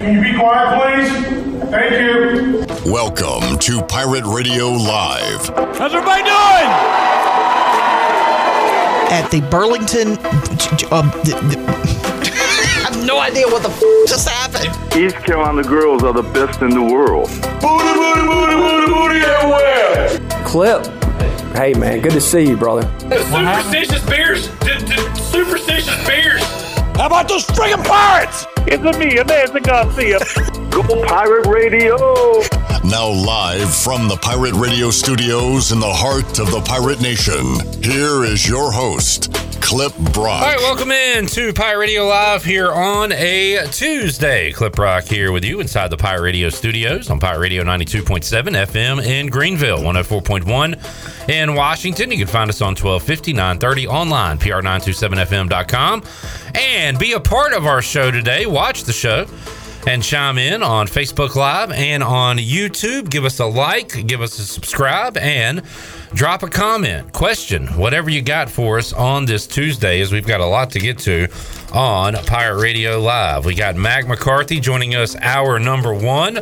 Can you be quiet, please? Thank you. Welcome to Pirate Radio Live. How's everybody doing? at the Burlington. Um, th- th- I have no idea what the f- just happened. East Carolina girls are the best in the world. Booty, booty, booty, booty, booty everywhere. Clip. Hey man, good to see you, brother. Superstitious bears. D- d- superstitious bears. How about those friggin' pirates? It's me, Amanda Garcia. Go Pirate Radio! Now, live from the Pirate Radio studios in the heart of the Pirate Nation, here is your host, Clip Brock. All right, welcome in to Pirate Radio Live here on a Tuesday. Clip Rock here with you inside the Pirate Radio studios on Pirate Radio 92.7 FM in Greenville, 104.1 in Washington. You can find us on 1250, 930 online, pr927fm.com. And be a part of our show today. Watch the show and chime in on Facebook Live and on YouTube. Give us a like, give us a subscribe, and drop a comment, question, whatever you got for us on this Tuesday, as we've got a lot to get to on Pirate Radio Live. We got Mac McCarthy joining us, hour number one.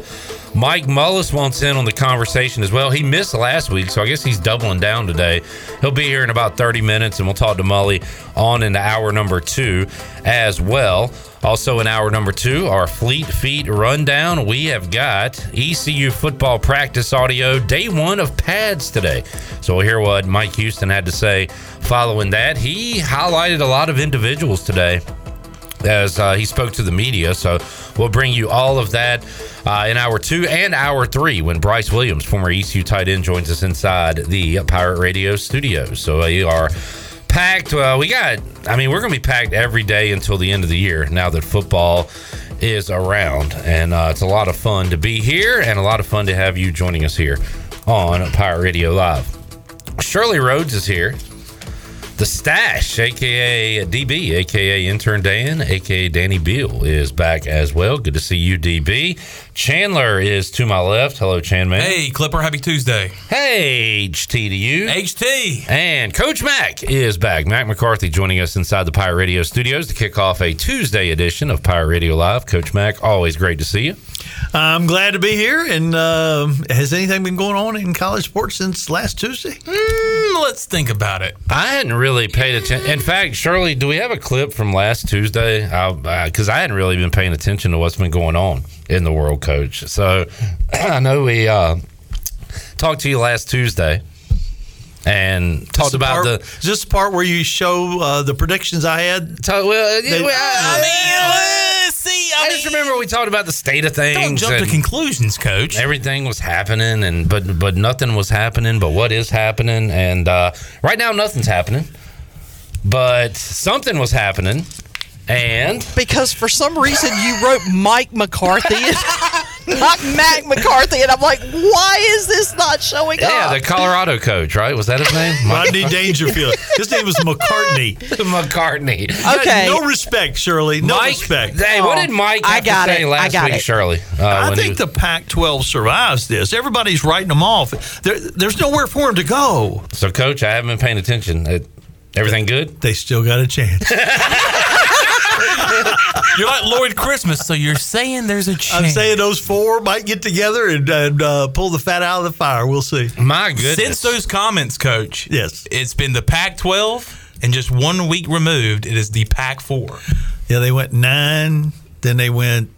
Mike Mullis wants in on the conversation as well. He missed last week, so I guess he's doubling down today. He'll be here in about 30 minutes, and we'll talk to Mully on into hour number two as well. Also, in hour number two, our Fleet Feet rundown, we have got ECU football practice audio, day one of pads today. So we'll hear what Mike Houston had to say following that. He highlighted a lot of individuals today as uh, he spoke to the media. So we'll bring you all of that uh, in hour two and hour three when Bryce Williams, former ECU tight end, joins us inside the Pirate Radio studios. So we are packed. Uh, we got, I mean, we're going to be packed every day until the end of the year now that football is around. And uh, it's a lot of fun to be here and a lot of fun to have you joining us here on Pirate Radio Live. Shirley Rhodes is here. The Stash, aka DB, aka Intern Dan, aka Danny Beal, is back as well. Good to see you, DB. Chandler is to my left. Hello, Chan Man. Hey, Clipper, happy Tuesday. Hey, HT to you. HT. And Coach Mac is back. Mac McCarthy joining us inside the Pirate Radio studios to kick off a Tuesday edition of Pirate Radio Live. Coach Mac, always great to see you. I'm glad to be here. And uh, has anything been going on in college sports since last Tuesday? Mm, let's think about it. I hadn't really paid attention. In fact, Shirley, do we have a clip from last Tuesday? Because I, hadn't really been paying attention to what's been going on in the world, Coach. So I know we uh, talked to you last Tuesday and talked about Part- the. is this the part where you show uh, the predictions I had? Talk, well, yeah, They- Uh, well, I, I mean, let's see. I, I just mean, remember we talked about the state of things. Don't jump to and- conclusions, Coach. everything was happening and but but nothing was happening but what is happening and uh right now nothing's happening but something was happening and Because for some reason you wrote Mike McCarthy, and not Mac McCarthy, and I'm like, why is this not showing yeah up? the colorado coach right was that his name Mike Rodney Dangerfield. His name was McCartney. mccartney okay, No respect, Shirley. No mike respect. hey what Oh, did mike I have got to say it. I last got week it. shirley uh, I when he think was- the Pac 12 survives this. Everybody's writing them off. There, there's nowhere for him to go. so coach i haven't been paying attention Uh, everything good They still got a chance. Oh, You're like Lloyd Christmas, so you're saying there's a chance. I'm saying those four might get together and, and uh, pull the fat out of the fire. We'll see. my goodness Since those comments, Coach, Yes. it's been the Pac 12, and just one week removed, it is the Pac 4. Yeah, they went nine, then they went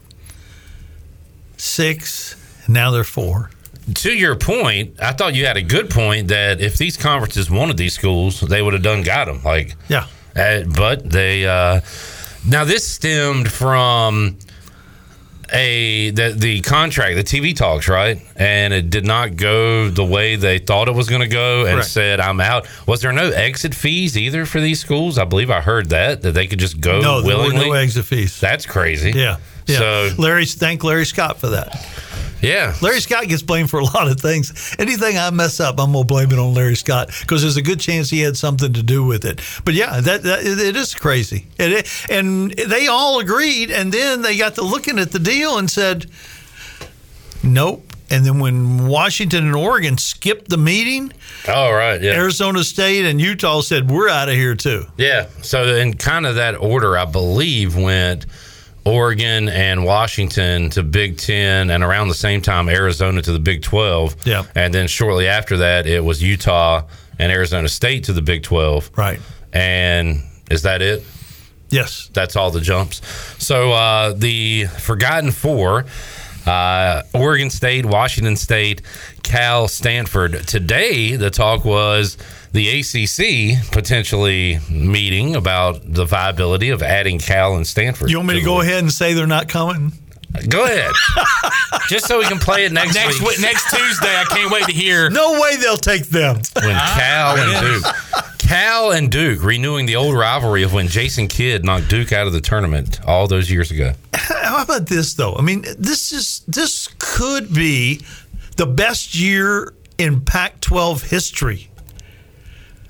six, and now they're four. to your point i thought you had a good point that if these conferences wanted these schools they would have done got them like Yeah. Uh, but they uh, now this stemmed from a the the contract, the TV talks, right? And it did not go the way they thought it was going to go, and Correct. said, "I'm out." Was there no exit fees either for these schools? I believe I heard that that they could just go No, there were willingly. no exit fees. That's crazy. Yeah. Yeah. So Larry, thank Larry Scott for that. yeah, Larry Scott gets blamed for a lot of things. Anything I mess up, I'm gonna blame it on Larry Scott because there's a good chance he had something to do with it. But yeah, that, that it, it is crazy, and, it, and they all agreed. And then they got to looking at the deal and said, "Nope." And then when Washington and Oregon skipped the meeting, all right, yeah. Arizona State and Utah said, "We're out of here too." Yeah. So in kind of that order, I believe went Oregon and Washington to Big Ten, and around the same time, Arizona to the Big Twelve. Yeah. and then shortly after that, it was Utah and Arizona State to the Big Twelve. Right. and is that it? Yes. that's all the jumps. So uh, the Forgotten Four. Uh, Oregon State, Washington State, Cal, Stanford. Today, the talk was the ACC potentially meeting about the viability of adding Cal and Stanford. You want me to the go ahead and say they're not coming? Go ahead. Just so we can play it next, Next week. wi- next Tuesday, I can't wait to hear. No way they'll take them. when Cal and Duke. Cal and Duke renewing the old rivalry of when Jason Kidd knocked Duke out of the tournament all those years ago. How about this though? I mean, this is this could be the best year in Pac-12 history.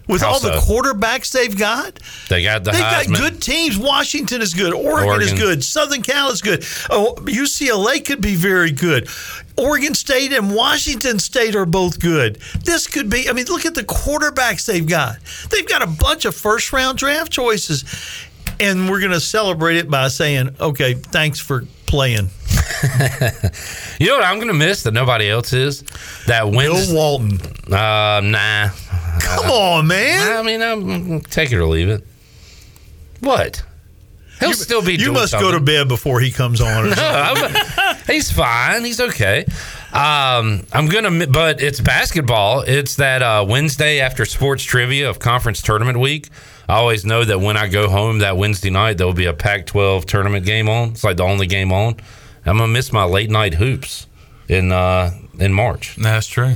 With How all the so? quarterbacks they've got, They got the they've Heisman. got good teams. Washington is good. Oregon, is Oregon. good. Southern Cal is good. Oh, UCLA could be very good. Oregon State and Washington State are both good. This could be. I mean, look at the quarterbacks they've got. They've got a bunch of first round draft choices, and we're going to celebrate it by saying, "Okay, thanks for playing." You know what I'm going to miss that nobody else is? That Wednesday. Bill Walton. Uh, nah. Come on, man. I mean, I'm, take it or leave it. What? He'll still be. You doing must go to something. bed before he comes on. Or something. I'm- he's fine. He's okay. Um, I'm gonna, mi- but it's basketball. It's that uh, Wednesday after sports trivia of conference tournament week. I always know that when I go home that Wednesday night, there will be a Pac-12 tournament game on. It's like the only game on. I'm gonna miss my late night hoops in uh, in March. That's true.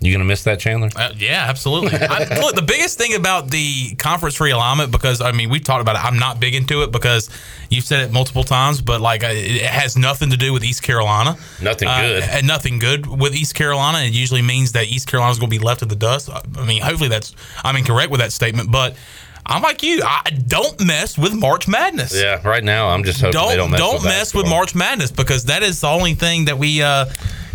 You gonna miss that, Chandler? Uh, yeah, absolutely. I, look, the biggest thing about the conference realignment, because I mean, we've talked about it. I'm not big into it because you've said it multiple times, but like I- it has nothing to do with East Carolina. Nothing Uh, good. and nothing good with East Carolina. It usually means that East Carolina's going to be left in the dust. I- I mean, hopefully that's I'm incorrect with that statement, but I'm like you. I don't mess with March Madness. Yeah, right now I'm just hoping Don't they don't mess with basketball. March Madness because that is the only thing that we uh,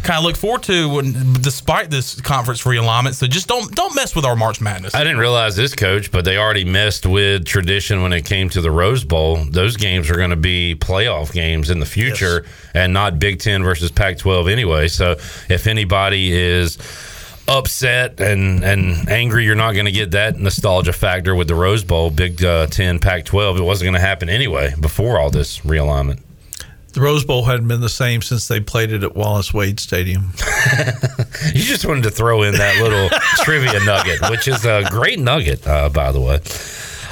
kind of look forward to when, despite this conference realignment. So just don't don't mess with our March Madness. I didn't realize this, Coach, but they already messed with tradition when it came to the Rose Bowl. Those games are going to be playoff games in the future, and not Big Ten versus Pac-12 anyway. So if anybody is upset and and angry, you're not going to get that nostalgia factor with the Rose Bowl, Big uh, Ten, Pac-12. It wasn't going to happen anyway before all this realignment. the Rose Bowl hadn't been the same since they played it at Wallace Wade Stadium. You just wanted to throw in that little trivia nugget, which is a great nugget, uh, by the way.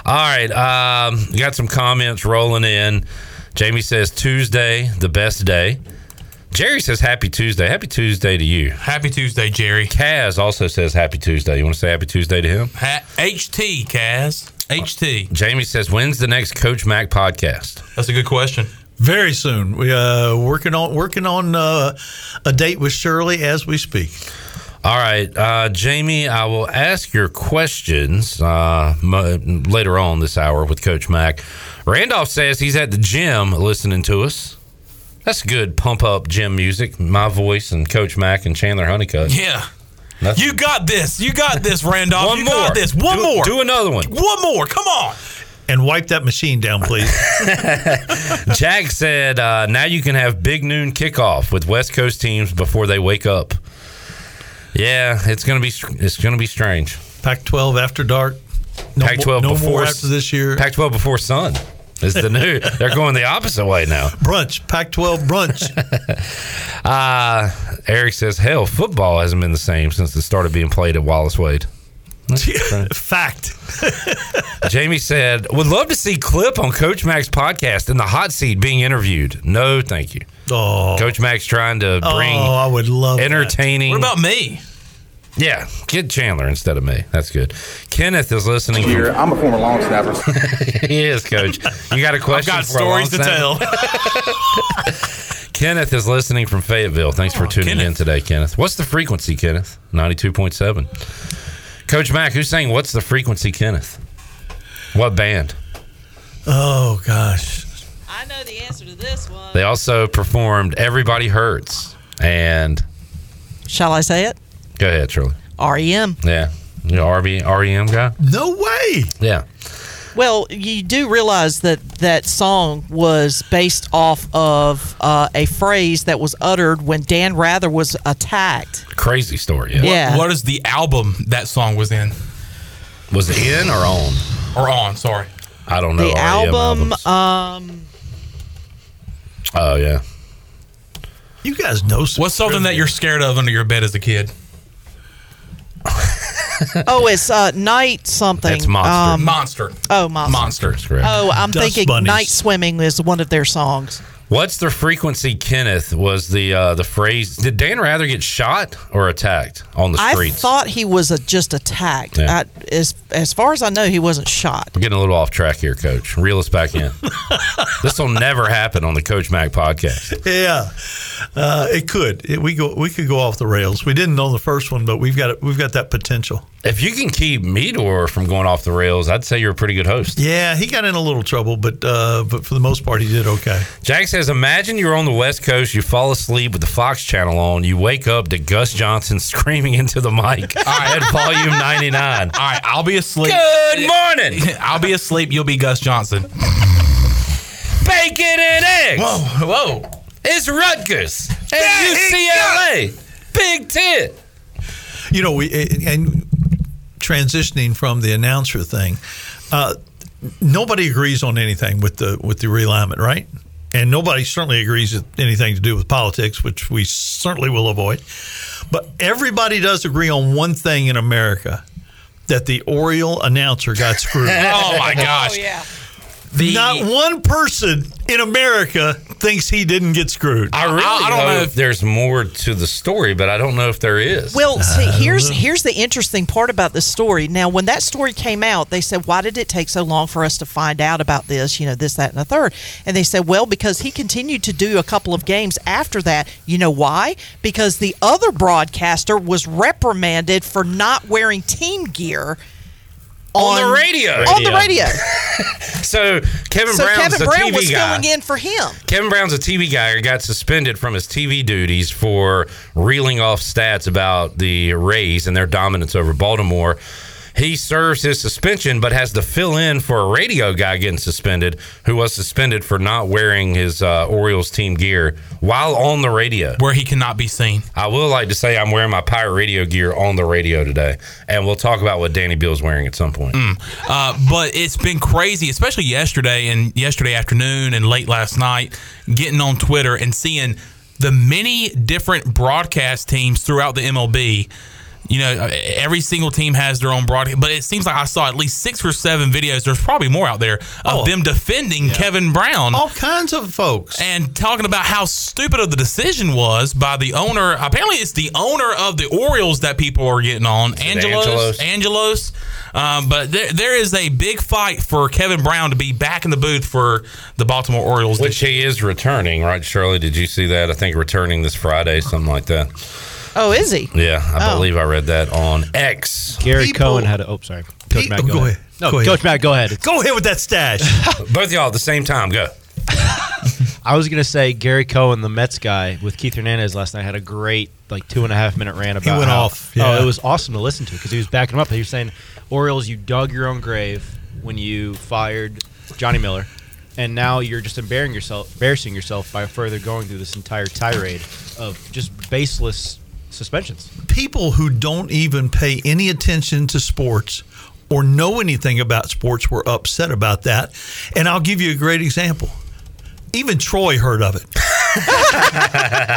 All right, um, we got some comments rolling in. Jamie says Tuesday, the best day. Jerry says Happy Tuesday. Happy Tuesday to you. Happy Tuesday, Jerry. Kaz also says Happy Tuesday. You want to say Happy Tuesday to him? Ha- HT, Kaz. HT. Jamie says, "When's the next Coach Mac podcast?" That's a good question. Very soon. We uh, working on working on uh, a date with Shirley as we speak. All right, uh, Jamie, I will ask your questions uh, mo- later on this hour with Coach Mac. Randolph says he's at the gym listening to us. That's good pump up gym music. My voice and Coach Mac and Chandler Honeycutt. Yeah. Nothing. You got this. You got this, Randolph. one you more. got this. One do, more. Do another one. one more. Come on. And wipe that machine down, please. Jack said, uh, now you can have big noon kickoff with West Coast teams before they wake up. Yeah, it's gonna be str- it's gonna be strange. Pac-12 after dark. No Pac-12 more, no before more s- after this year. Pac-12 before sun is the new. They're going the opposite way now. brunch. Pac-12 brunch. Uh, Eric says, hell, football hasn't been the same since it started being played at Wallace Wade. Fact. Jamie said, would love to see Clip on Coach Mac's podcast in the hot seat being interviewed. No, thank you. Oh, Coach Mac's trying to oh, bring I would love that. entertaining. What about me? Yeah, get Chandler instead of me. That's good. Kenneth is listening. Here, I'm a former long snapper. he is, Coach. You got a question? Got for a long stories to snapper? tell. Kenneth is listening from Fayetteville. Thanks for tuning in Oh, Kenneth. today, Kenneth. What's the frequency, Kenneth? 92.7. Coach Mack, who's saying, What's the frequency, Kenneth? What band? Oh gosh. I know the answer to this one. They also performed Everybody Hurts. And Shall I say it? go E ahead, Shirley. REM. Yeah. You know, RB, REM E guy? No way. Yeah. Well, you do realize that that song was based off of uh, a phrase that was uttered when Dan Rather was attacked. Crazy story. Yeah. Yeah. What is the album that song was in? Was it in or on? Or on, sorry. I don't know. E The REM album, albums. um, oh yeah. You guys know some What's something that you're scared of under your bed as a kid? oh, it's uh, night something. That's Monster. Um, Monster. oh, monster. Monster. That's correct. Oh, I'm Dust thinking bunnies. night swimming is one of their songs. What's the frequency, Kenneth? Was the uh, the phrase? Did Dan rather get shot or attacked on the I streets? thought he was uh just attacked. Yeah. I, as as far as I know, he wasn't shot. We're getting a little off track here, Coach. Reel us back in. this will never happen on the Coach Mac podcast. Yeah, uh, it could. It, we go. We could go off the rails. We didn't on the first one, but we've got it. We've got that potential. If you can keep Meador from going off the rails, I'd say you're a pretty good host. Yeah, he got in a little trouble, but uh, but for the most part, he did okay. Jack says, Imagine you're on the West Coast, you fall asleep with the Fox Channel on, you wake up to Gus Johnson screaming into the mic at volume 99. All right, I'll be asleep. Good morning, I'll be asleep. You'll be Gus Johnson. bacon and eggs. Whoa. It's Rutgers and he UCLA. Big Ten. You know, we and transitioning from the announcer thing, uh, nobody agrees on anything with the with the realignment, right? And nobody certainly agrees with anything to do with politics, which we certainly will avoid. But everybody does agree on one thing in America that the Oriole announcer got screwed. Oh my gosh. yeah. The- Not one person in America thinks he didn't get screwed. I really I don't don't know know if- if there's more to the story, but I don't know if there is. Well, see, Uh-huh. here's here's the interesting part about this story. Now, when that story came out, they said, "Why did it take so long for us to find out about this?" You know, this, that, and the third. And they said, "Well, because he continued to do a couple of games after that. You know why? Because the other broadcaster was reprimanded for not wearing team gear On the radio. On the radio. so Kevin so Brown's Kevin the Brown TV was guy. filling in for him. Kevin Brown's a TV guy who got suspended from his TV duties for reeling off stats about the Rays and their dominance over Baltimore. He serves his suspension, but has to fill in for a radio guy getting suspended, who was suspended for not wearing his uh, Orioles team gear while on the radio. Where he cannot be seen. I will like to say I'm wearing my pirate radio gear on the radio today, and we'll talk about what Danny Bill's wearing at some point. Uh, but it's been crazy, especially yesterday and yesterday afternoon and late last night, getting on Twitter and seeing the many different broadcast teams throughout the MLB. You know, uh, every single team has their own broadcast, but it seems like I saw at least six or seven videos. There's probably more out there of them defending Kevin Brown Oh. All kinds of folks. and talking about how stupid of the decision was by the owner. Apparently, it's the owner of the Orioles that people are getting on, Angelos? Angelos. Angelos. Um, but there, there is a big fight for Kevin Brown to be back in the booth for the Baltimore Orioles. Which he is returning, right, Shirley? Did you see that? I think returning this Friday, something like that. Oh, is he? Yeah, I Oh. believe I read that on X. Gary People- Cohen had a. Oh, sorry. Coach Pe- Mac, oh, go, go ahead. ahead. No, Go ahead. Coach Mac, go ahead. Go ahead with that stash. Both y'all at the same time. Go. I was gonna say Gary Cohen, the Mets guy, with Keith Hernandez last night had a great like two and a half minute rant about. went how- off, yeah. Oh, it was awesome to listen to because he was backing him up. He was saying, "Orioles, you dug your own grave when you fired Johnny Miller, and now you're just embarrassing yourself, embarrassing yourself by further going through this entire tirade of just baseless suspensions." people who don't even pay any attention to sports or know anything about sports were upset about that. And I'll give you a great example. Even Troy heard of it.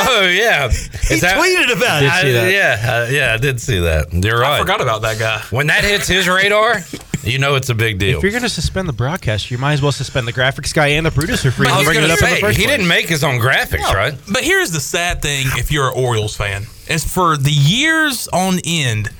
Oh yeah, Is He tweeted about it. I- see that. Yeah, uh, yeah, I did see that. You're right. I forgot about that guy. When that hits his radar, you know it's a big deal. If you're gonna suspend the broadcast, you might as well suspend the graphics guy and the producer for But even he's bringing it gonna up in the Hey, first he place. didn't make his own graphics, right? But here's the sad thing if you're an Orioles fan, is for the years on end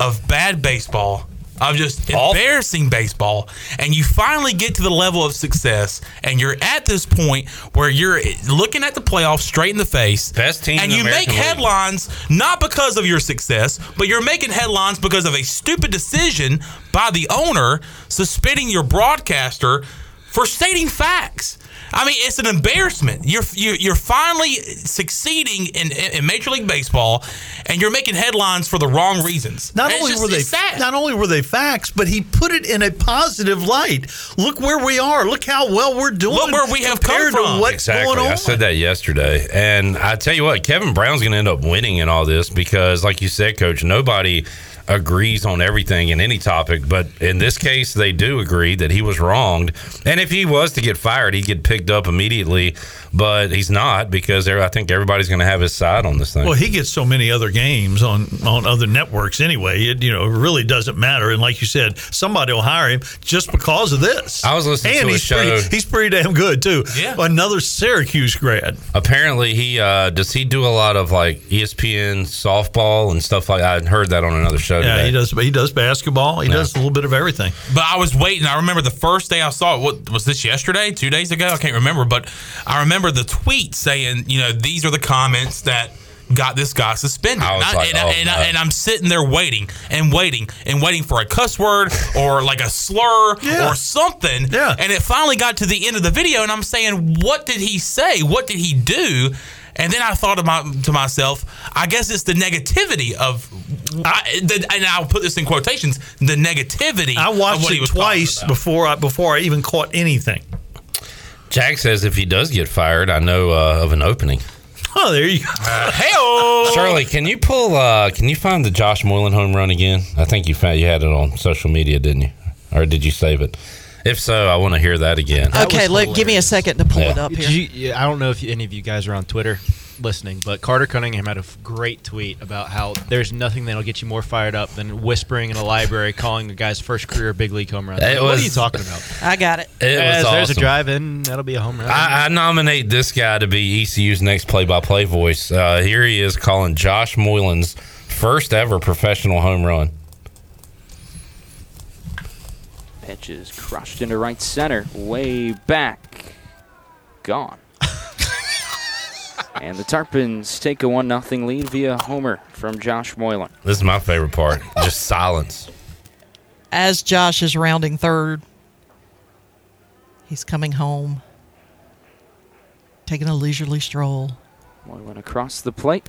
of bad baseball, of just Awful. embarrassing baseball, and you finally get to the level of success, and you're at this point where you're looking at the playoffs straight in the face. Best team in And the you American make League. headlines not because of your success, but you're making headlines because of a stupid decision by the owner suspending your broadcaster. for for stating facts. I mean, it's an embarrassment. You're you- you're finally succeeding in, in Major League Baseball, and you're making headlines for the wrong reasons. Not And it's only just- were they it's sad. not only were they facts, but he put it in a positive light. Look where we are. Look how well we're doing. Look where we have come compared to from. what's exactly. going on? I said that yesterday, and I tell you what, Kevin Brown's going to end up winning in all this because, like you said, Coach, nobody agrees on everything in any topic, but in this case, they do agree that he was wronged, and if he was to get fired, he'd get picked up immediately, but he's not because there- I think everybody's going to have his side on this thing. Well, he gets so many other games on on other networks anyway. It you know it really doesn't matter. And like you said, somebody will hire him just because of this. I was listening and to a he's show- Pretty, he's pretty damn good too. Yeah. another Syracuse grad. Apparently, he uh, does he do a lot of like E ESPN softball and stuff like. I heard that on another show. Yeah, today. he does. He does basketball. He does a little bit of everything. But I was waiting. I remember the first day I saw it. What was this yesterday? Two days ago? I can't remember. But I remember the tweet saying, you know, these are the comments that got this guy suspended. I was and, like, and, oh, and, no. I, and I'm sitting there waiting and waiting and waiting for a cuss word or like a slur Yeah. or something. Yeah. And it finally got to the end of the video, and I'm saying, what did he say? What did he do? And then I thought about to myself, I guess it's the negativity of, I, the, and I'll put this in quotations, the negativity. I of watched what he it was talking twice before I before I even caught anything. Jack says if he does get fired, I know uh, of an opening. Oh, there you go. Hey, Shirley, can you pull? Uh, can you find the Josh Moylan home run again? I think you found you had it on social media, didn't you? Or did you save it? If so, I want to hear that again. okay, look, give me a second to pull it up here. Did you- yeah, I don't know if any of you guys are on Twitter listening, but Carter Cunningham had a f- great tweet about how there's nothing that'll get you more fired up than whispering in a library calling a guy's first career big league home run. It Like, what was- are you talking about? I got it. It was Yes, There's a awesome. drive in. That'll be a home run. I, I nominate this guy to be ECU's next play-by-play voice. Uh, here he is calling Josh Moylan's first ever professional home run. Pitch is crushed into right center, way back, gone. and the Tarpons take a 1 0 lead via homer from Josh Moylan. This is my favorite part. Just silence. As Josh is rounding third, he's coming home, taking a leisurely stroll. Moylan across the plate.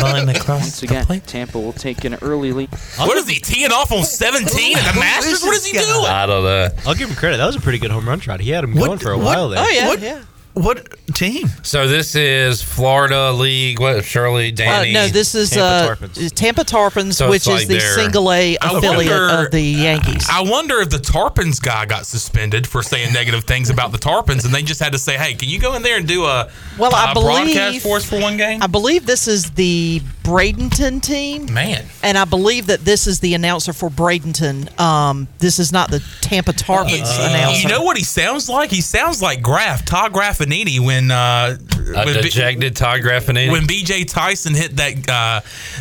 Moylan across Once again, Tampa will take an early lead. What is he teeing off on 17 at the Masters? What is he doing? I don't know. I'll give him credit. That was a pretty good home run shot. He had him going for a while Oh, there. what, What team? So this is Florida League. What Shirley Uh, Danny? no, this is Tampa uh, Tarpons. Tampa Tarpons, So it's which like is the they're- single A I affiliate wonder- of the Yankees. I wonder if the Tarpons guy got suspended for saying negative things about the Tarpons, and they just had to say, "Hey, can you go in there and do a Well, I a believe broadcast for us for one game?" I believe this is the Bradenton team. Man. and I believe that this is the announcer for Bradenton. Um, this is not the Uh, Tampa Tarpons announcer. you know what he sounds like? He sounds like Graf, Todd Graffinini, when uh, A when, B- dejected Todd Graffinini. when BJ Tyson hit that uh,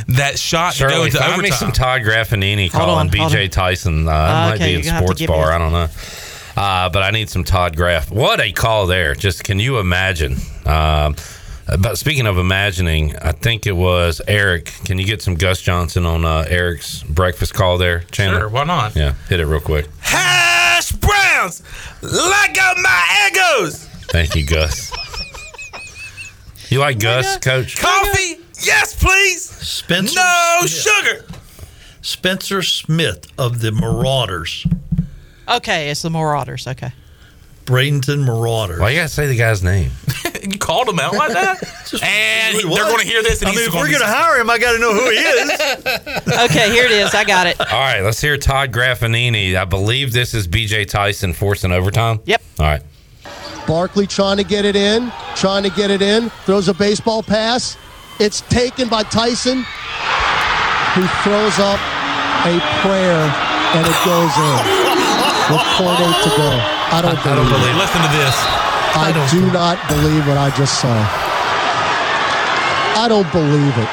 that shot to go Shirley, into find overtime. me some Todd Graffinini Hold calling on, hold BJ on. Tyson. Uh, Ah, it okay, might be in you're gonna have to sports give me bar. a- I don't know. Uh, but I need some Todd Graff. What a call there! Just can you imagine? Um, but speaking of imagining, I think it was Eric. Can you get some Gus Johnson on uh, Eric's breakfast call there, Chandler? Sure, why not? Yeah, hit it real quick. Hash browns, like out my egos. Thank you, Gus. You like Gus, Coach? Coffee, yes, please. Spencer. No sugar. Spencer Smith of the Marauders, okay, it's the Marauders. Okay, Bradenton Marauders. Why you gotta say the guy's name? You called him out like that, and Wait, what? they're going to hear this. And I mean, he's if gonna we're be- going to hire him, I got to know who he is. okay, here it is. I got it. All right, let's hear Todd Graffinini. I believe this is BJ Tyson forcing overtime. Yep. All right. Barkley trying to get it in, trying to get it in, throws a baseball pass. It's taken by Tyson, who throws up a prayer and it goes in. With 0.8 to go. I don't I believe don't believe. it. Listen to this. I, do not believe what I just saw. I don't believe it.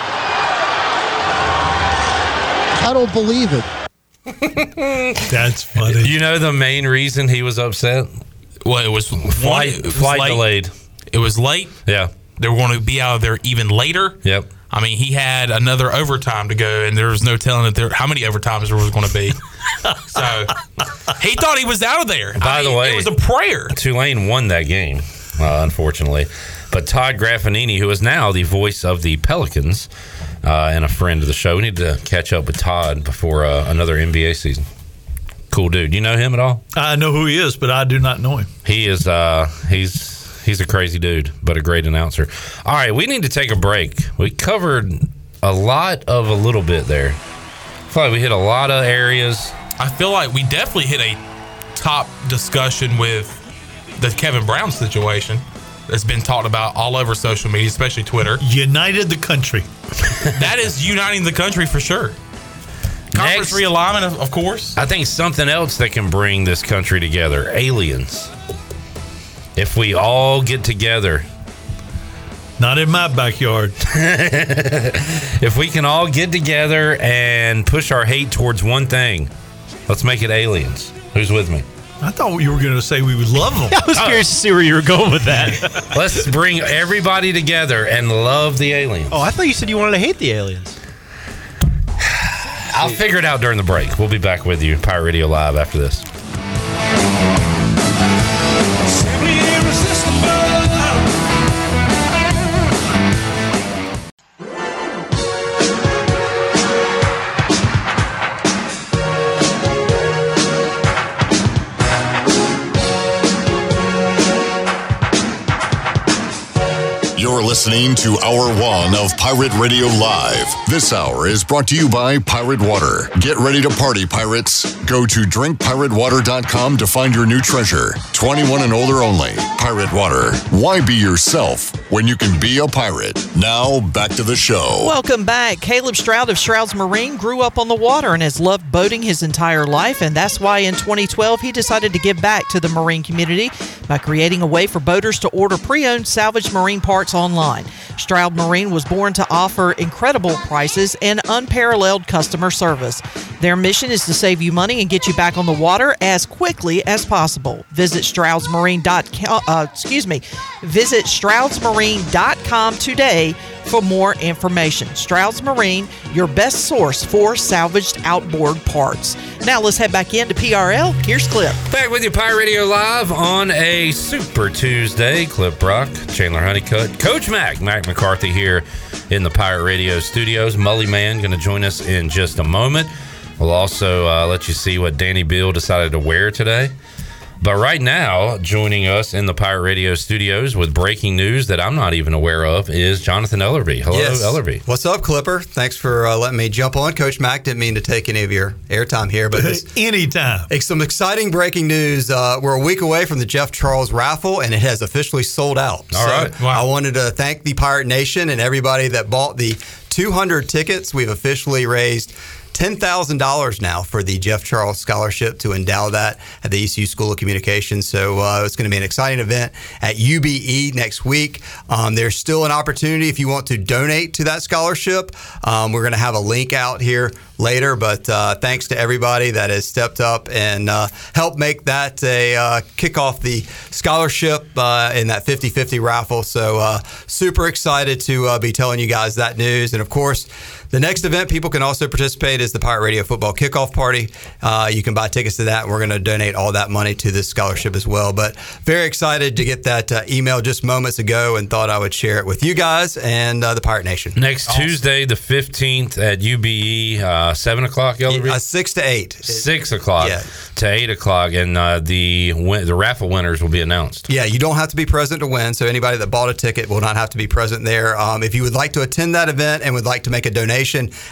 I don't believe it. Mm. That's funny. You know the main reason he was upset? Well, it was flight, one- it was flight late. delayed. It was late. Yeah. They were going to be out of there even later. Yep. I mean, he had another overtime to go, and there was no telling that there, how many overtimes there was going to be. so he thought he was out of there. By the way, it was a prayer. Tulane won that game, uh, unfortunately. But Todd Graffinini, who is now the voice of the Pelicans uh, and a friend of the show, we need to catch up with Todd before uh, another NBA season. Cool dude. You know him at all? I know who he is, but I do not know him. He is. Uh, he's. He's a crazy dude, but a great announcer. All right, we need to take a break. We covered a lot of a little bit there. I feel like we hit a lot of areas. I feel like we definitely hit a top discussion with the Kevin Brown situation that's been talked about all over social media, especially Twitter. United the country. that is uniting the country for sure. Conference realignment, of, of course. I think something else that can bring this country together aliens. If we all get together. Not in my backyard. if we can all get together and push our hate towards one thing, let's make it aliens. Who's with me? I thought you were going to say we would love them. I was curious to see where you were going with that. Let's bring everybody together and love the aliens. Oh, I thought you said you wanted to hate the aliens. I'll figure it out during the break. We'll be back with you, Pirate Radio Live, after this. Simply irresistible. You're listening to Hour One of Pirate Radio Live. This hour is brought to you by Pirate Water. Get ready to party, pirates. Go to drinkpiratewater.com to find your new treasure. 21 and older only. Pirate Water. Why be yourself when you can be a pirate? Now, back to the show. Welcome back. Caleb Stroud of Stroud's Marine grew up on the water and has loved boating his entire life, and that's why in 2012 he decided to give back to the Marine community by creating a way for boaters to order pre owned salvaged Marine parts online. Stroud Marine was born to offer incredible prices and unparalleled customer service. Their mission is to save you money and get you back on the water as quickly as possible. Visit stroudsmarine.com, uh, excuse me, visit stroudsmarine.com today for more information. Strouds Marine, your best source for salvaged outboard parts. Now let's head back into PRL. Here's Clip. Back with you, Pirate Radio Live on a Super Tuesday. Clip Rock, Chandler Honeycutt, Coach Mac, Mac McCarthy here in the Pirate Radio studios. Mully Man going to join us in just a moment. We'll also uh, let you see what Danny Beal decided to wear today. But right now, joining us in the Pirate Radio studios with breaking news that I'm not even aware of is Jonathan Ellerby. Hello, Ellerby. What's up, Clipper? Thanks for uh, letting me jump on. Coach Mack didn't mean to take any of your airtime here, but this- Anytime. Ex- some exciting breaking news. Uh, we're a week away from the Jeff Charles raffle, and it has officially sold out. All right. I wanted to thank the Pirate Nation and everybody that bought the 200 tickets. We've officially raised. $10,000 now for the Jeff Charles Scholarship to endow that at the ECU School of Communication. So uh, it's going to be an exciting event at UBE next week. Um, there's still an opportunity if you want to donate to that scholarship. Um, we're going to have a link out here later, but uh, thanks to everybody that has stepped up and uh, helped make that a uh, kick off the scholarship uh, in that 50 50 raffle. So uh, super excited to uh, be telling you guys that news. And of course, the next event people can also participate is the Pirate Radio Football Kickoff Party. Uh, you can buy tickets to that. and We're going to donate all that money to this scholarship as well. But very excited to get that uh, email just moments ago and thought I would share it with you guys and uh, the Pirate Nation. Next Tuesday, the 15th at UBE, uh, 7 o'clock, Ellerby? Uh, 6 to 8. 6 o'clock to 8 o'clock, and uh, the, win- the raffle winners will be announced. Yeah, you don't have to be present to win. So anybody that bought a ticket will not have to be present there. Um, if you would like to attend that event and would like to make a donation,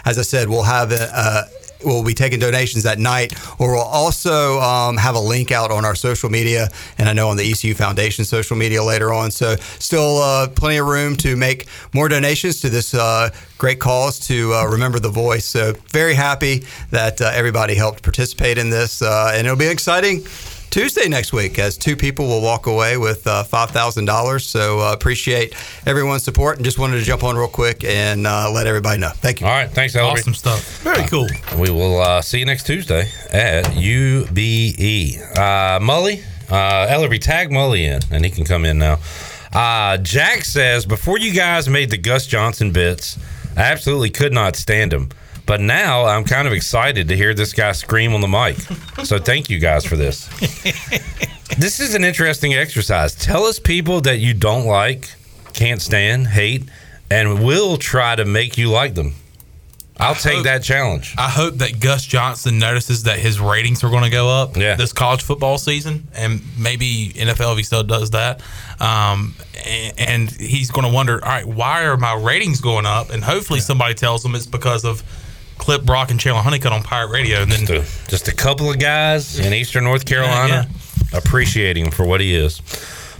as I said, we'll have a. Uh, We'll be taking donations that night, or we'll also um, have a link out on our social media, and I know on the ECU Foundation social media later on. So, still uh, plenty of room to make more donations to this uh, great cause to uh, remember the voice. So, very happy that uh, everybody helped participate in this, uh, and it'll be exciting Tuesday next week as two people will walk away with uh, $5,000. So uh, appreciate everyone's support and just wanted to jump on real quick and uh, let everybody know. Thank you. All right. Thanks, Ellery. Awesome stuff. Very cool. We will uh, see you next Tuesday at UBE. Uh, Mully, uh, Ellerby, tag Mully in, and he can come in now. Uh, Jack says, before you guys made the Gus Johnson bits, I absolutely could not stand him. But now I'm kind of excited to hear this guy scream on the mic. So thank you guys for this. this is an interesting exercise. Tell us people that you don't like, can't stand, hate, and we'll try to make you like them. I'll take that challenge. I hope that Gus Johnson notices that his ratings are going to go up this college football season, and maybe NFL if he still does that. Um, and, and he's going to wonder, all right, why are my ratings going up? And hopefully somebody tells him it's because of Clip Brock and Chandler Honeycutt on Pirate Radio. And then just a, couple of guys in Eastern North Carolina. Appreciating him for what he is.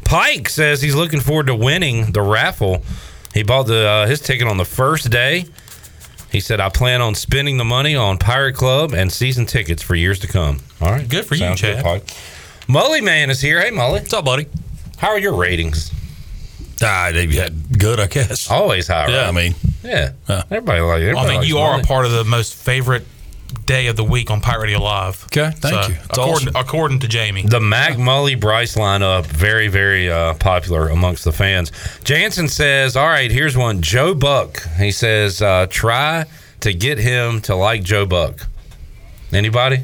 Pike says he's looking forward to winning the raffle. He bought the uh, his ticket on the first day. He said, "I plan on spending the money on Pirate Club and season tickets for years to come." All right, Good for you, Sounds Chad. Pike. Mully Man is here. Hey, Mully, what's up, buddy? How are your ratings? Ah, they good, I guess. Always high. Yeah, right? I mean, uh, yeah, Huh. everybody like. Everybody I mean, likes you are Mully. a part of the most favorite day of the week on Pirate Radio Live. Okay, thank you. It's According, according to Jamie. The Mac Mully Bryce lineup, very, very uh, popular amongst the fans. Jansen says, All right, here's one. Joe Buck. He says, uh, Try to get him to like Joe Buck. Anybody?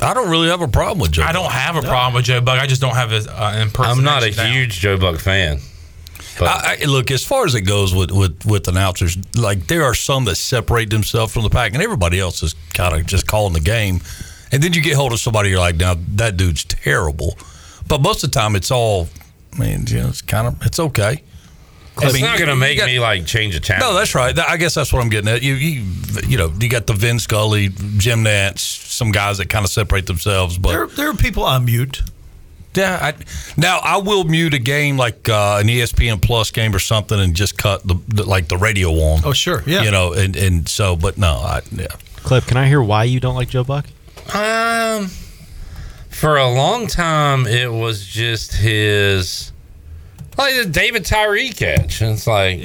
I don't really have a problem with Joe. I don't have a problem with Joe Buck. I just don't have his uh, impersonation. I'm not a down. huge Joe Buck fan. I, I, look, as far as it goes with, with, with announcers, like there are some that separate themselves from the pack, and everybody else is kind of just calling the game. And then you get hold of somebody, you're like, now that dude's terrible. But most of the time, it's all, I mean, you know, it's kind of, it's okay. It's not going to make me like change a channel. No, that's right. That- I guess that's what I'm getting at. You, you, you know, you got the Vin Scully, Jim Nance, some guys that kind of separate themselves. But there, there are people I mute. Yeah. I, now I will mute a game like uh, an ESPN Plus game or something, and just cut the, the like the radio on. Oh, sure. Yeah. You know, and and so, but no, I yeah. Clip, can I hear why you don't like Joe Buck? Um, for a long time, it was just his like the David Tyree catch. It's like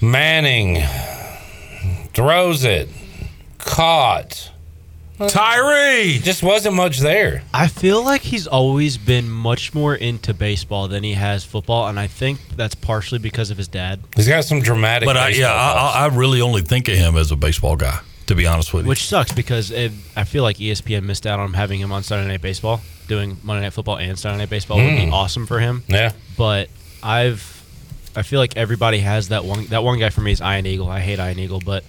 Manning throws it, caught. Tyree just wasn't much there. I feel like he's always been much more into baseball than he has football, and I think that's partially because of his dad. He's got some dramatic. But I, yeah, I, I I really only think of him as a baseball guy, to be honest with you. Which sucks because it, I feel like E ESPN missed out on having him on Sunday Night Baseball. Doing Monday Night Football and Sunday Night Baseball would be Mm. awesome for him. Yeah. But I've, I feel like everybody has that one. That one guy for me is Ian Eagle. I hate Ian Eagle, but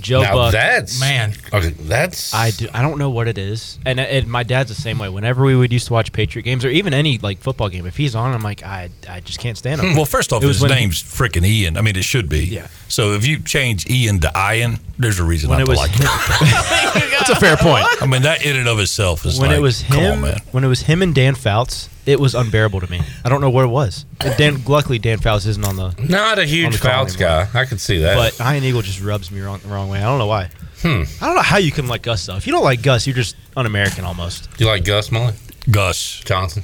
Joe Now Buck, that's- Man. okay, that's I do. I don't know what it is, and, uh, and my dad's the same way. Whenever we would used to watch Patriot games or even any like football game, if he's on, I'm like, I, I just can't stand him. Well, first off, Hmm. It was his when he- name's freaking Ian. I mean, it should be. Yeah. So if you change Ian to Ian, there's a reason When not it to was like him- him. That's a fair point. I mean, that in and of itself is when like, it was come on, him, man. when it was him and Dan Fouts, it was unbearable to me. I don't know what it was. And Dan, luckily, Dan Fouts isn't on the Not a on huge the call Fouts anymore. guy. I could see that. But Iron Eagle just rubs me wrong the wrong way. I don't know why. Hmm. I don't know how you can like Gus though. If you don't like Gus, you're just un-American almost. Do you like Gus Mullen? Gus Johnson.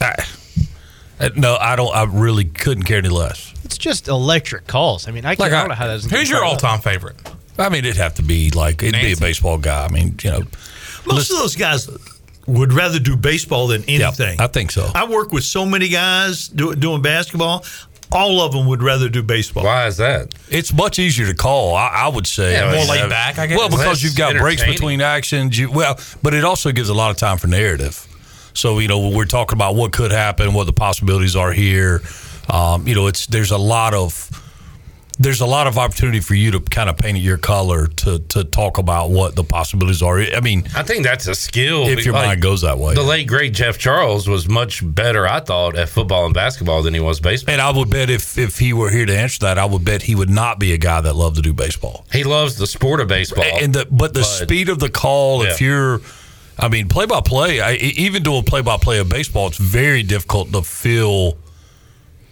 Ah. Uh, No, I don't. I really couldn't care any less. It's just electric calls. I mean, I, can't, I don't know how that doesn't. get brought up. favorite? I mean, it'd have to be like it'd be a baseball guy. I mean, you know, Most of those guys would rather do baseball than anything. I think so. I work with so many guys do, doing basketball. All of them would rather do baseball. Why is that? It's much easier to call. I, I would say Yeah, more Uh, laid back, I guess. Well, because Less you've got breaks entertaining. between actions. You, well, but it also gives a lot of time for narrative. So you know, when we're talking about what could happen, what the possibilities are here. Um, you know, it's there's a lot of there's a lot of opportunity for you to kind of paint your color to to talk about what the possibilities are. I mean, I think that's a skill. If your mind goes that way. the late great Jeff Charles was much better, I thought, at football and basketball than he was baseball. and I would bet if if he were here to answer that, I would bet he would not be a guy that loved to do baseball. He loves the sport of baseball, and the but the speed of the call. If Yeah. you're, I mean, play by play. I e- even doing play by play of baseball, it's very difficult to feel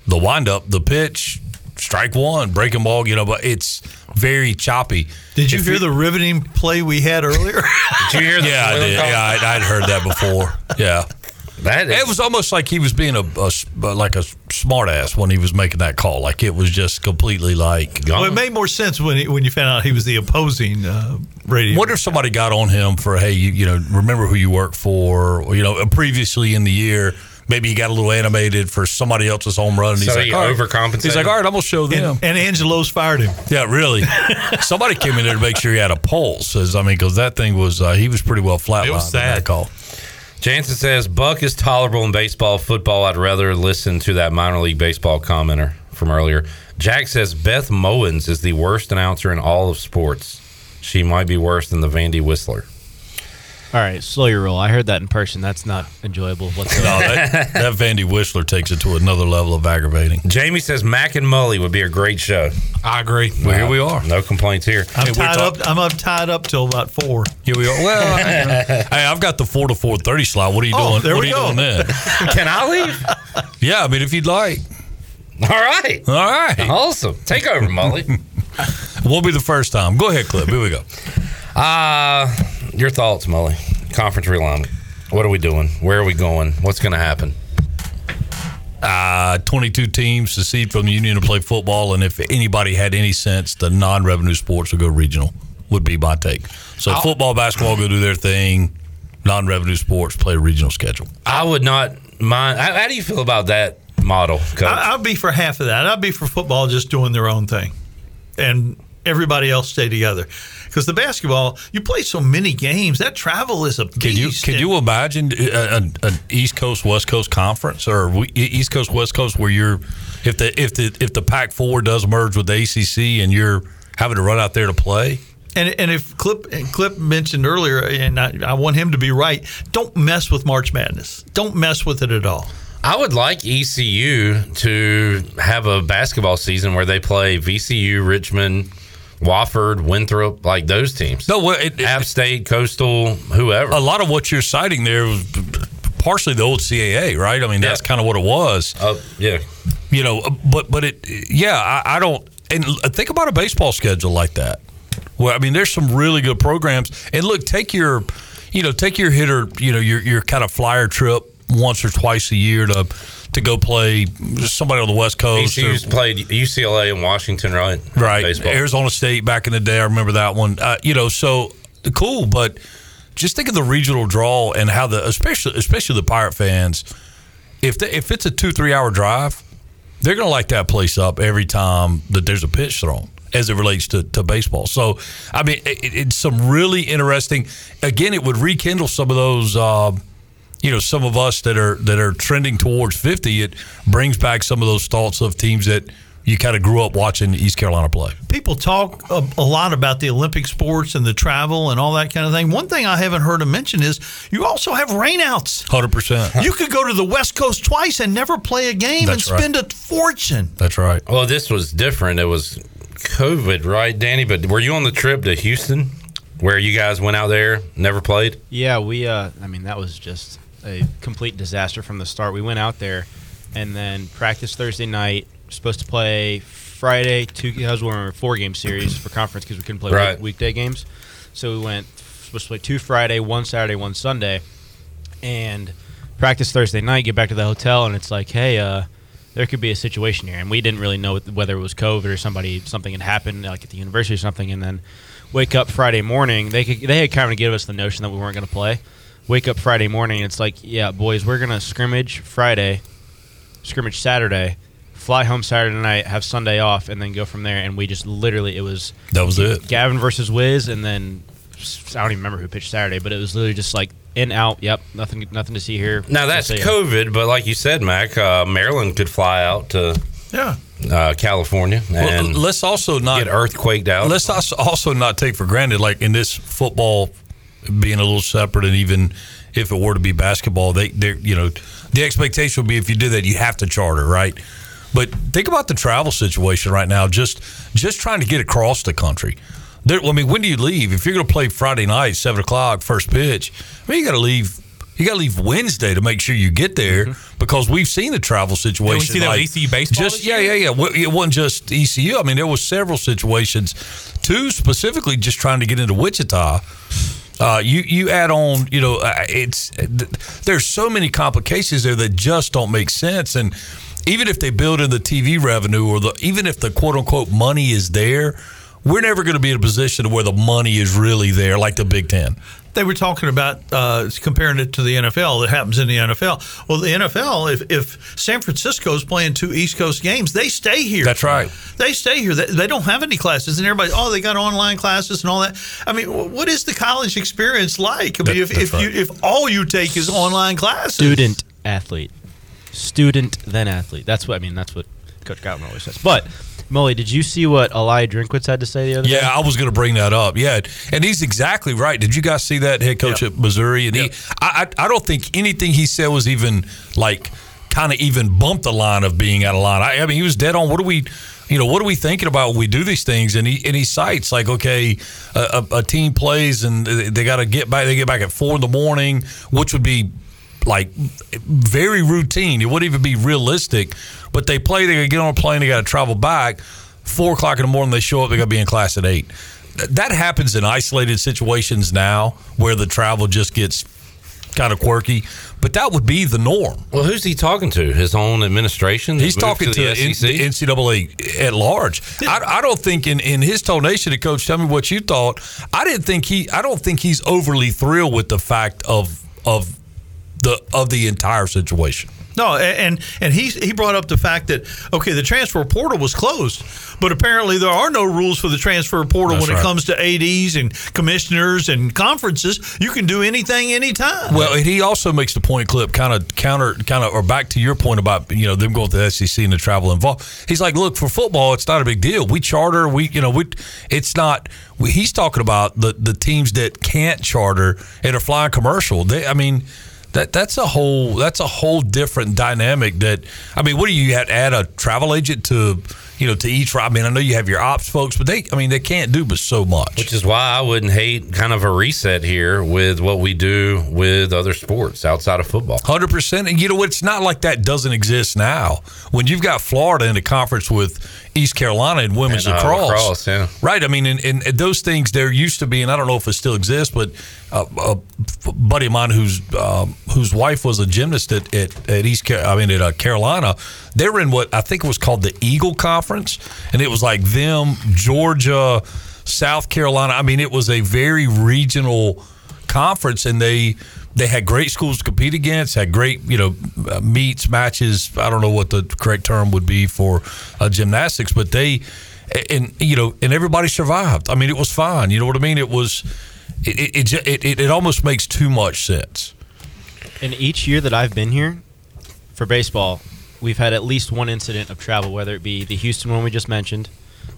the windup, the pitch, strike one, breaking ball. You know, but it's very choppy. Did you If hear the riveting play we had earlier? Did you hear that? Yeah, I did. Yeah, I, I'd heard that before. Yeah. That it was almost like he was being a, a s- like a smart ass when he was making that call. Like it was just completely like Well, it made more sense when he, when you found out he was the opposing uh, radio. What if somebody got on him for hey, you, you know, remember who you work for? Or, you know, previously in the year, Maybe he got a little animated for somebody else's home run. And So he's he like, all right. overcompensated? He's like, all right, I'm gonna show them. And, and Angelo's fired him. Yeah, really. Somebody came in there to make sure he had a pulse. As I mean, because that thing was uh, he was pretty well flatlined. It was in that sad. call. Jansen says Buck is tolerable in baseball, football. I'd rather listen to that minor league baseball commenter from earlier. Jack says Beth Mowens is the worst announcer in all of sports. She might be worse than the Vandy Whistler. All right, slow your roll. I heard that in person. That's not enjoyable whatsoever. No, that, that Vandy Whistler takes it to another level of aggravating. Jamie says Mac and Mully would be a great show. I agree. Well, here we are. No complaints here. I'm tied up. I'm up tied up till about four. Here we are. Well, I- hey, I've got the four to four thirty slot. What are you Oh, doing? there what we are you go. doing then? Can I leave? Yeah, I mean, if you'd like. All right. All right. Awesome. Take over, Mully. Won't be the first time. Go ahead, Clip. Here we go. Uh, your thoughts, Mully? Conference realignment. What are we doing? Where are we going? What's going to happen? Uh, 22 teams secede from the union to play football, and if anybody had any sense, the non-revenue sports would go regional. Would be my take. So I'll- football, basketball go do their thing. Non-revenue sports play a regional schedule. I would not mind. How, how do you feel about that model, Coach? I, I'd be for half of that. I'd be for football just doing their own thing, and everybody else stay together. Because the basketball, you play so many games. That travel is a beast. Can you can you imagine uh, an, an East Coast West Coast conference or we- E, East Coast West Coast where you're if the if the if the Pac Four does merge with the ACC and you're having to run out there to play? And, and if Clip and Clip mentioned earlier, and I, I want him to be right, don't mess with March Madness. Don't mess with it at all. I would like ECU to have a basketball season where they play VCU, Richmond, Wofford, Winthrop, like those teams. No, well, it, App State, Coastal, whoever. A lot of what you're citing there was partially the old CAA, right? I mean, that's kind of what it was. Uh, yeah. You know, uh, but but it yeah, I, I don't and l- uh, think about a baseball schedule like that. Well, I mean, there's some really good programs. And look, take your you know, take your hitter, you know, your your kind of flyer trip once or twice a year to to go play somebody on the West Coast or ECU's played UCLA and Washington, right? right? Baseball. Arizona State back in the day. I remember that one. Uh, you know, so cool, but just think of the regional draw and how the especially especially the Pirate fans, if they, if it's a two three hour drive, they're going to light that place up every time that there's a pitch thrown. As it relates to, to baseball, so I mean, it, it- it's some really interesting. Again, it would rekindle some of those, um you know, some of us that are that are trending towards fifty. It brings back some of those thoughts of teams that you kind of grew up watching East Carolina play. People talk a, a lot about the Olympic sports and the travel and all that kind of thing. One thing I haven't heard him mention is you also have rainouts. Hundred percent. You could go to the West Coast twice and never play a game That's and right. spend a fortune. That's right. Well, this was different. It was COVID, right, Danny? But were you on the trip to Houston where you guys went out there, never played? Yeah, we. Uh, I mean, that was just a complete disaster from the start. We went out there, and then practice Thursday night. Supposed to play Friday. Two. That was one of our four game series for conference because we couldn't play week- Right. weekday games. So we went supposed to play two Friday, one Saturday, one Sunday, and practice Thursday night. Get back to the hotel, and it's like, hey. uh there could be a situation here, and we didn't really know whether it was COVID or somebody something had happened, like at the university or something. And then wake up Friday morning, they could they had kind of given us the notion that we weren't going to play. Wake up Friday morning, and it's like, yeah, boys, we're going to scrimmage Friday, scrimmage Saturday, fly home Saturday night, have Sunday off, and then go from there. And we just literally, it was That was it. Gavin versus Wiz, and then I don't even remember who pitched Saturday, but it was literally just like in out. Yep, nothing, nothing to see here. Now that's See ya. COVID, but like you said, Mac, uh, Maryland could fly out to yeah uh, California and let's also not get earthquaked out. Let's als- also not take for granted, like in this football being a little separate, and even if it were to be basketball, they, they, you know, the expectation would be if you do that, you have to charter, right? But think about the travel situation right now. Just, just trying to get across the country. There, I mean, when do you leave? If you're going to play Friday night, seven o'clock, first pitch, I mean, you got to leave. You got to leave Wednesday to make sure you get there because we've seen the travel situation. Mm-hmm. we see that with ECU baseball Just this yeah, yeah, yeah. Well, It wasn't just ECU. I mean, there was several situations. Two specifically, just trying to get into Wichita. Uh, you you add on, you know, uh, it's th- there's so many complications there that just don't make sense. And even if they build in the TV revenue or the even if the quote unquote money is there, we're never going to be in a position where the money is really there, like the Big Ten. They were talking about uh, comparing it to the NFL that happens in the NFL. Well, the NFL, if, if San Francisco is playing two East Coast games, they stay here. That's right. They stay here. They, they don't have any classes, and everybody, oh, they got online classes and all that. I mean, wh- what is the college experience like? I mean, if, if you if all you take is online classes, Student athlete, student then athlete. That's what I mean. That's what Coach Gottman always says. But Molly, did you see what Eli Drinkwitz had to say the other day? Yeah, I was going to bring that up. Yeah, and he's exactly right. Did you guys see that head coach at Missouri? And he, I, I, I don't think anything he said was even like kind of even bumped the line of being out of line. I, I mean, he was dead on. What do we? You know what are we thinking about when we do these things? And he and he cites like, okay, a, a, a team plays and they, they got to get back. They get back at four in the morning, which would be like very routine. It wouldn't even be realistic. But they play, they get on a plane, they got to travel back. Four o'clock in the morning, they show up, they got to be in class at eight. Th- That happens in isolated situations now where the travel just gets kind of quirky. But that would be the norm. Well, who's he talking to? His own administration? that He's moved talking the to, the SEC? N- NCAA at large. I, I don't think in, in his donation to coach. Tell me what you thought. I didn't think he. I don't think he's overly thrilled with the fact of of the of the entire situation. No, a- and and he he brought up the fact that okay, the transfer portal was closed, but apparently there are no rules for the transfer portal That's when right. it comes to ads and commissioners and conferences. You can do anything, anytime. Well, and he also makes the point, clip, kind of counter, kind of, or back to your point about you know them going to the SEC and the travel involved. He's like, look, for football, it's not a big deal. We charter, we you know, we it's not. We, he's talking about the the teams that can't charter and are flying commercial. They, I mean. That, that's a whole that's a whole different dynamic. That I mean, what do you have to add a travel agent to you know to each? I mean, I know you have your ops folks, but they I mean they can't do but so much. Which is why I wouldn't hate kind of a reset here with what we do with other sports outside of football. Hundred percent. And you know what? It's not like that doesn't exist now. When you've got Florida in a conference with East Carolina and women's And, uh, lacrosse, lacrosse, yeah. right? I mean, and, and those things there used to be, and I don't know if it still exists, but uh, a buddy of mine whose um, whose wife was a gymnast at at, at East, Car- I mean, at uh, Carolina, they were in what I think was called the Eagle Conference, and it was like them, Georgia, South Carolina. I mean, it was a very regional conference and they they had great schools to compete against had great you know uh, meets matches i don't know what the correct term would be for uh, gymnastics but they and you know and everybody survived i mean it was fine you know what i mean it was it it, it, ju- it, it, it almost makes too much sense And each year that I've been here for baseball, we've had at least one incident of travel, whether it be the Houston one we just mentioned.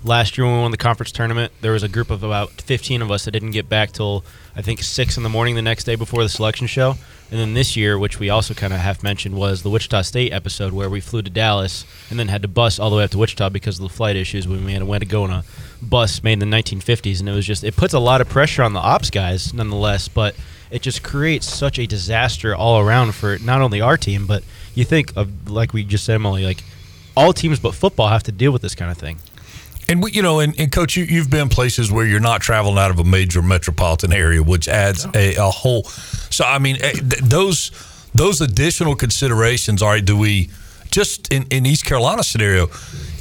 Last year when we won the conference tournament, there was a group of about 15 of us that didn't get back till I think 6 in the morning the next day before the selection show. And then this year, which we also kind of half mentioned, was the Wichita State episode where we flew to Dallas and then had to bus all the way up to Wichita because of the flight issues when we had went to go on a bus made in the 1950s. And it was just, it puts a lot of pressure on the ops guys nonetheless, but it just creates such a disaster all around for not only our team, but you think of like we just said, Molly, like all teams but football have to deal with this kind of thing. and we, you know and, and coach you, you've been places where you're not traveling out of a major metropolitan area which adds a, a whole so i mean eh, th- those those additional considerations all right do we just in, in east carolina scenario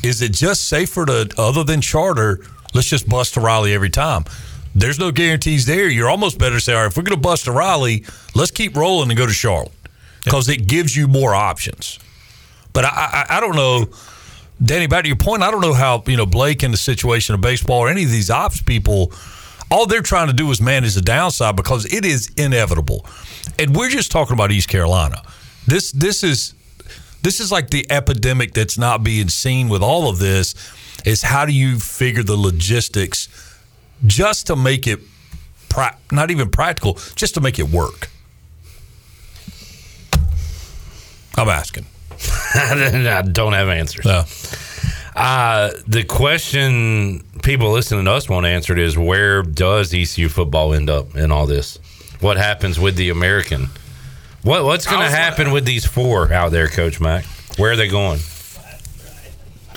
is it just safer to other than charter let's just bust to raleigh every time there's no guarantees there you're almost better to say all right if we're going to bust to raleigh let's keep rolling and go to charlotte because it gives you more options but I, I, I don't know, Danny. Back to your point, I don't know how you know Blake in the situation of baseball or any of these ops people. All they're trying to do is manage the downside because it is inevitable, and we're just talking about East Carolina. This this is this is like the epidemic that's not being seen with all of this. Is how do you figure the logistics just to make it pra- not even practical, just to make it work? I'm asking. I don't have answers. Uh, the question people listening to us want answered is where does ECU football end up in all this? What happens with the American? What what's going to happen with these four out there, Coach Mack? Where are they going?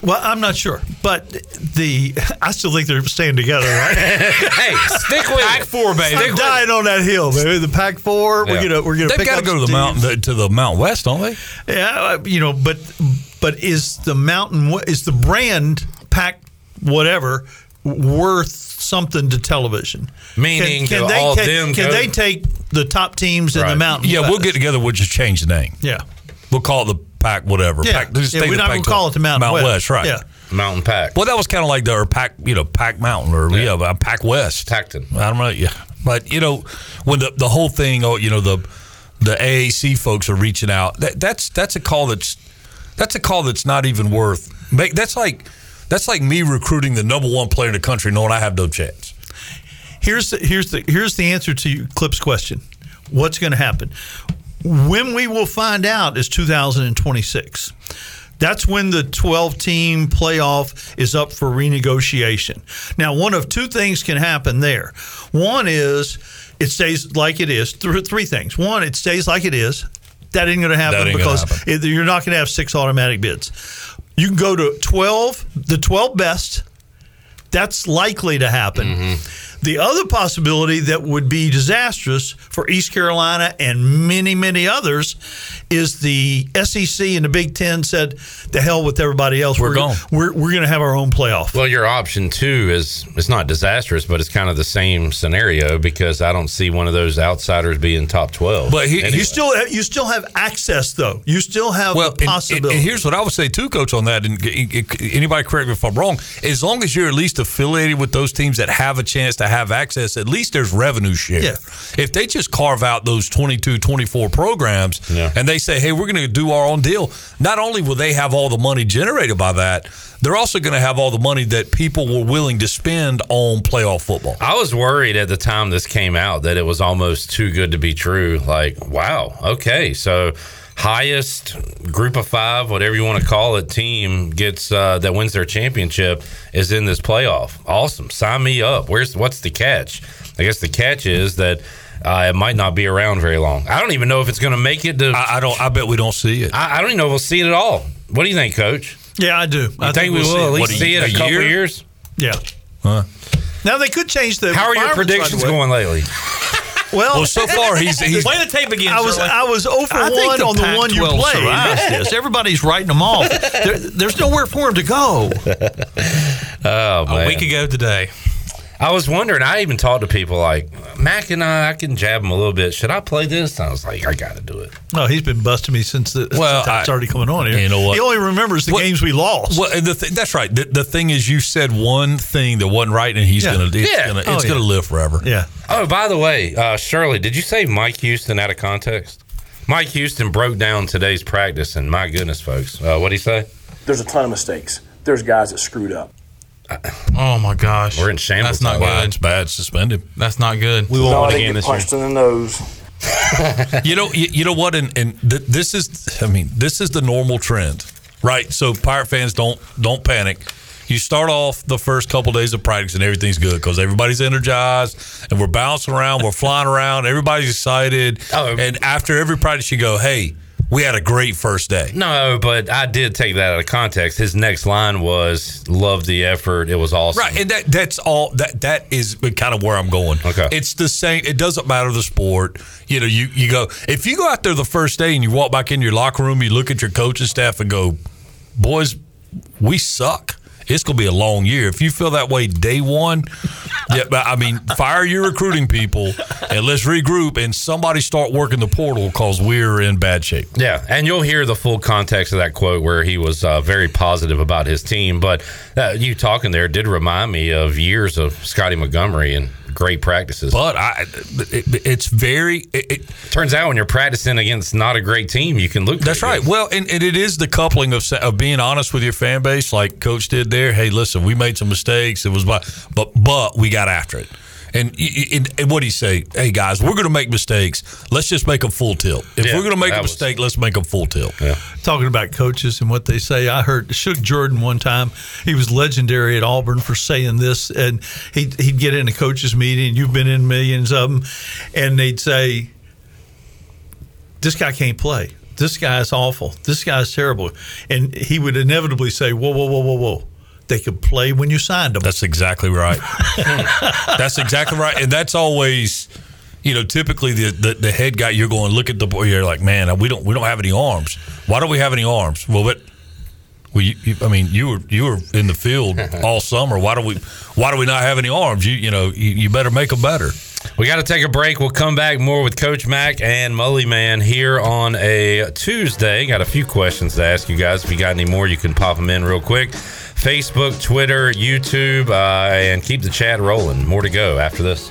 Well, I'm not sure, but the I still think they're staying together, right? hey, stick with Pack four, baby. I'm dying on that hill, baby. The Pack Four. Yeah. We're gonna we're gonna. They've got gotta go to the mountain- to the Mount West, don't they? Yeah, uh, you know, but but is the mountain what is the brand Pack whatever worth something to television. Meaning do all take, them Can go- they take the top teams in the mountain? Uh, Yeah, we'll get together. We'll just change the name. Yeah, we'll call it the Pack whatever. Yeah. Pac- just Yeah, stay we're with not gonna Pac-12. call it the Mountain Mountain West. West, right? Yeah. Mountain Pack. Well, that was kind of like the or Pack, you know, Pack Mountain or yeah, but Pack West, Packton. I don't know, yeah, but you know, when the the whole thing, oh, you know, the the AAC folks are reaching out. That, that's that's a call that's that's a call that's not even worth. Make that's like that's like me recruiting the number one player in the country, knowing I have no chance. Here's the, here's the here's the answer to Clip's question. What's going to happen? When we will find out is 2026. That's when the 12 team playoff is up for renegotiation. Now, one of two things can happen there. One is it stays like it is. Th- three things. One, it stays like it is. That ain't going to happen That ain't gonna because happen. it- you're not going to have six automatic bids. You can go to 12, the 12 best. That's likely to happen. Mm-hmm. The other possibility that would be disastrous for East Carolina and many, many others is the SEC and the Big Ten said, "The hell with everybody else. We're, gone. We're, we're going to have our own playoff." Well, your option two is it's not disastrous, but it's kind of the same scenario because I don't see one of those outsiders being top twelve. Anyway. you still have, you still have access though. You still have well, the and- possibility. And, and here's what I would say too, Coach, on that. And g- g- anybody correct me if I'm wrong. As long as you're at least affiliated with those teams that have a chance to have access, at least there's revenue share. Yeah. If they just carve out those 22, 24 programs, Yeah. and they say, "Hey, we're going to do our own deal," not only will they have all the money generated by that, they're also going to have all the money that people were willing to spend on playoff football. I was worried at the time this came out that it was almost too good to be true. Like, wow, okay, so highest group of five, whatever you want to call it, team gets uh, that wins their championship is in this playoff. Awesome, sign me up. Where's what's the catch? I guess the catch is that. Uh, it might not be around very long. I don't even know if it's going to make it to. I, don't. I bet we don't see it. I, I don't even know if we'll see it at all. What do you think, Coach? yeah, I do. You I think, we we'll will at see least see it a, couple years? Yeah. Now they could change the. How are your requirements, by the predictions way. going lately? Well, Well, so far, he's- he's- Play the tape again, I was Sterling. I was over I think one the on the one you Pac-12 played. survives this. Everybody's writing them off. There, there's nowhere for him to go. Oh, man. week ago today. I was wondering. I even talked to people like Mac and I. I can jab him a little bit. Should I play this? And I was like, I got to do it. No, he's been busting me since the Well, since I, I- started coming on here. You know what? He only remembers the games we lost. Well, and the th- that's right. The, the thing is, you said one thing that wasn't right, and he's Yeah. gonna it's Yeah. gonna it's Oh, yeah. gonna live forever. Yeah. Oh, by the way, uh, Shirley, did you say Mike Houston out of context? Mike Houston broke down today's practice, and my goodness, folks, uh, what did he say? There's a ton of mistakes. There's guys that screwed up. Oh my gosh, we're in shambles. That's not Wow, good. it's bad. Suspended. That's not good. We won't No, win I think again we this year. punched in the nose. you know, you, you know what? And, and th- this is, I mean, this is the normal trend, right? So pirate fans don't don't panic. You start off the first couple days of practice and everything's good because everybody's energized and we're bouncing around, we're flying around, everybody's excited. and after every practice, you go, "Hey, we had a great first day." No, but I did take that out of context. His next line was, "Love the effort. It was awesome." Right, and that that's all that that is kind of where I'm going. Okay, it's the same. It doesn't matter the sport. You know, you you go if you go out there the first day and you walk back in your locker room, you look at your coaching staff and go, "Boys, we suck." It's gonna be a long year. If you feel that way day one, yeah, but I mean, fire your recruiting people and let's regroup and somebody start working the portal because we're in bad shape. Yeah, and you'll hear the full context of that quote where he was uh, very positive about his team. But uh, you talking there did remind me of years of Scotty Montgomery and great practices. But I, it, it's very. It, turns out when you're practicing against not a great team, you can look. That's right. Well, and, and it is the coupling of, sa- of being honest with your fan base, like Coach did there. Hey, listen, we made some mistakes. It was, by, but but we got after it. And, y- y- and, what do you say? Hey guys, we're going to make mistakes. Let's just make them full tilt. If Yeah, we're going to make that a was- mistake, let's make them full tilt. Talking about coaches and what they say, I heard Shook Jordan one time. He was legendary at Auburn for saying this, and he'd, he'd get in a coaches meeting. You've been in millions of them, and they'd say, "This guy can't play. This guy's awful. This guy's terrible," and he would inevitably say, "Whoa, whoa, whoa, whoa, whoa." They could play when you signed them. That's exactly right. that's exactly right. And that's always, you know, typically the, the, the head guy, you're going, look at the boy. You're like, man, we don't, we don't have any arms. Why don't we have any arms? Well, but Well, you, you, I mean, you were you were in the field all summer. Why do we why do we not have any arms? You you know you, you better make them better. We got to take a break. We'll come back more with Coach Mack and Mully Man here on a Tuesday. Got a few questions to ask you guys. If you got any more, you can pop them in real quick. Facebook, Twitter, YouTube, uh, and keep the chat rolling. More to go after this.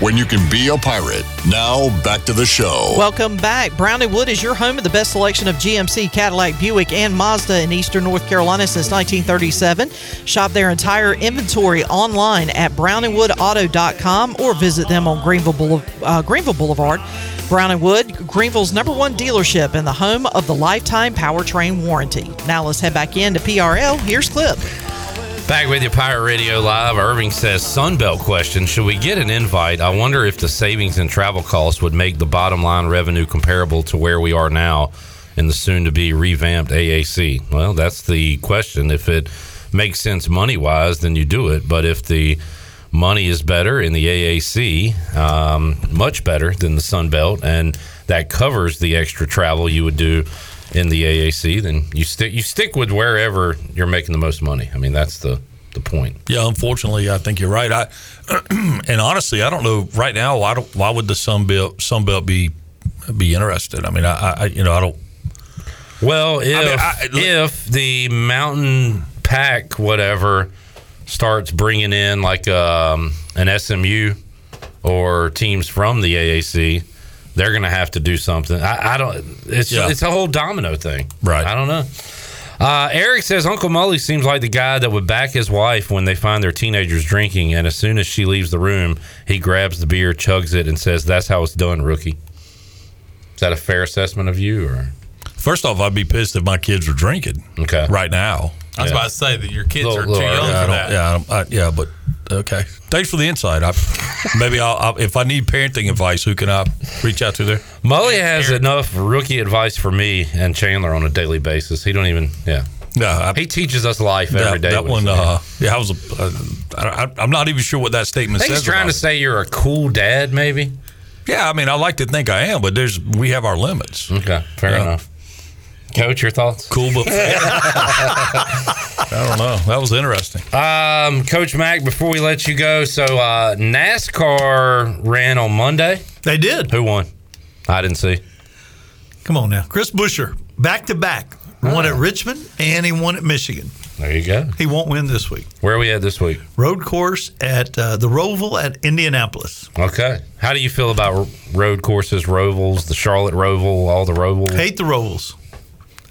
when you can be a pirate? Now, back to the show. Welcome back. Brown and Wood is your home of the best selection of GMC, Cadillac, Buick, and Mazda in Eastern North Carolina since 1937. Shop their entire inventory online at brownandwoodauto.com or visit them on Greenville, Boule- uh, Greenville Boulevard. Brown and Wood, Greenville's number one dealership and the home of the lifetime powertrain warranty. Now let's head back into PRL. Here's Clip. Back with you, Pirate Radio Live. Irving says Sunbelt question. Should we get an invite? I wonder if the savings in travel costs would make the bottom line revenue comparable to where we are now in the soon to be revamped AAC. Well, that's the question. If it makes sense money wise, then you do it. But if the money is better in the AAC, um, much better than the Sunbelt, and that covers the extra travel you would do in the AAC, then you stick you stick with wherever you're making the most money. I mean, that's the the point. Yeah, unfortunately, I think you're right. I and honestly, I don't know right now. Why don't, why would the Sunbelt Sunbelt be be interested? I mean, I, I you know I don't. Well, if if the mountain pack whatever starts bringing in like um, an SMU or teams from the AAC, they're going to have to do something. I, I don't. It's Yeah. it's a whole domino thing, Right. I don't know. Uh, Eric says Uncle Mully seems like the guy that would back his wife when they find their teenagers drinking, and as soon as she leaves the room, he grabs the beer, chugs it, and says, "That's how it's done, rookie." Is that a fair assessment of you? Or First off, I'd be pissed if my kids were drinking. Okay, right now. I was about to say that your kids are too young yeah, for I don't- that. Yeah, I don't- I- yeah, but okay. Thanks for the insight. I, maybe I'll, I'll if I need parenting advice, who can I reach out to there? Mully has enough rookie advice for me and Chandler on a daily basis. He don't even. Yeah. No, he teaches us life every that, day. That with one, him. uh, yeah, I was. A, uh, I, I- I'm not even sure what that I statement think says. he's trying about to say you're a cool dad, maybe. it. Yeah, I mean, I like to think I am, but there's we have our limits. Okay, fair enough. Coach, your thoughts? Cool, but I don't know. That was interesting. Um, Coach Mack, before we let you go, so uh, NASCAR ran on Monday. They did. Who won? I didn't see. Come on now. Chris Busher, back to back. One at Richmond and he won at Michigan. There you go. He won't win this week. Where are we at this week? Road course at uh, the Roval at Indianapolis. Okay. How do you feel about r- road courses, Rovals, the Charlotte Roval, all the Rovals? Hate the Rovals.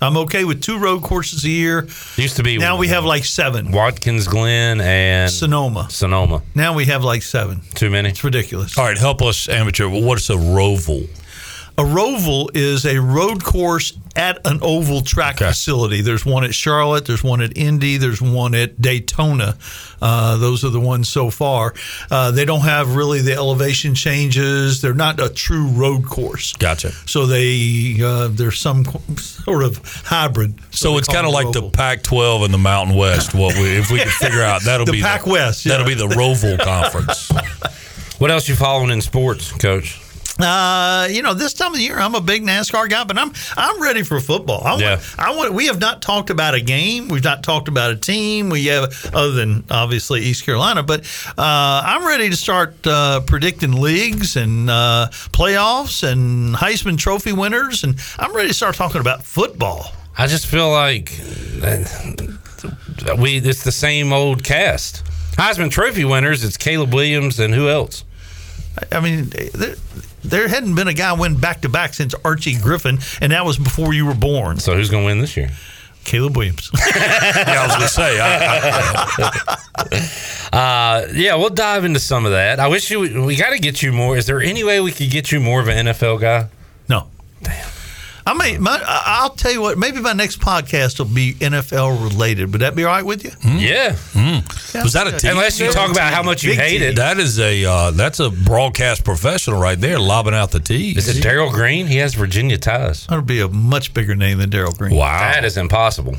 I'm okay with two road courses a year. Used to be. Now we have like seven. Watkins Glen and Sonoma. Sonoma. Now we have like seven. Too many. It's ridiculous. All right, help us, amateur. What's a roval? A roval is a road course at an oval track facility. There's one at Charlotte, there's one at Indy, there's one at Daytona. Uh, those are the ones so far. Uh, they don't have really the elevation changes. They're not a true road course. Gotcha. So they uh, there's some qu- sort of hybrid. So it's they call kind of it like the Pac-12 and the Mountain West. What we, if we could figure out that'll The be Pac-West, yeah. That'll be the Roval Conference. What else you following in sports, Coach? Uh, you know, this time of the year, I'm a big NASCAR guy, but I'm I'm ready for football. I want, Yeah. I want. We have not talked about a game. We've not talked about a team. We have, other than obviously East Carolina, but uh, I'm ready to start uh, predicting leagues and uh, playoffs and Heisman Trophy winners, and I'm ready to start talking about football. I just feel like we it's the same old cast. Heisman Trophy winners. It's Caleb Williams and who else? I- I mean, there, there hadn't been a guy win back to back since Archie Griffin, and that was before you were born. So who's going to win this year? Caleb Williams. yeah, I was going to say. uh, yeah, we'll dive into some of that. I wish you we got to get you more. Is there any way we could get you more of an NFL guy? No. Damn. I may, my, I- I'll tell you what. Maybe my next podcast will be NFL related. Would that be all right with you? Hmm. Yeah. Hmm. Was that a team? Unless you talk about how much you Big hate team. it. That is a uh, that's a broadcast professional right there, lobbing out the tee. Is it Daryl Green? He has Virginia ties. That'll be a much bigger name than Daryl Green. Wow. That is impossible.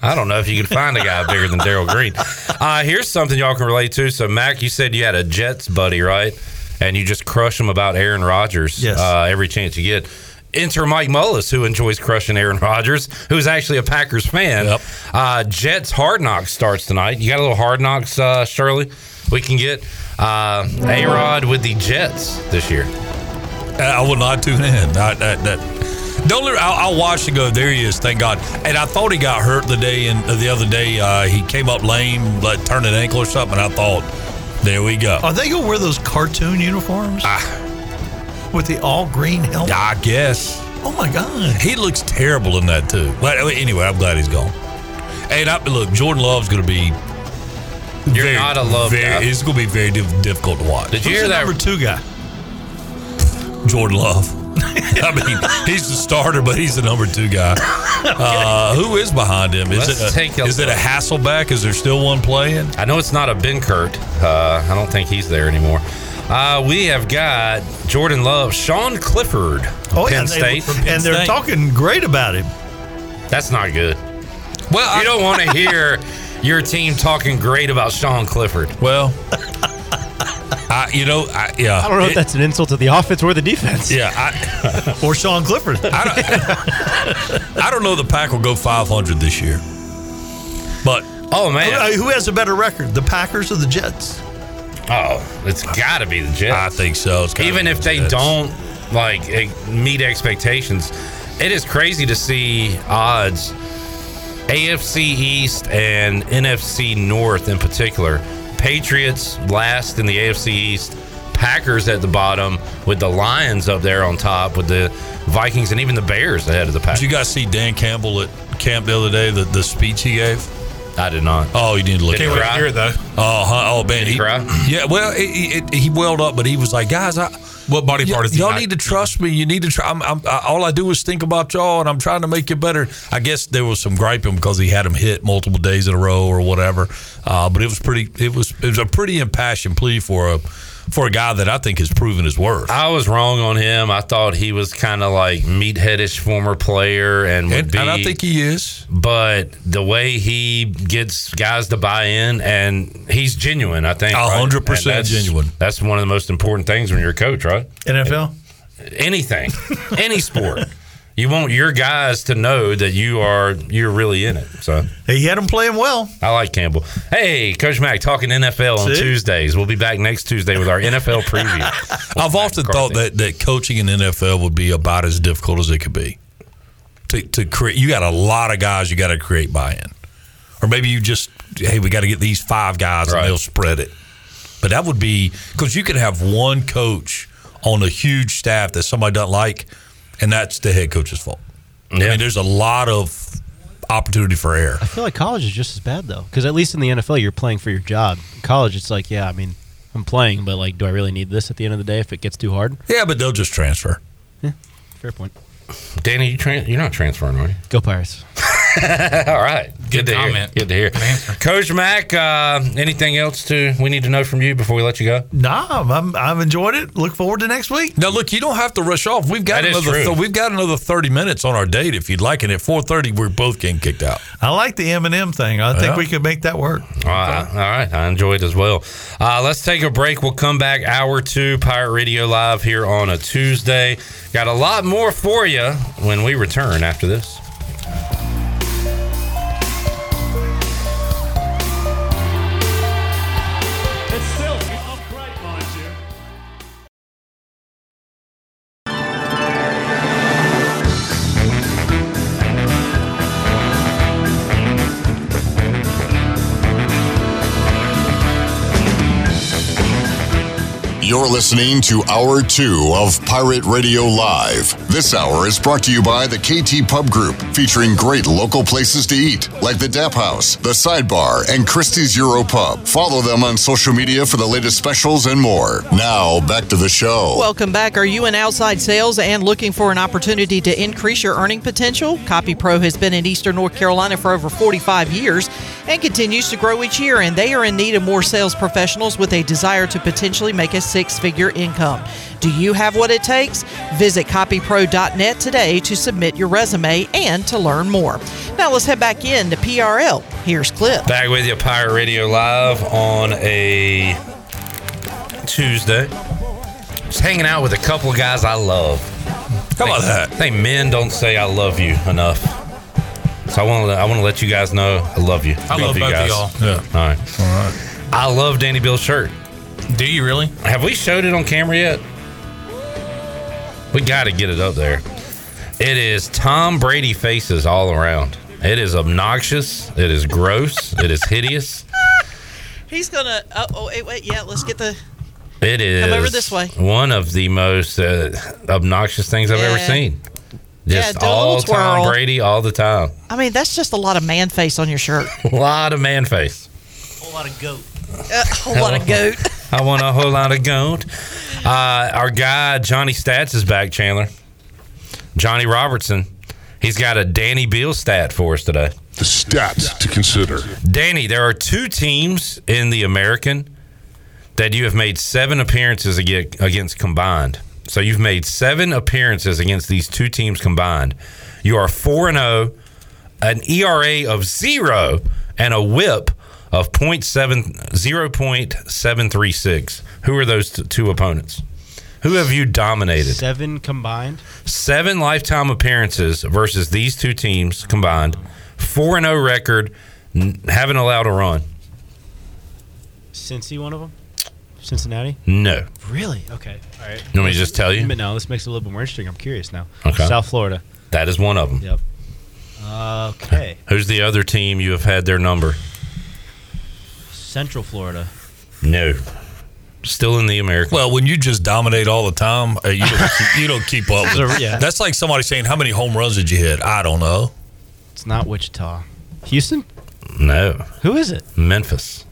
I don't know if you can find a guy bigger than Daryl Green. Uh, here's something y'all can relate to. So, Mac, you said you had a Jets buddy, right? And you just crush him about Aaron Rodgers Yes. uh, every chance you get. Enter Mike Mullis, who enjoys crushing Aaron Rodgers, who's actually a Packers fan. Uh, Jets Hard Knocks starts tonight. You got a little Hard Knocks, uh, Shirley? We can get uh, A Rod with the Jets this year. I would not tune in. I, that, that, the only I, I watched and go, there he is, thank God. And I thought he got hurt the day and the other day uh, he came up lame, like turned an ankle or something. And I thought, there we go. Are they gonna wear those cartoon uniforms Ah. with the all green helmet? I guess. Oh my God, he looks terrible in that too. But uh, anyway, I'm glad he's gone. And I, look, Jordan Love's going to be. You're not a Love very, guy. It's going to be very dif- difficult to watch. Did you Who's hear the that- number two guy? Jordan Love. I mean, he's the starter, but he's the number two guy. Uh, who is behind him? Is Let's it a, take a is it a look. Hasselback? Is there still one playing? I know it's not a Ben Kurt. Uh, I don't think he's there anymore. Uh, we have got Jordan Love, Sean Clifford, Oh Penn yeah, and they- State, and they're talking great about him. That's not good. Well, you don't want to hear your team talking great about Sean Clifford. Well, I, you know, I, yeah, I don't know It- if that's an insult to the offense or the defense. Yeah, or Sean Clifford. I don't know. The Pack will go 500 this year, but oh man, who has a better record, the Packers or the Jets? Oh, it's got to be the Jets. I think so. Even if they don't like e- meet expectations, it is crazy to see odds. AFC East and NFC North in particular. Patriots last in the AFC East. Packers at the bottom with the Lions up there on top with the Vikings and even the Bears ahead of the Pack. Did you guys see Dan Campbell at camp the other day? The the speech he gave. I did not. Oh, you didn't look. Did he at cry? Oh, huh, oh man, he, yeah. Well, it, it, he welled up, but he was like, guys, I. What body y- part is he y'all not- need to trust me. You need to try. I'm, I'm, I, all I do is think about y'all, and I'm trying to make you better. I guess there was some griping because he had him hit multiple days in a row or whatever. Uh, but it was pretty. It was it was a pretty impassioned plea for a for a guy that I think has proven his worth. I was wrong on him. I thought he was kind of like meatheadish former player, and would And- be. and I think he is. But the way he gets guys to buy in, and he's genuine. I think A right? hundred And percent that's- genuine. That's one of the most important things when you're a coach, right? NFL, anything, any sport. You want your guys to know that you are you're really in it. So he had him playing well. I like Campbell. Hey, Coach Mack, talking NFL on See? Tuesdays. We'll be back next Tuesday with our NFL preview. I've often thought that, that coaching in NFL would be about as difficult as it could be. To, to create, you got a lot of guys you got to create buy-in, or maybe you just hey, we got to get these five guys and they'll spread it. But that would be because you could have one coach on a huge staff that somebody doesn't like, and that's the head coach's fault. I mean, there's a lot of opportunity for error. I feel like college is just as bad though, because at least in the NFL you're playing for your job. In college, it's like, yeah, I mean, I'm playing, but like, do I really need this at the end of the day if it gets too hard? Yeah, but they'll just transfer. Fair point. Danny, you tran you're not transferring, are you? Go Pirates. All right. Good, to comment. hear. Good to hear. Coach Mack, uh, anything else to we need to know from you before we let you go? Nah, I'm, I've enjoyed it. Look forward to next week. Now, look, you don't have to rush off. We've got That is another. true. th- we've got another thirty minutes on our date if you'd like, and at four thirty, we're both getting kicked out. I like the M&M thing. I think Yeah. we could make that work. All right. All right. I enjoyed as well. Uh, let's take a break. We'll come back hour two, Pirate Radio Live here on a Tuesday. Got a lot more for you when we return after this. It's still upright, mind you. You're listening to Hour 2 of Pirate Radio Live. This hour is brought to you by the KT Pub Group, featuring great local places to eat, like the Dap House, the Sidebar, and Christie's Euro Pub. Follow them on social media for the latest specials and more. Now, back to the show. Welcome back. Are you in outside sales and looking for an opportunity to increase your earning potential? Copy Pro has been in Eastern North Carolina for over 45 years and continues to grow each year, and they are in need of more sales professionals with a desire to potentially make a six figure income. Do you have what it takes? Visit copypro.net today to submit your resume and to learn more. Now let's head back in to PRL. Here's Clip. Back with you, Pirate Radio Live on a Tuesday. Just hanging out with a couple of guys I love. How about that? I think men don't say I love you enough. So I want to I want to let you guys know I love you. I love you both of y'all. Yeah. All right. All right. I love Danny Bill's shirt. Do you really? Have we showed it on camera yet? We got to get it up there. It is Tom Brady faces all around. It is obnoxious. It is gross. it is hideous. He's gonna. Oh, oh wait, wait, yeah. Let's get the. It is over this way. one of the most uh, obnoxious things I've ever Yeah. seen. Yeah, Just do a little all Tom twirl. Brady all the time. I mean, that's just a lot of man face on your shirt. A lot of man face. whole lot of goat. A whole lot of goat. I want a whole lot of goat. Uh, our guy Johnny Stats is back, Chandler. Johnny Robertson. He's got a Danny Beal stat for us today. The stats to consider. Danny, there are two teams in the American that you have made seven appearances ag- against combined. So you've made seven appearances against these two teams combined. You are 4 and 0, an ERA of zero, and a whip of 0.7, 0.736. Who are those t- two opponents? Who have you dominated? Seven combined. Seven lifetime appearances versus these two teams combined. 4 and 0 record, n- haven't allowed a run. Cincy, one of them. Cincinnati. No. Really? Okay. All right. You want me to just tell you? But no, this makes it a little bit more interesting. I'm curious now. Okay. South Florida. That is one of them. Yep. Okay. Who's the other team you have had their number? Central Florida. No. Still in the American. Well, Uh, when you just dominate all the time, uh, you don't, keep- you don't keep up. With it. Yeah. That's like somebody saying, "How many home runs did you hit?" I don't know. It's not Wichita. Houston? No. Who is it? Memphis.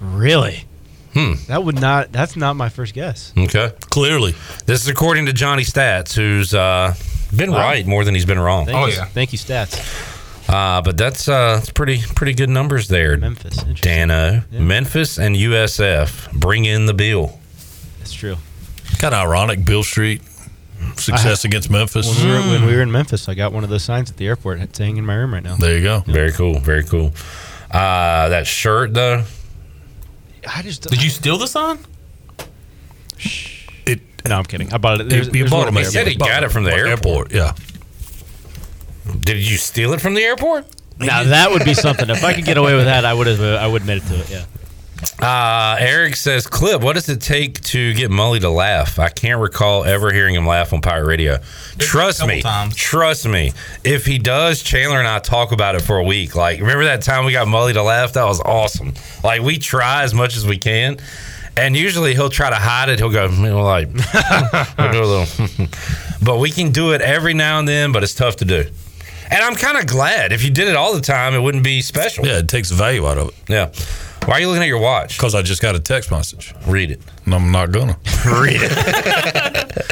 Really? Hmm. That would not. That's not my first guess. Okay. Clearly. This is according to Johnny Stats, who's uh, been Wow. right more than he's been wrong. Oh, Thank you. Thank you, stats. Uh, but that's uh, that's pretty pretty good numbers there. Memphis, Dano, Memphis, and USF bring in the bill. That's true. Kind of ironic, Bill Street success I- against Memphis. When we, were, when Hmm. we were in Memphis, I got one of those signs at the airport. It's hanging in my room right now. There you go. Very cool. Very cool. Uh, that shirt though. I just Did you steal this on? It. No, I'm kidding. I bought it. You- you bought it. He said he got it from the airport. Yeah. Did you steal it from the airport? Now that would be something. If I could get away with that, I would have. I would admit it to it. Yeah. Uh, Eric says, "Clip, what does it take to get Mully to laugh? I can't recall ever hearing him laugh on Pirate Radio. Trust me, trust me. If he does, Chandler and I talk about it for a week. Like, remember that time we got Mully to laugh? That was awesome. Like, we try as much as we can." And usually he'll try to hide it. He'll go you know, like, we'll do a little. but we can do it every now and then. But it's tough to do. And I'm kind of glad. If you did it all the time, it wouldn't be special. Yeah, it takes value out of it. Yeah. Why are you looking at your watch? Because I just got a text message. Read it. And I'm not gonna. Read it.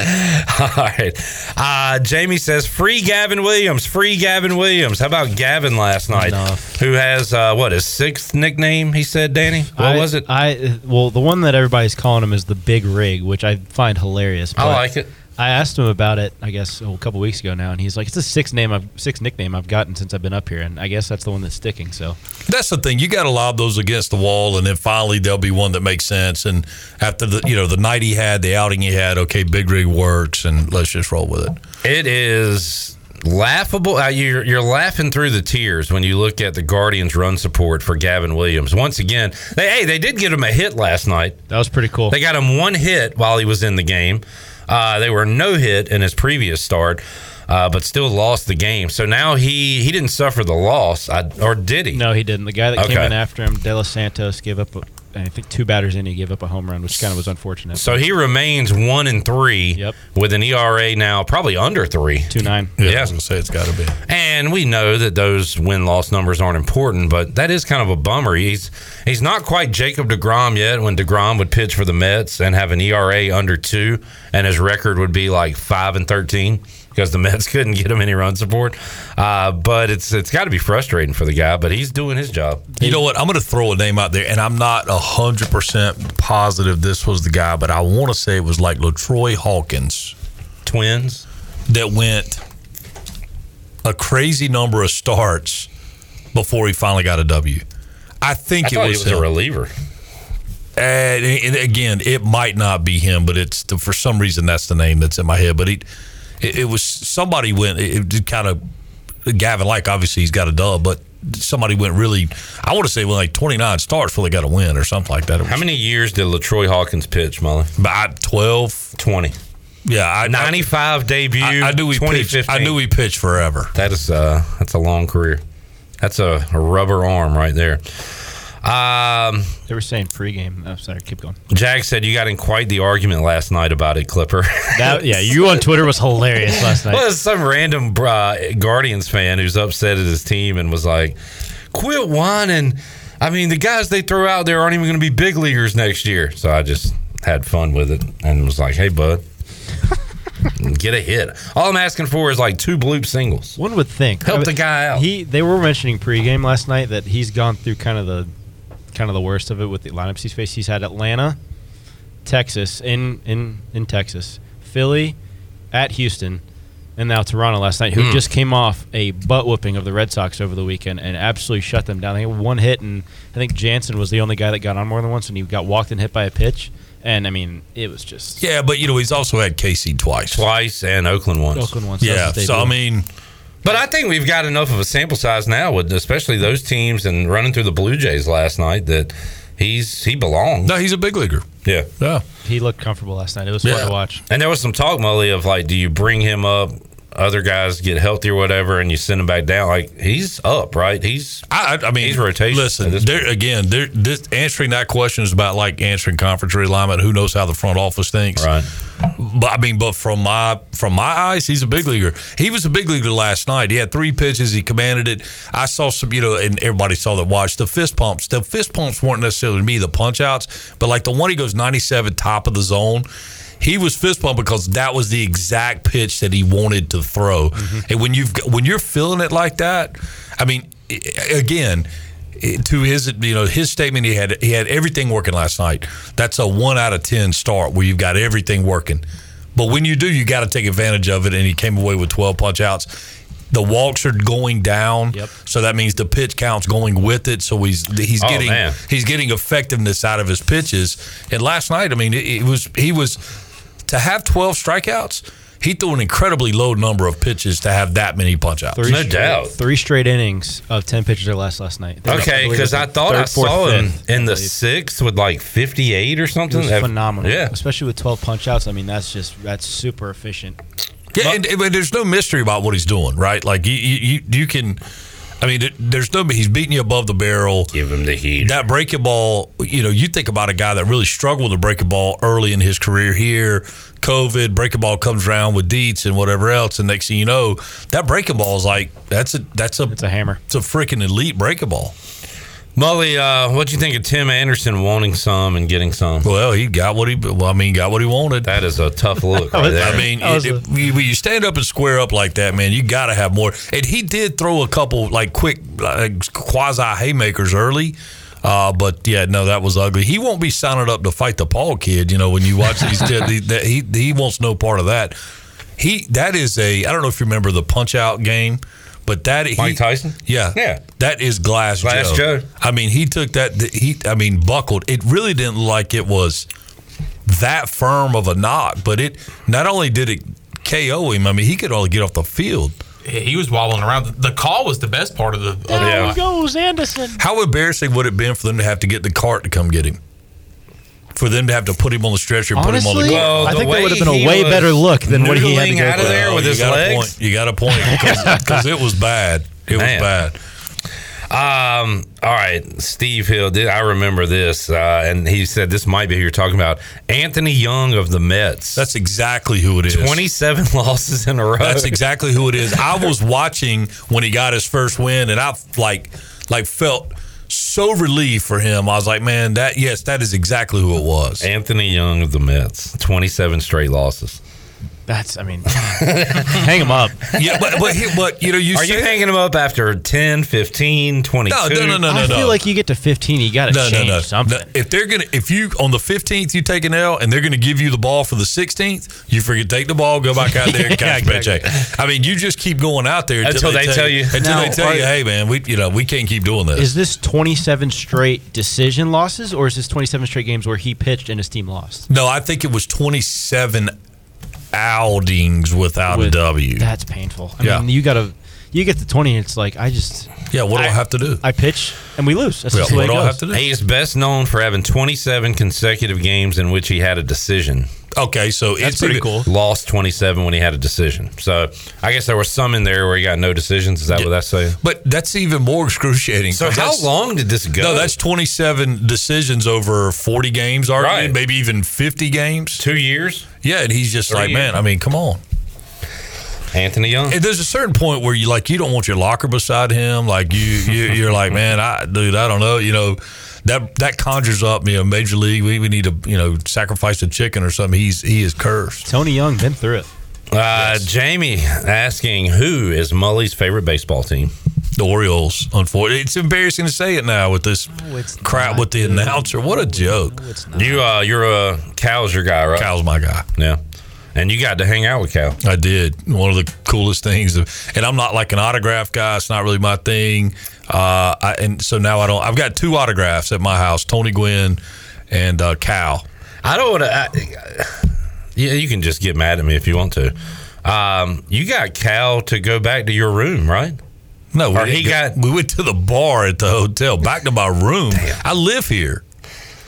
All right. Uh, Jamie says, free Gavin Williams. Free Gavin Williams. How about Gavin last night? Who has, uh, what, his sixth nickname, he said, Danny? What I- was it? I well, the one that everybody's calling him is the Big Rig, which I find hilarious. I but like it. I asked him about it, I guess, oh, a couple weeks ago now, and he's like, "It's the sixth name I've sixth nickname I've gotten since I've been up here, and I guess that's the one that's sticking." So That's the thing. You got to lob those against the wall, and then finally there'll be one that makes sense. And after the you know the night he had, the outing he had, okay, big rig works, and let's just roll with it. It is laughable. Uh, you're, you're laughing through the tears when you look at the Guardians' run support for Gavin Williams. Once again, they, hey, they did get him a hit last night. that was pretty cool. They got him one hit while he was in the game. Uh, they were no hit in his previous start, uh, but still lost the game. So now he he didn't suffer the loss, I, or did he? No, he didn't. The guy that came Okay. in after him, De Los Santos, gave up a, I think two batters in, he gave up a home run, which kind of was unfortunate. So he remains one and three with an ERA now probably under three. Two nine. Yeah, I was gonna say it's gotta be. And we know that those win loss numbers aren't important, but that is kind of a bummer. He's he's not quite Jacob DeGrom yet when DeGrom would pitch for the Mets and have an ERA under two and his record would be like five and thirteen because the Mets couldn't get him any run support. Uh, but it's it's gotta be frustrating for the guy, but he's doing his job. You know what? I'm going to throw a name out there, and I'm not 100% positive this was the guy, but I want to say it was like Latroy Hawkins. Twins? That went a crazy number of starts before he finally got a W. I think I it thought he was, was a him. reliever. And, and again, it might not be him, but it's the, for some reason that's the name that's in my head. But he, it, it was somebody went. It, it kind of Gavin like obviously he's got a dub, but somebody went really. I want to say well, like twenty nine starts before they got a win or something like that. It was- How many years did Latroy Hawkins pitch, Molly? About 12. 20. Yeah, I, 95 debut. I, I knew he pitched. I 2015. knew he pitched forever. That is uh that's a long career. That's a, a rubber arm right there. Um They were saying pregame. I'm sorry, keep going. Jack said you got in quite the argument last night about it, Clipper. That yeah, you on Twitter was hilarious last night. Well, it's some random uh, Guardians fan who's upset at his team and was like, "Quit whining." I mean, the guys they throw out there aren't even going to be big leaguers next year. So I just had fun with it and was like, "Hey, bud, get a hit." All I'm asking for is like two bloop singles. One would think help the guy out. He they were mentioning pregame last night that he's gone through kind of the kind of the worst of it with the lineups he's faced. He's had Atlanta, Texas, in in in Texas, Philly, at Houston, and now Toronto last night, who Hmm. just came off a butt whooping of the Red Sox over the weekend and absolutely shut them down. They had one hit, and I think Jansen was the only guy that got on more than once, and he got walked and hit by a pitch. And I mean, it was just Yeah, but you know he's also had KC twice, twice, and Oakland once. Oakland once. Yeah, That's what they so I do. mean, But I think we've got enough of a sample size now with especially those teams and running through the Blue Jays last night that he's he belongs. No, he's a big leaguer. Yeah. Yeah. he looked comfortable last night. It was fun to watch. And there was some talk, Molly, of like, do you bring him up? Other guys get healthy or whatever, and you send him back down. Like he's up, right? He's I, I mean, he's rotation. Listen, there again, there this answering that question is about like answering conference realignment. Who knows how the front office thinks, right? But I mean, but from my from my eyes, he's a big leaguer. He was a big leaguer last night. He had three pitches. He commanded it. I saw some, you know, and everybody saw that. Watch the fist pumps. The fist pumps weren't necessarily me the punch outs, but like the one he goes ninety seven top of the zone. He was fist pump because that was the exact pitch that he wanted to throw. And when you've got- when you're feeling it like that, I mean, i- again, it- to his you know his statement he had he had everything working last night. That's a one out of ten start where you've got everything working. But when you do, you got to take advantage of it. And he came away with twelve punch outs. The walks are going down, so that means the pitch count's going with it. So he's he's Oh, getting man. he's getting effectiveness out of his pitches. And last night, I mean, it, it was he was to have twelve strikeouts. He threw an incredibly low number of pitches to have that many punch outs. Three straight, Three straight innings of ten pitches or less last night. They- Okay, believe because it was I the thought I third, fourth, saw him fifth. in the sixth with like fifty-eight or It something. was That- phenomenal. Yeah, especially with twelve punch outs. I mean, that's just that's super efficient. Yeah, and, and there's no mystery about what he's doing, right? Like you, you, you- you can. I mean, there- there's no. He's beating you above the barrel. Give him the heat. That breaking ball. You know, you think about a guy that really struggled with a breaking ball early in his career. Here, COVID breaking ball comes around with Dietz and whatever else, and next thing you know, that breaking ball is like that's a that's a it's a hammer. It's a freaking elite breaking ball. Molly, uh, what do you think of Tim Anderson wanting some and getting some? Well, he got what he. Well, I mean, got what he wanted. That is a tough look. right there. I mean, it, it- when you- when you stand up and square up like that, man, you got to have more. And he did throw a couple like quick like, quasi haymakers early. Uh, but yeah, no, that was ugly. He won't be signing up to fight the Paul kid. You know, when you watch these, kids, he, that- he he wants no part of that. He that is a I don't know if you remember the punch out game, but that he, Mike Tyson? yeah, Yeah. that is glass. Glass Joe. I mean, he took that. th- He, I mean, buckled. It really didn't look like it was that firm of a knock, but it not only did it KO him. I mean, he could only get off the field. He was wobbling around. The call was the best part of the. Of the Yeah. goes Anderson. How embarrassing would it have been for them to have to get the cart to come get him? For them to have to put him on the stretcher, and put him on the Honestly, cart. Well, I the think that way would've been a he way was better look than what he had to noodling go out of through. there with you his got a legs. point. You got a point because it was bad. It was Man. bad. Um, all right, Steve Hill. Did I remember this? Uh, and he said this might be who you're talking about, Anthony Young of the Mets. That's exactly who it is. Twenty-seven losses in a row. That's exactly who it is. I was watching when he got his first win, and I like like felt so relieved for him. I was like, man, that yes, that is exactly who it was. Anthony Young of the Mets. Twenty-seven straight losses. That's, I mean, hang him up. Yeah, but but, he- but you know, you Are you said- hanging him up after 10, 15, 22? No, no, no, no, I no, feel no. like you get to 15, you got to change something. If they're gonna, if you on the fifteenth you take an L and they're gonna give you the ball for the sixteenth, you forget take the ball, go back out there, and catch Yeah, a paycheck. I mean, you just keep going out there Until they tell you. until they No, tell you, or- hey man, we you know we can't keep doing this. Is this 27 straight decision losses, or is this 27 straight games where he pitched and his team lost? no, I think it was twenty seven outings without a With- W. That's painful. I Yeah. mean, you got to. You get to 20, and it's like, I just. Yeah, what do I, have to do? I pitch, and we lose. That's just the way it goes. He is best known for having 27 consecutive games in which he had a decision. Okay, so that's pretty cool. Lost 27 when he had a decision. So I guess there were some in there where he got no decisions. Is that what that's saying? But that's even more excruciating. So 'cause how that's- long did this go? No, that's 27 decisions over 40 games, arguably, maybe even 50 games. Two years? Yeah, and he's just Three like, man, years. I mean, come on. Anthony Young. And there's a certain point where you like you don't want your locker beside him. Like you, you you're like, man, I dude, I don't know. You know, that that conjures up, you know, major league. We, we need to, you know, sacrifice a chicken or something. He's he is cursed. Tony Young been through it. Uh, Jamie asking who is Mully's favorite baseball team? The Orioles. Unfortunately, it's embarrassing to say it now with this crap with the announcer. What a joke! You uh, you're a Cal's your guy, right? Cal's my guy. Yeah, and you got to hang out with Cal. I did. One of the coolest things, and I'm not like an autograph guy. It's not really my thing. Uh, I, and so now I don't. I've got two autographs at my house: Tony Gwynn and uh, Cal. I don't want to. Yeah, you can just get mad at me if you want to. Um, you got Cal to go back to your room, right? No, Or we he didn't go- We went to the bar at the hotel. Back to my room. I live here.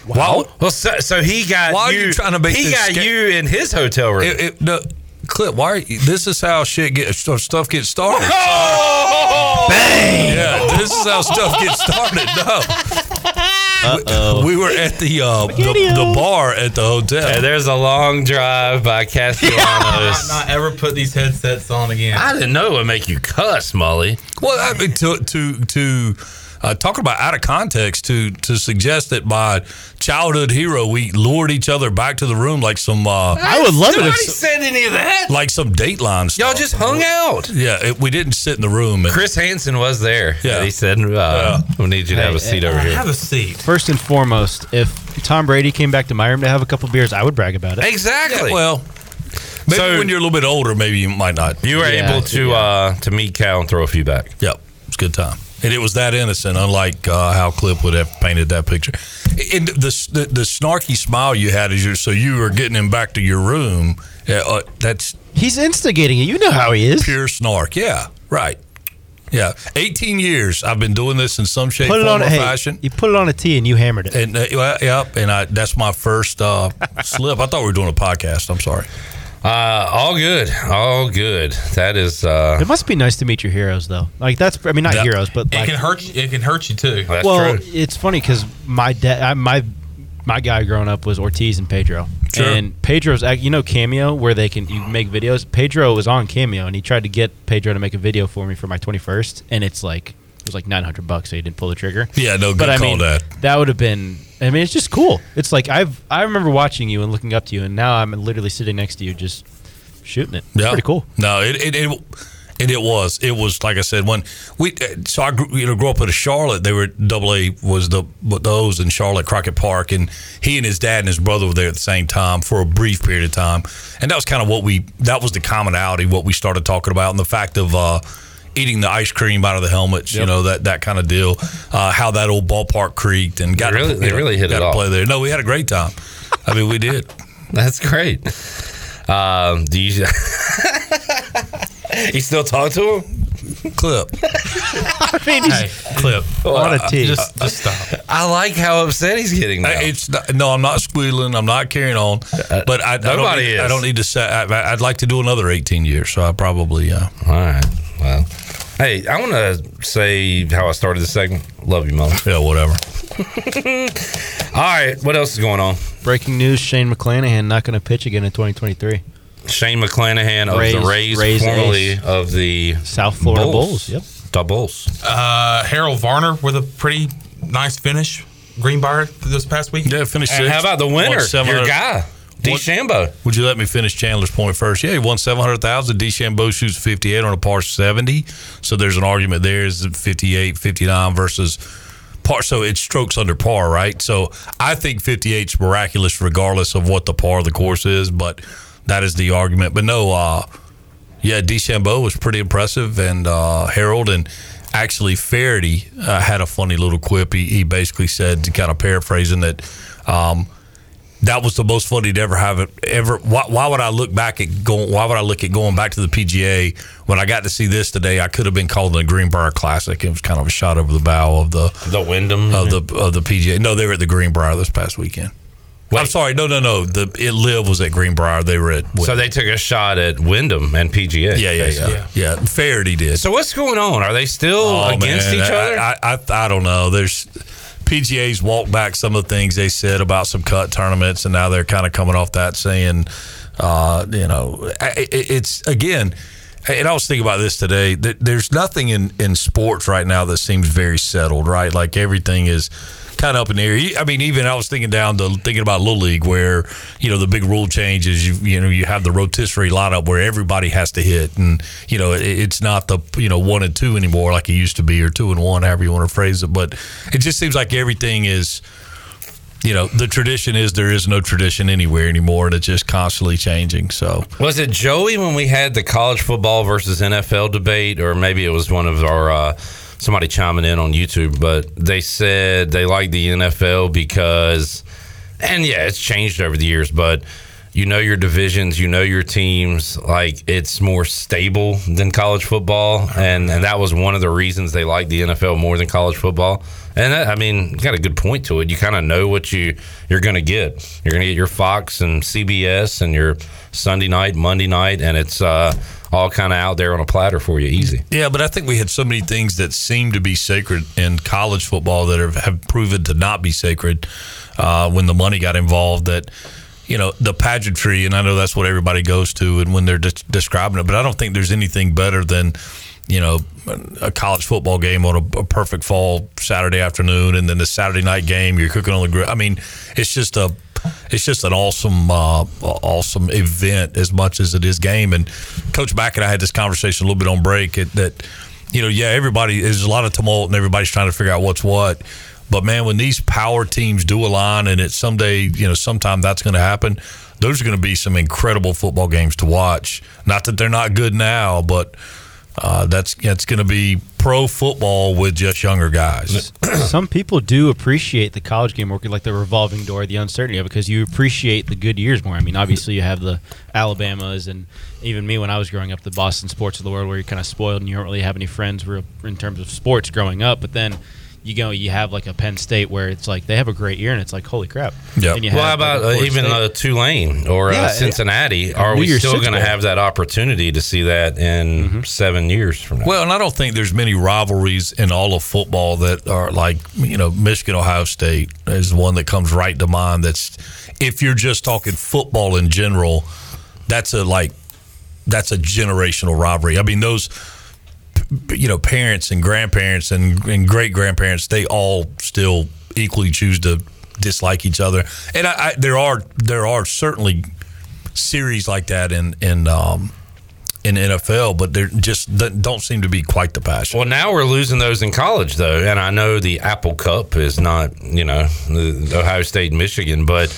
Wow. Well, so, so he got Why you- are you trying to make he this got you in his hotel room? It, it, no, Clip, why are you, this is how shit get st- stuff gets started. Oh! Bang! Yeah, this is how stuff gets started. No. We, we were at the, uh, the the bar at the hotel. And there's a long drive by Castellanos. Not ever put these headsets on again. I didn't know it would make you cuss, Molly. Well, I mean, to to to uh, talk about out of context to to suggest that my childhood hero we lured each other back to the room like some uh, I would love it if Nobody so- said any of that. like some Dateline stuff. Y'all just hung out. Yeah, it, we didn't sit in the room. And, Chris Hansen was there. Yeah. he said, uh, "We need you to have a seat over here." Have a seat. First and foremost, if Tom Brady came back to my room to have a couple beers, I would brag about it. Exactly. Yeah, well, maybe when you're a little bit older, maybe you might not. You were Yeah, able to uh, to meet Cal and throw a few back. Yep, it's a good time. And it was that innocent, unlike uh, how Clip would have painted that picture. And the, the the snarky smile you had as you so you were getting him back to your room. Yeah, uh, that's He's instigating it. You know how he is. Pure snark. Yeah, right. Yeah, eighteen years I've been doing this in some shape, Put it on form, or hey, fashion. You put it on a tee and you hammered it. And uh, well, yep, and I, that's my first uh, slip. I thought we were doing a podcast. I'm sorry. Uh, all good, all good. That is. Uh, It must be nice to meet your heroes, though. Like that's, I mean, not That- heroes, but It like, can hurt. You, it can hurt you too. That's well, true. it's funny because my dad, my my guy growing up was Ortiz and Pedro, Sure. and Pedro's, act- you know, Cameo where they can you make videos. Pedro was on Cameo, and he tried to get Pedro to make a video for me for my twenty first, and it's like it was like nine hundred bucks, so he didn't pull the trigger. Yeah, no, but good I call mean, that. That would have been. I mean, it's just cool. It's like I've I remember watching you and looking up to you, and now I'm literally sitting next to you, just shooting it. It's Yeah. pretty cool. No, it it, it and it was it was like I said when we uh, so I grew, you know grew up in Charlotte. They were double A was the what those in Charlotte Crockett Park, and he and his dad and his brother were there at the same time for a brief period of time, and that was kind of what we that was the commonality what we started talking about and the fact of. uh Eating the ice cream out of the helmets, you Yep. know that that kind of deal. Uh, how that old ballpark creaked and got really- to, they you know, really hit got it to off. play there. No, we had a great time. I mean, we did. That's great. Um, do you? you still talk to him? Clip. I mean, Hey, clip. Uh, On a tee. Just, just stop. I like how upset he's getting. Now. Uh, I- It's not, no, I'm not squealing. I'm not carrying on. But I, I don't nobody need, is. I don't need to say. I, I'd like to do another 18 years, so I probably. Uh, All right. Well, Hey, I want to say how I started the segment. Love you, mother. Yeah, whatever. All right, what else is going on? Breaking news: Shane McClanahan not going to pitch again in 2023. Shane McClanahan of Rays- the Rays, Rays formerly ace. of the South Florida Bulls, yep. The Bulls. Uh, Harold Varner with a pretty nice finish. Greenbrier this past week. Yeah, finished And sixth. how about the winner, your guy, DeChambeau? Would you let me finish Chandler's point first? Yeah, he won seven hundred thousand. DeChambeau shoots fifty eight on a par seventy, so there's an argument there is 58, 59 versus par. So it strokes under par, right? So I think fifty eight's miraculous, regardless of what the par of the course is. But that is the argument. But no, uh, yeah, DeChambeau was pretty impressive, and uh, Harold and actually Faraday uh, had a funny little quip. He, he basically said, to kind of paraphrasing that. Um, that was the most fun he'd ever have it ever. Why, why would I look back at going? Why would I look at going back to the PGA when I got to see this today? I could have been called in the Greenbrier Classic. It was kind of a shot over the bow of the the Wyndham of the of the PGA. No, they were at the Greenbrier this past weekend. I'm sorry, no, no, no. The it live was at Greenbrier. They were at So they took a shot at Wyndham and PGA. yeah, yeah, yeah, yeah. Faraday did. Oh, So what's going on? Are they still Oh, against each I- other? I, I I don't know. There's PGA's walked back some of the things they said about some cut tournaments, and now they're kind of coming off that saying, uh, you know, I- I- it's again. And I was thinking about this today. that There's nothing in, in sports right now that seems very settled, right? Like everything is kind of up in the air. I mean, even I was thinking down to thinking about Little League, where you know the big rule change is you you know you have the rotisserie lineup where everybody has to hit, and you know it, it's not the you know one and two anymore like it used to be, or two and one, however you want to phrase it. But it just seems like everything is. You know, the tradition is there is no tradition anywhere anymore, and it's just constantly changing. So, Was it Joey when we had the college football versus NFL debate, or maybe it was one of our uh, somebody chiming in on YouTube? But they said they like the NFL because, and yeah, it's changed over the years, but you know your divisions, you know your teams, like it's more stable than college football, and and that was one of the reasons they like the NFL more than college football. And that, I mean, you got a good point to it. You kind of know what you you're going to get. You're going to get your Fox and CBS and your Sunday night, Monday night, and it's uh, all kind of out there on a platter for you, easy. Yeah, but I think we had so many things that seem to be sacred in college football that have, have proven to not be sacred uh, when the money got involved. That you know the pageantry, and I know that's what everybody goes to, and when they're de- describing it. But I don't think there's anything better than you know a college football game on a, a perfect fall Saturday afternoon, and then the Saturday night game you're cooking on the grill. I mean, it's just a it's just an awesome, uh, awesome event as much as it is game. And Coach Mack and I had this conversation a little bit on break it, that, you know, yeah, everybody there's a lot of tumult and everybody's trying to figure out what's what. But man, when these power teams do align, and it's someday, you know, sometime that's going to happen. Those are going to be some incredible football games to watch. Not that they're not good now, but uh, that's that's going to be pro football with just younger guys. Some people do appreciate the college game working like the revolving door, the uncertainty of it, because you appreciate the good years more. I mean, obviously you have the Alabamas, and even me when I was growing up, the Boston sports of the world, where you're kind of spoiled and you don't really have any friends real in terms of sports growing up. But then you go, you have like a Penn State where it's like they have a great year, and it's like holy crap. Yeah. And you Well, how have, like, about a uh, poor even state. uh, Tulane or Yeah, uh, yeah. Cincinnati? A Are New we Year's still Six going to Bowl. have that opportunity to see that in seven years from now? Mm-hmm. Well, and I don't think there's many rivalries in all of football that are like you know Michigan Ohio State is one that comes right to mind. That's if you're just talking football in general, that's a like that's a generational rivalry. I mean those p- you know parents and grandparents and, and great grandparents they all still equally choose to dislike each other. And I, I there are there are certainly series like that in in um, in NFL, but they're just they don't seem to be quite the passion. Well, now we're losing those in college, though, and I know the Apple Cup is not, you know, the- the Ohio State, and Michigan, but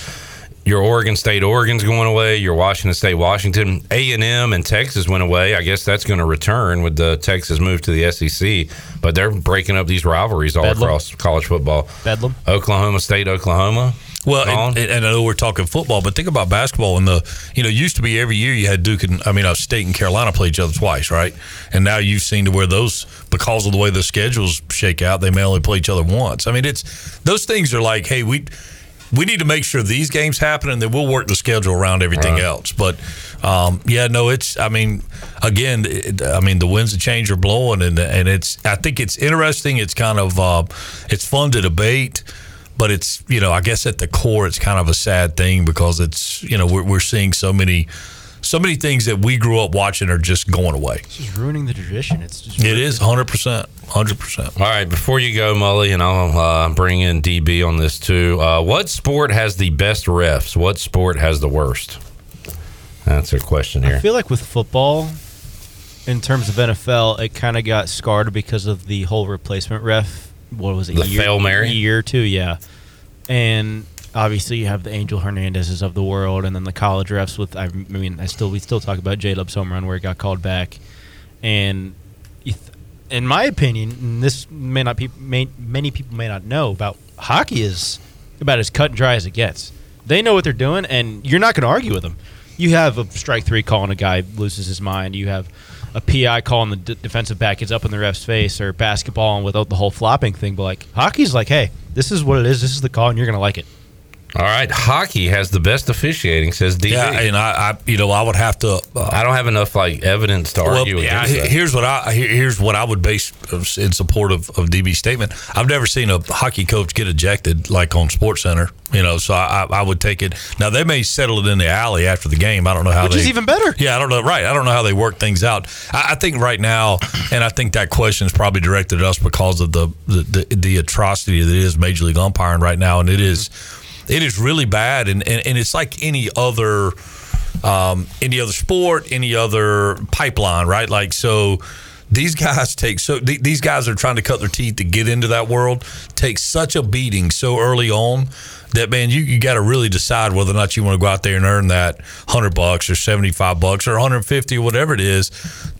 your Oregon State, Oregon's going away. Your Washington State, Washington, A and M, and Texas went away. I guess that's going to return with the Texas move to the SEC, but they're breaking up these rivalries all Bedlam. across college football. Bedlam, Oklahoma State, Oklahoma. Well, Gone. and, and and I know we're talking football, but think about basketball. And the you know used to be every year you had Duke and I mean uh, State and Carolina play each other twice, right? And now you've seen to where those because of the way the schedules shake out, they may only play each other once. I mean, it's those things are like, hey, we we need to make sure these games happen, and then we'll work the schedule around everything Right. else. But um, yeah, no, it's. I mean, again, it, I mean, the winds of change are blowing, and and it's. I think it's interesting. It's kind of uh, it's fun to debate. But it's you know I guess at the core it's kind of a sad thing because it's you know we're, we're seeing so many so many things that we grew up watching are just going away. It's ruining the tradition. It's just It is hundred percent, hundred percent. All right, before you go, Mully, and I'll uh, bring in DB on this too. Uh, what sport has the best refs? What sport has the worst? That's a question I here. feel like with football, in terms of NFL, it kind of got scarred because of the whole replacement ref. What was it? The Hail Mary? year or two, yeah. And obviously, you have the Angel Hernandezes of the world, and then the college refs. With I mean, I still we still talk about J-Lub's home run where it got called back, and you th- in my opinion, and this may not be may, many people may not know about hockey is about as cut and dry as it gets. They know what they're doing, and you're not going to argue with them. You have a strike three call, and a guy loses his mind. You have a PI call, and the d- defensive back is up in the ref's face, or basketball, and without the whole flopping thing. But like hockey's like, hey, this is what it is. This is the call, and you're going to like it. All right, hockey has the best officiating, says DB. Yeah, and I, I you know I would have to. Uh, I don't have enough like evidence to argue with yeah, against that. here's what I here- here's what I would base of- in support of, of DB's statement. I've never seen a hockey coach get ejected like on Sports Center, you know. So I, I I would take it. Now they may settle it in the alley after the game. I don't know how Which they, is even better. Yeah, I don't know. Right, I don't know how they work things out. I, I think right now, and I think that question is probably directed at us because of the the, the the atrocity that is Major League umpiring right now, and it is it is really bad, and and, and it's like any other um, any other sport, any other pipeline, right? Like so. These guys take so th- these guys are trying to cut their teeth to get into that world. Take such a beating so early on that man, you, you got to really decide whether or not you want to go out there and earn that hundred bucks or seventy five bucks or one hundred fifty or whatever it is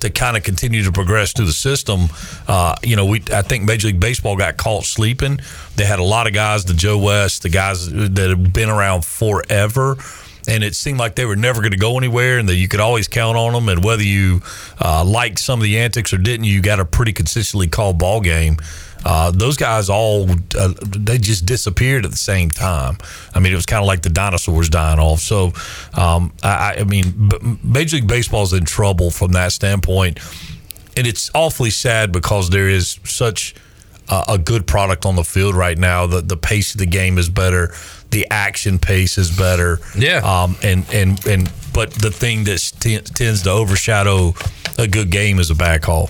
to kind of continue to progress through the system. Uh, you know, we I think Major League Baseball got caught sleeping. They had a lot of guys, the Joe West, the guys that have been around forever and it seemed like they were never going to go anywhere and that you could always count on them and whether you uh, liked some of the antics or didn't you got a pretty consistently called ball game uh, those guys all uh, they just disappeared at the same time i mean it was kind of like the dinosaurs dying off so um, I, I- I mean b- major league baseball's in trouble from that standpoint and it's awfully sad because there is such uh, a good product on the field right now. The the pace of the game is better. The action pace is better. Yeah. Um. And and and but the thing that t- tends to overshadow a good game is a back haul.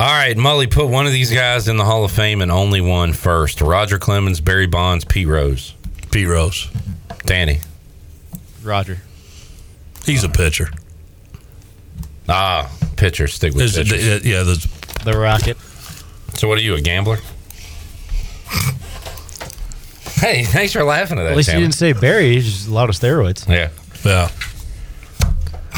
All right, Mully, put one of these guys in the Hall of Fame and only one first. Roger Clemens, Barry Bonds, Pete Rose. Pete Rose. Danny. Roger. He's a pitcher. Ah, pitcher. Stick with There's- pitchers. uh, yeah, there's the Rocket. So, what are you, a gambler? hey, thanks for laughing at that. At least you Tanner. didn't say Barry. He's just a lot of steroids. Yeah. Yeah.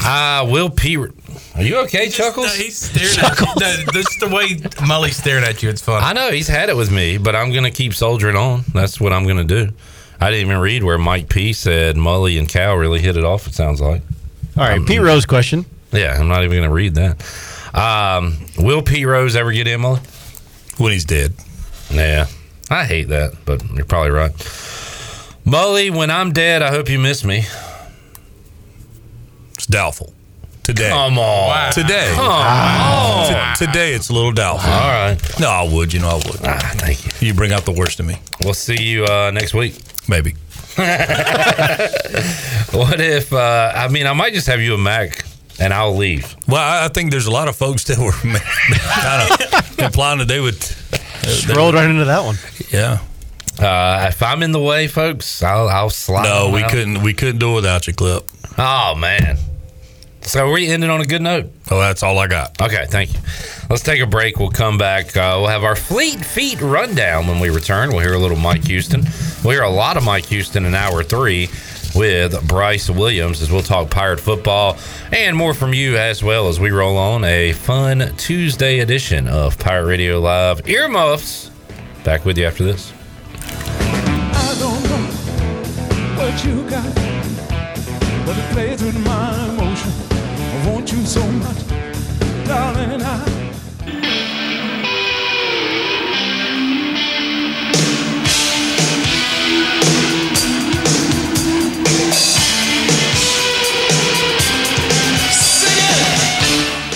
Ah, Will Pete. Are you okay, Chuckles? he's staring at the, this the way Mully's staring at you. It's funny. I know he's had it with me, but I'm going to keep soldiering on. That's what I'm going to do. I didn't even read where Mike P said Mully and Cal really hit it off. It sounds like. All right, Pete Rose question. Yeah, I'm not even going to read that. Um, will Pete Rose ever get in, Mully? When he's dead. Yeah, I hate that, but you're probably right. Mully, when I'm dead, I hope you miss me. It's doubtful. Today. Come on. Today. Come on. T- today it's a little doubtful. Oh. All right. No, I would. You know, I would. Ah, thank you. You bring out the worst in me. We'll see you uh, next week. Maybe. What if, uh, I mean, I might just have you a Mac and I'll leave. Well, I, I think there's a lot of folks that were kind of implying that they would. Strolled right into that one. uh, Yeah. Uh, if I'm in the way, folks, I'll, I'll slide. No, on we out. couldn't. We couldn't do it without your clip. Oh man. So we ended on a good note. Oh, that's all I got. Okay, thank you. Let's take a break. We'll come back. Uh, we'll have our fleet feet rundown when we return. We'll hear a little Mike Houston. We'll hear a lot of Mike Houston in hour three with Bryce Williams as we'll talk pirate football and more from you as well as we roll on a fun Tuesday edition of Pirate Radio Live. Earmuffs. Back with you after this. I don't know what you got, but it plays with my emotion. I want you so much, darling. I Thank you.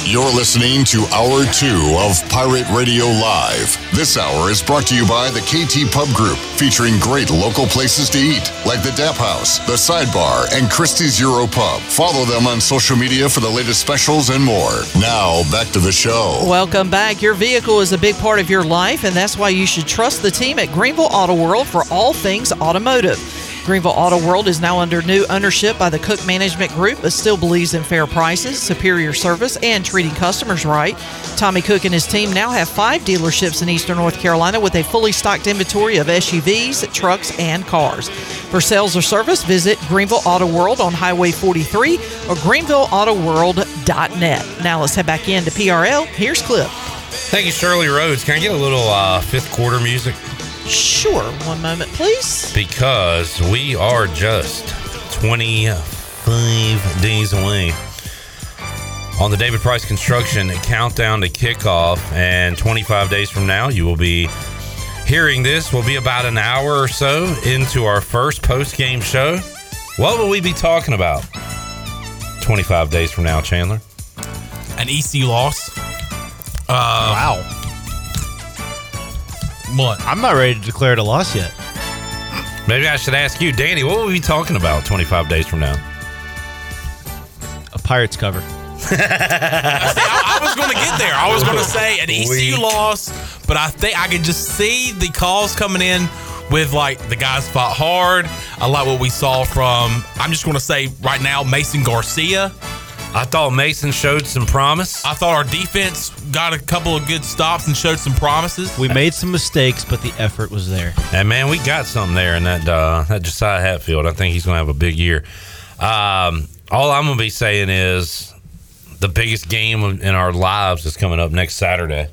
You're listening to Hour 2 of Pirate Radio Live. This hour is brought to you by the KT Pub Group, featuring great local places to eat, like the Dap House, the Sidebar, and Christie's Euro Pub. Follow them on social media for the latest specials and more. Now, back to the show. Welcome back. Your vehicle is a big part of your life, and that's why you should trust the team at Greenville Auto World for all things automotive. Greenville Auto World is now under new ownership by the Cook Management Group, but still believes in fair prices, superior service, and treating customers right. Tommy Cook and his team now have five dealerships in eastern North Carolina with a fully stocked inventory of SUVs, trucks, and cars. For sales or service, visit Greenville Auto World on Highway 43 or greenvilleautoworld.net. Now let's head back into PRL. Here's Clip. Thank you, Shirley Rhodes. Can I get a little uh, fifth quarter music? Sure, one moment, please. Because we are just 25 days away on the David Price Construction countdown to kickoff. And 25 days from now, you will be hearing this. We'll be about an hour or so into our first post game show. What will we be talking about 25 days from now, Chandler? An EC loss. Uh, wow. What? I'm not ready to declare it a loss yet. Maybe I should ask you, Danny, what will we be talking about 25 days from now? A Pirates cover. I, I was going to get there. I was going to say an E ECU Weak. loss, but I think I could just see the calls coming in with like the guys fought hard. I like what we saw from. I'm just going to say right now, Mason Garcia. I thought Mason showed some promise. I thought our defense got a couple of good stops and showed some promises. We made some mistakes, but the effort was there. And man, we got something there in that uh, that Josiah Hatfield. I think he's going to have a big year. Um, all I'm going to be saying is the biggest game in our lives is coming up next Saturday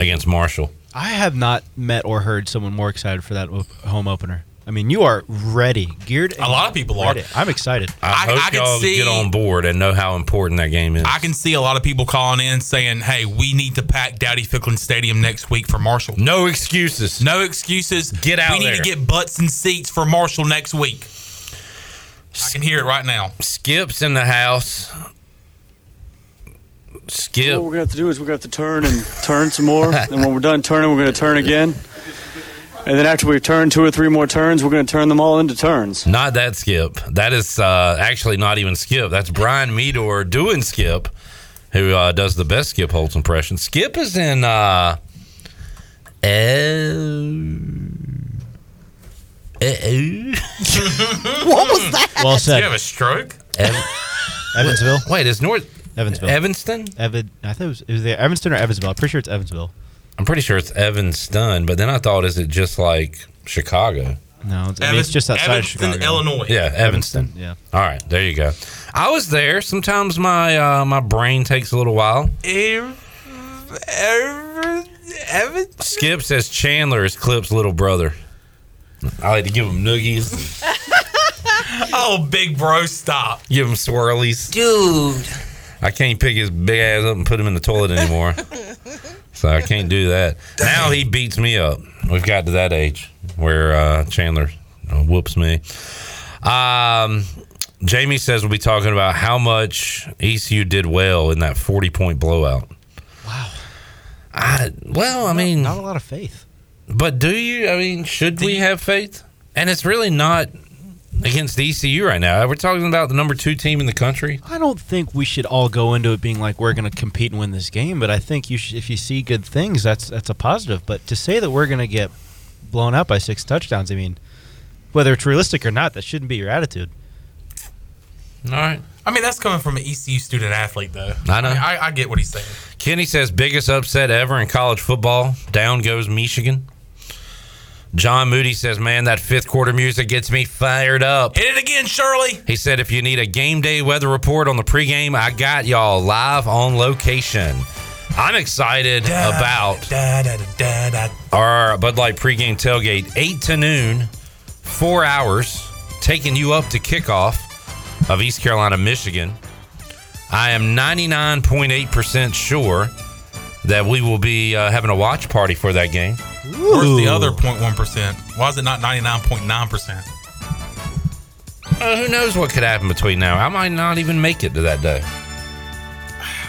against Marshall. I have not met or heard someone more excited for that op- home opener. I mean, you are ready, geared. A lot of people are. ready. I'm excited. I, hope y'all get on board and know how important that game is. I can see a lot of people calling in saying, "Hey, we need to pack Dowdy Ficklin Stadium next week for Marshall." No excuses. No excuses. Get out We need to there. get butts and seats for Marshall next week. I can hear it right now. Skip's in the house. Skip. What we're gonna have to do is we're gonna have to turn and turn some more, and when we're done turning, we're gonna turn again. And then after we've turned two or three more turns, we're gonna turn them all into turns. Not that Skip. That is uh, actually not even Skip. That's Brian Meador doing Skip, who uh, does the best Skip Holtz impression. Skip is in. Uh, uh, what was that? Well said. Hmm. You have a stroke? Evansville. Wait, is North Evansville? Evanston? Evan. I thought it was, it was there. Evanston or Evansville? I'm pretty sure it's Evansville. I'm pretty sure it's Evanston, but then I thought, is it just like Chicago? No, it's, I mean, it's Evan- just outside of Evanston, Chicago. Illinois. Yeah, Evanston. Yeah. All right, there you go. I was there. Sometimes my uh, my brain takes a little while. Skip says Chandler is Clip's little brother. I like to give him noogies, oh, big bro, stop. give him swirlies. Dude. I can't pick his big ass up and put him in the toilet anymore. so I can't do that. Now he beats me up. We've got to that age where uh, Chandler uh, whoops me. Um, Jamie says we'll be talking about how much ECU did well in that 40 point blowout. I, well, I mean, not a lot of faith. But do you? I mean, should we have faith? And it's really not against ECU right now. We're talking about the number two team in the country. I don't think we should all go into it being like we're going to compete and win this game, but I think you should, if you see good things, that's that's a positive. But to say that we're going to get blown out by six touchdowns, I mean, whether it's realistic or not, that shouldn't be your attitude. All right. I mean, that's coming from an ECU student athlete, though. I know. mean, I, I get what he's saying. Kenny says biggest upset ever in college football. Down goes Michigan. John Moody says, "Man, that fifth quarter music gets me fired up." Hit it again, Shirley. He said, "If you need a game day weather report on the pregame, I got y'all live on location." I'm excited about Da, da, da, da, da. our Bud Light pregame tailgate, 8 to noon, four hours, taking you up to kickoff of East Carolina, Michigan. I am 99.8% sure that we will be uh, having a watch party for that game. Where's the other 0.1%? Why is it not 99.9%? Uh, who knows what could happen between now? I might not even make it to that day.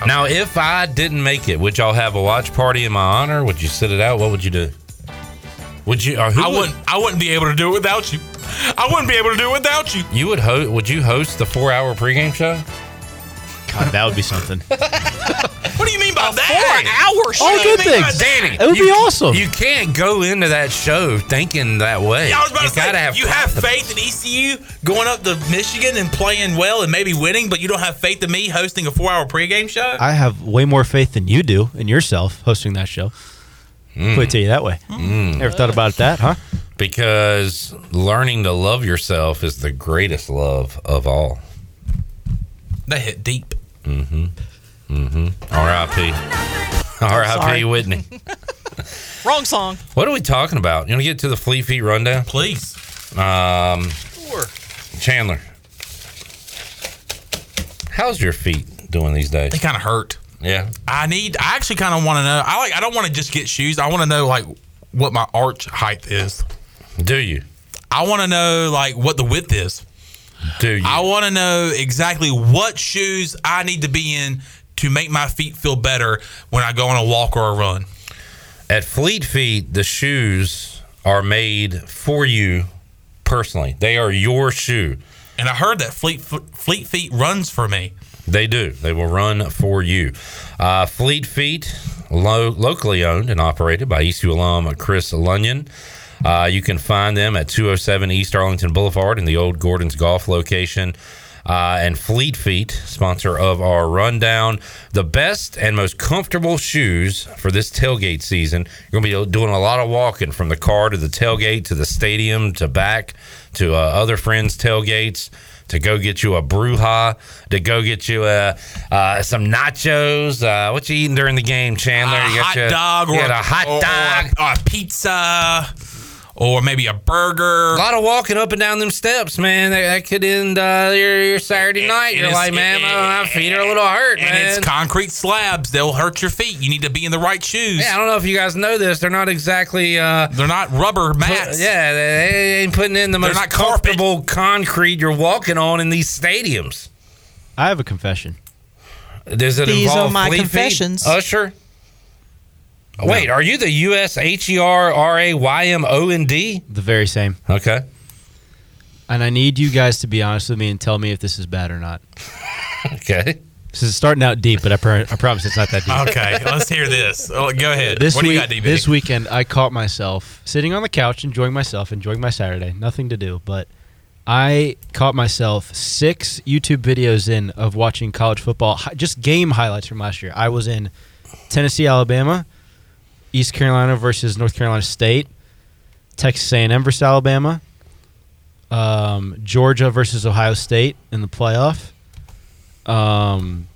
Now, if I didn't make it, would y'all have a watch party in my honor? Would you sit it out? What would you do? Would you? Or who I would- wouldn't. I wouldn't be able to do it without you. I wouldn't be able to do it without you. You would host? Would you host the four-hour pregame show? God, that would be something. What do you mean by that? Four hours. All good things. Danny, it would be awesome. You can't go into that show thinking that way. Yeah, I was about you to say, gotta have you have confidence. faith in ECU going up to Michigan and playing well and maybe winning, but you don't have faith in me hosting a four-hour pregame show. I have way more faith than you do in yourself hosting that show. Mm. Put it to you that way. Never thought about that, huh? Because learning to love yourself is the greatest love of all. That hit deep. Mm-hmm. Mm-hmm. R.I.P. R.I.P. Sorry. Whitney. Wrong song. What are we talking about? You want to get to the flea feet rundown? Please. Um, Chandler, how's your feet doing these days? They kind of hurt. Yeah. I need. I actually kind of want to know. I like. I don't want to just get shoes. I want to know like what my arch height is. Do you? I want to know like what the width is. Do you? I want to know exactly what shoes I need to be in to make my feet feel better when I go on a walk or a run. At Fleet Feet, the shoes are made for you personally. They are your shoe. And I heard that Fleet Fleet Feet runs for me. They do. They will run for you. Uh, Fleet Feet, lo- locally owned and operated by ECU alum Chris Lunyon. Uh, you can find them at 207 East Arlington Boulevard in the old Gordon's Golf location. Uh, and Fleet Feet, sponsor of our rundown, the best and most comfortable shoes for this tailgate season. You're going to be doing a lot of walking from the car to the tailgate to the stadium to back to uh, other friends' tailgates to go get you a bruja, to go get you a, uh, some nachos. Uh, what you eating during the game, Chandler? a you got hot you- dog you or got a hot or- dog. or, a pizza or maybe a A burger. lot of walking up and down them steps, man. That, that could end uh, your, your Saturday night. You're it's- like, man, my, my feet are a little hurt, and man. it's concrete slabs. They'll hurt your feet. You need to be in the right shoes. Yeah, I don't know if you guys know this. They're not exactly. Uh, They're not rubber mats. yeah, they, they ain't putting in the They're most not carpet. comfortable concrete you're walking on in these stadiums. I have a confession. Does it These involve are my Fleet Feet, confessions. Usher. Wait, are you the U S H E R R A Y M O N D? The very same. Okay. And I need you guys to be honest with me and tell me if this is bad or not. okay. This is starting out deep, but I, pro- I promise it's not that deep. Okay, let's hear this. Oh, go ahead. This what week, do you got, DB? this weekend, I caught myself sitting on the couch, enjoying myself, enjoying my Saturday. Nothing to do, but I caught myself six YouTube videos in of watching college football, hi- just game highlights from last year. I was in Tennessee, Alabama, East Carolina versus North Carolina State, Texas A&M versus Alabama, um, Georgia versus Ohio State in the playoff. Um,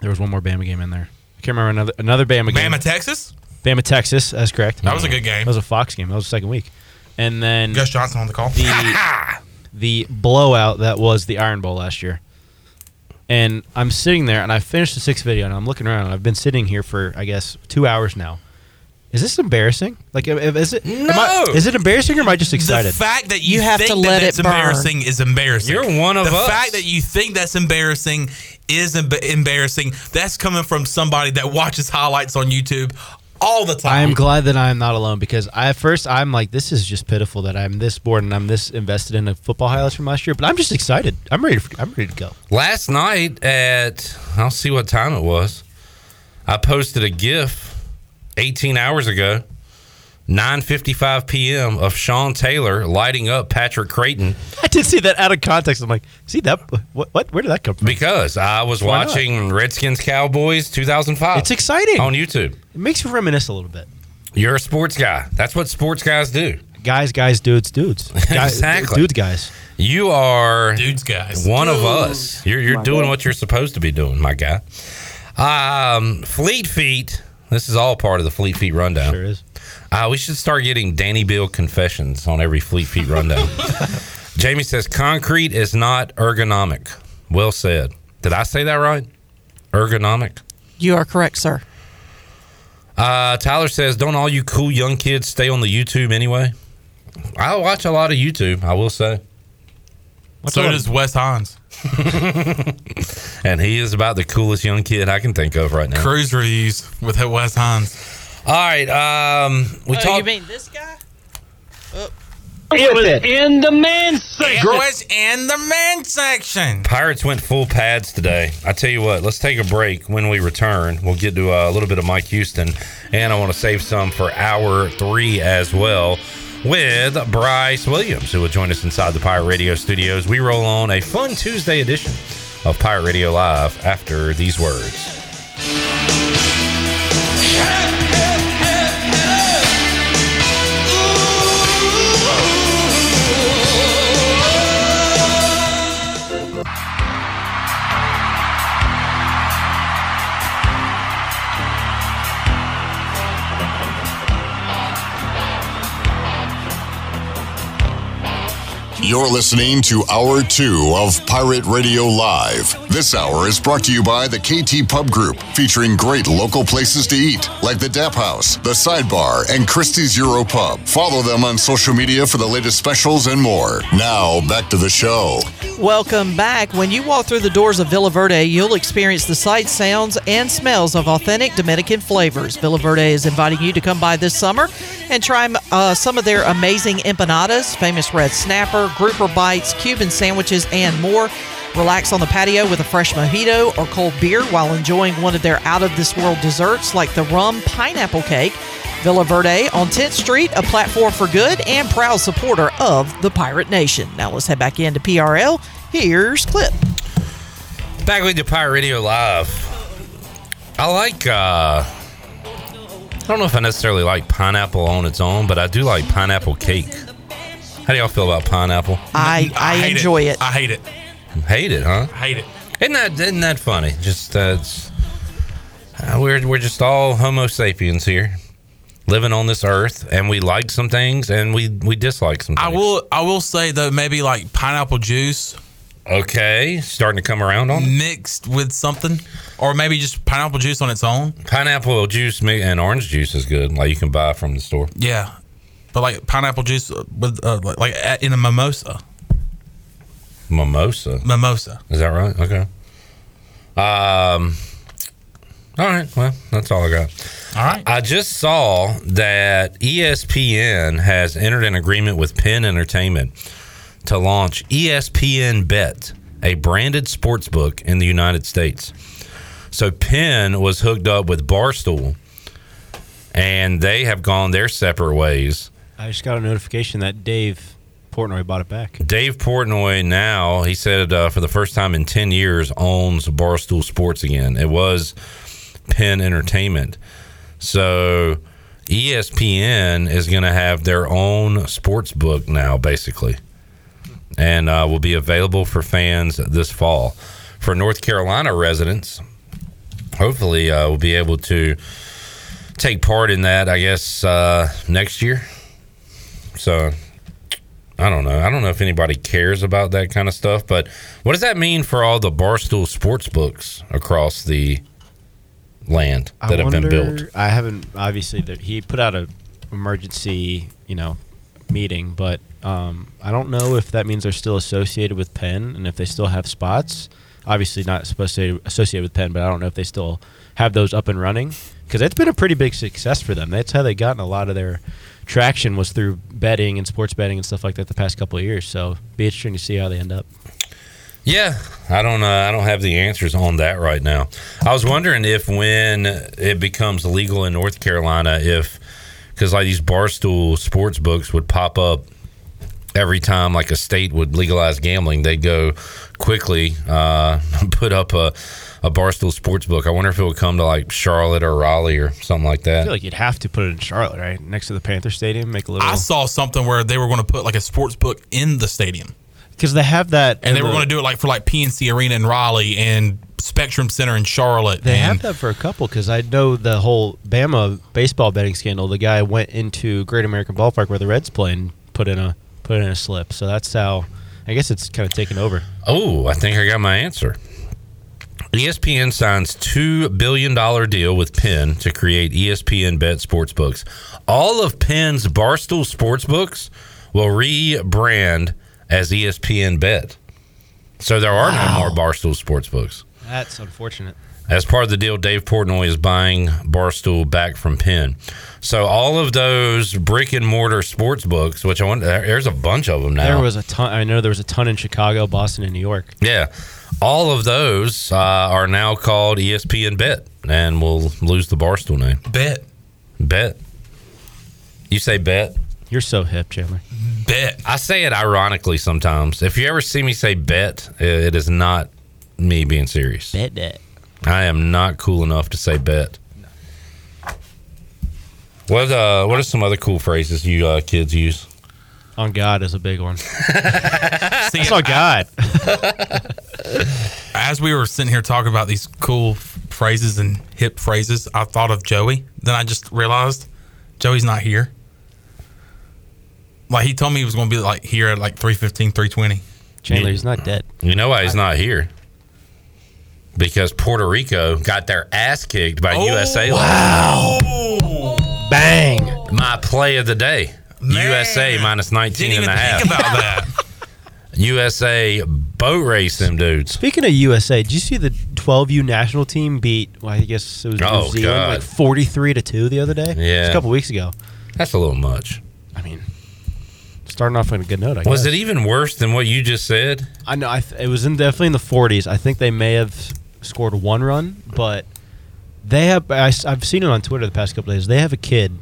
there was one more Bama game in there. I can't remember another another Bama game. Bama, Texas? Bama, Texas. That's correct. That was a good game. That was a Fox game. That was the second week. And then Gus Johnson on the call. The, the blowout that was the Iron Bowl last year. And I'm sitting there and I finished the sixth video and I'm looking around. I've been sitting here for, I guess, two hours now. Is this embarrassing? Like, am- am- is it? am I- No! is it embarrassing or am I just the excited? fact that you, have to let it embarrassing is embarrassing. You're one of the us. fact that you think that's embarrassing is em- embarrassing. That's coming from somebody that watches highlights on YouTube all the I time. am glad that I am not alone because I, at first I'm like, this is just pitiful that I'm this bored and I'm this invested in the football highlights from last year. But I'm just excited. I'm ready. For, I'm ready to go. Last night at I'll see what time it was. I posted a GIF 18 hours ago, 9:55 p.m. of Sean Taylor lighting up Patrick Creighton I did see that out of context. I'm like, see that? What? what where did that come from? because I was Why not? watching Redskins Cowboys 2005. It's exciting on YouTube. It makes you reminisce a little bit. You're a sports guy. That's what sports guys do. Guys, guys, dudes, dudes. Guys, Exactly. Dudes, guys. You are dudes, guys. One of Dudes. us. You're you're My doing God. what you're supposed to be doing, my guy. Um, Fleet Feet. This is all part of the Fleet Feet rundown. Sure is. Uh, we should start getting Danny Bill confessions on every Fleet Feet rundown. Jamie says concrete is not ergonomic. Well said. Did I say that right? Ergonomic. You are correct, sir. Uh, Tyler says, "Don't all you cool young kids stay on the YouTube anyway?" I watch a lot of YouTube. I will say, so does Wes Hines. and he is about the coolest young kid I can think of right now. Cruise reviews with Wes Hines. All right, um, we Uh, oh, talked. you mean this guy? It was in the man section. Gross in the man section. Pirates went full pads today. I tell you what, let's take a break. When we return, we'll get to uh, a little bit of Mike Houston, and I want to save some for hour three as well with Bryce Williams, who will join us inside the Pirate Radio studios. We roll on a fun Tuesday edition of Pirate Radio Live after these words. You're listening to Hour 2 of Pirate Radio Live. This hour is brought to you by the KT Pub Group, featuring great local places to eat, like the Dap House, the Sidebar, and Christie's Euro Pub. Follow them on social media for the latest specials and more. Now, back to the show. Welcome back. When you walk through the doors of Villa Verde, you'll experience the sights, sounds, and smells of authentic Dominican flavors. Villa Verde is inviting you to come by this summer and try uh, some of their amazing empanadas, famous red snapper, grouper bites, Cuban sandwiches, and more. Relax on the patio with a fresh mojito or cold beer while enjoying one of their out of this world desserts like the rum pineapple cake. Villa Verde on 10th Street, a platform for good and proud supporter of the Pirate Nation. Now let's head back into PRL. Here's Clip. Back with the Pirate Radio Live. I like, uh, I don't know if I necessarily like pineapple on its own, but I do like pineapple cake. How do y'all feel about pineapple? I, I, hate enjoy it. I hate it. Hate it, huh? Hate it. Isn't that, isn't that funny? Just, uh, it's, uh, we're, we're just all Homo sapiens here living on this earth, and we like some things and we, we dislike some I will. I will say though, maybe like pineapple juice. Okay, starting to come around on it? mixed with something, or maybe just pineapple juice on its own. Pineapple juice mi- and orange juice is good. Like you can buy from the store. Yeah, but like pineapple juice with uh, like, like a- in a mimosa. Mimosa. Mimosa. Is that right? Okay. Um. All right. Well, that's all I got. All right. I just saw that E ESPN has entered an agreement with Penn Entertainment to launch E ESPN Bet, a branded sports book in the United States. So Penn was hooked up with Barstool, and they have gone their separate ways. I just got a notification that Dave Portnoy bought it back. Dave Portnoy now, he said uh, for the first time in 10 years, owns Barstool Sports again. It was Penn Entertainment. So E ESPN is going to have their own sports book now, basically, and uh, will be available for fans this fall. For North Carolina residents, hopefully, uh, we'll be able to take part in that, I guess, uh, next year. So I don't know. I don't know if anybody cares about that kind of stuff, but what does that mean for all the barstool sports books across the land I that have been wonder- built? I haven't obviously that he put out a emergency, you know, meeting, but um, I don't know if that means they're still associated with Penn and if they still have spots. Obviously, not supposed to associate with Penn, but I don't know if they still have those up and running because it's been a pretty big success for them. That's how they gotten a lot of their traction was through betting and sports betting and stuff like that the past couple of years. So be interesting to see how they end up. Yeah, I don't. Uh, I don't have the answers on that right now. I was wondering if when it becomes legal in North Carolina, if because like these barstool sports books would pop up every time like a state would legalize gambling, they'd go quickly uh, put up a a barstool sports book. I wonder if it would come to like Charlotte or Raleigh or something like I that. feel like you'd have to put it in Charlotte, right next to the Panther Stadium, make a little. I saw something where they were going to put like a sports book in the stadium, because they have that, and they in were the- going to do it like for like PNC Arena in Raleigh and Spectrum Center in Charlotte. They and have that for a couple because I know the whole Bama baseball betting scandal. The guy went into Great American Ballpark where the Reds play and put in a put in a slip. So that's how I guess it's kind of taken over. Oh, I think I got my answer. E ESPN signs two billion dollar deal with Penn to create E ESPN Bet sportsbooks. All of Penn's E Barstool sportsbooks will rebrand as ESPN Bet. So there are no more Barstool sports books. That's unfortunate. As part of the deal, Dave Portnoy is buying Barstool back from Penn. So all of those brick and mortar sports books, which I want, there- there's a bunch of them now. There was a ton. Uh, I know there was a ton in Chicago, Boston, and New York. Yeah. All of those uh, are now called E ESPN Bet and will lose the Barstool name. Bet. Bet. You say bet? You're so hip, Chandler. Bet. I say it ironically sometimes. If you ever see me say bet, i- it is not me being serious. Bet that. I am not cool enough to say bet. What uh, what are some other cool phrases you uh, kids use? On God is a big one. That's on God. As we were sitting here talking about these cool phrases and hip phrases, I thought of Joey. Then I just realized Joey's not here. Like he told me he was going to be like here at like 315, 320. Chandler, he's not dead. You know why he's not here? Because Puerto Rico got their ass kicked by USA. Wow. Bang. My play of the day. USA minus 19 and a half. USA boat race them dudes. Speaking of USA, did you see the 12U national team beat? Well, I guess it was New Oh, Zealand, God. like 43 to two the other day. Yeah. Just a couple weeks ago. That's a little much. I mean, starting off on a good note. I Was guess. it even worse than what you just said? I know. I th- it was in definitely in the 40s. I think they may have scored one run, but they have. I, have seen it on Twitter the past couple days. They have a kid,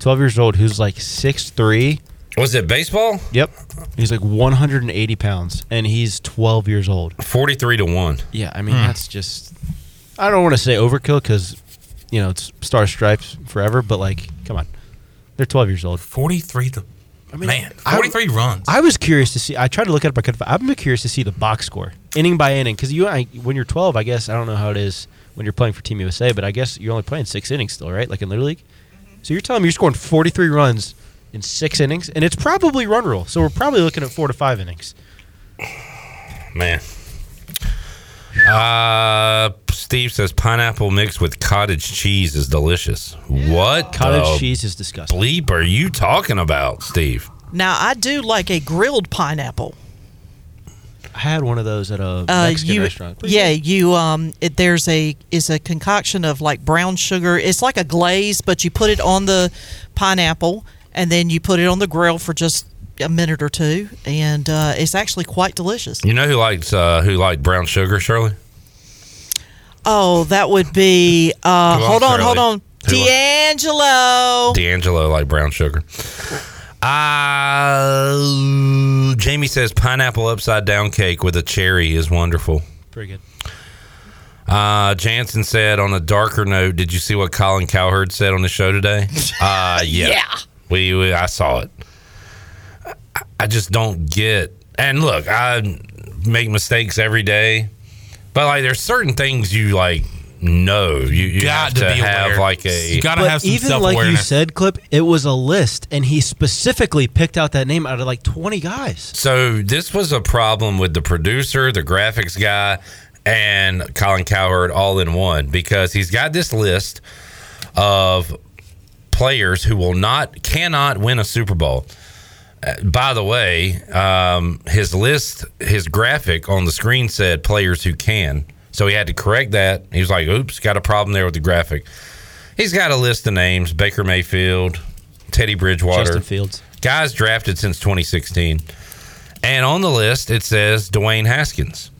12 years old, who's like six three. Was it baseball? Yep. He's like 180 pounds, and he's 12 years old. 43 to 1. Yeah, I Hmm. mean, that's just. I don't want to say overkill because, you know, it's Star Stripes forever, but like, come on. They're 12 years old. 43 to I mean, man, I- 43 runs. I was curious to see. I tried to look it up. I could. I've been curious to see the box score, inning by inning, because you, I, when you're 12, I guess I don't know how it is when you're playing for Team USA, but I guess you're only playing six innings still, right? Like in Little League. So you're telling me you're scoring 43 runs in six innings, and it's probably run rule. So we're probably looking at four to five innings. Man. Uh, Steve says pineapple mixed with cottage cheese is delicious. What Cottage the cheese is disgusting. Bleep, are you talking about Steve? Now I do like a grilled pineapple. I had one of those at a Uh, Mexican you, restaurant. yeah, you. Um, it, there's a is a concoction of like brown sugar. It's like a glaze, but you put it on the pineapple, and then you put it on the grill for just a minute or two, and uh, it's actually quite delicious. You know who likes uh, who liked brown sugar, Shirley? Oh, that would be. Uh, Who hold else, on, hold Shirley? on. Who else? D'Angelo. D'Angelo like brown sugar. Uh, Jamie says pineapple upside down cake with a cherry is wonderful. Pretty good. Uh, Jansen said on a darker note, did you see what Colin Cowherd said on the show today? Uh, yeah. Yeah. We, we I saw it. I, I just don't get. And look, I make mistakes every day, but like there's certain things you like know you, you have to to, be have aware. like a You gotta but even like you said, clip, it was a list, and he specifically picked out that name out of like 20 guys. So this was a problem with the producer, the graphics guy, and Colin Cowherd all in one because he's got this list of players who will not cannot win a Super Bowl. Uh, By the way, um, his list, his graphic on the screen said players who can. So he had to correct that. He was like, oops, got a problem there with the graphic. He's got a list of names Baker Mayfield, Teddy Bridgewater, Justin Fields. guys drafted since 2016. And on the list, it says Dwayne Haskins.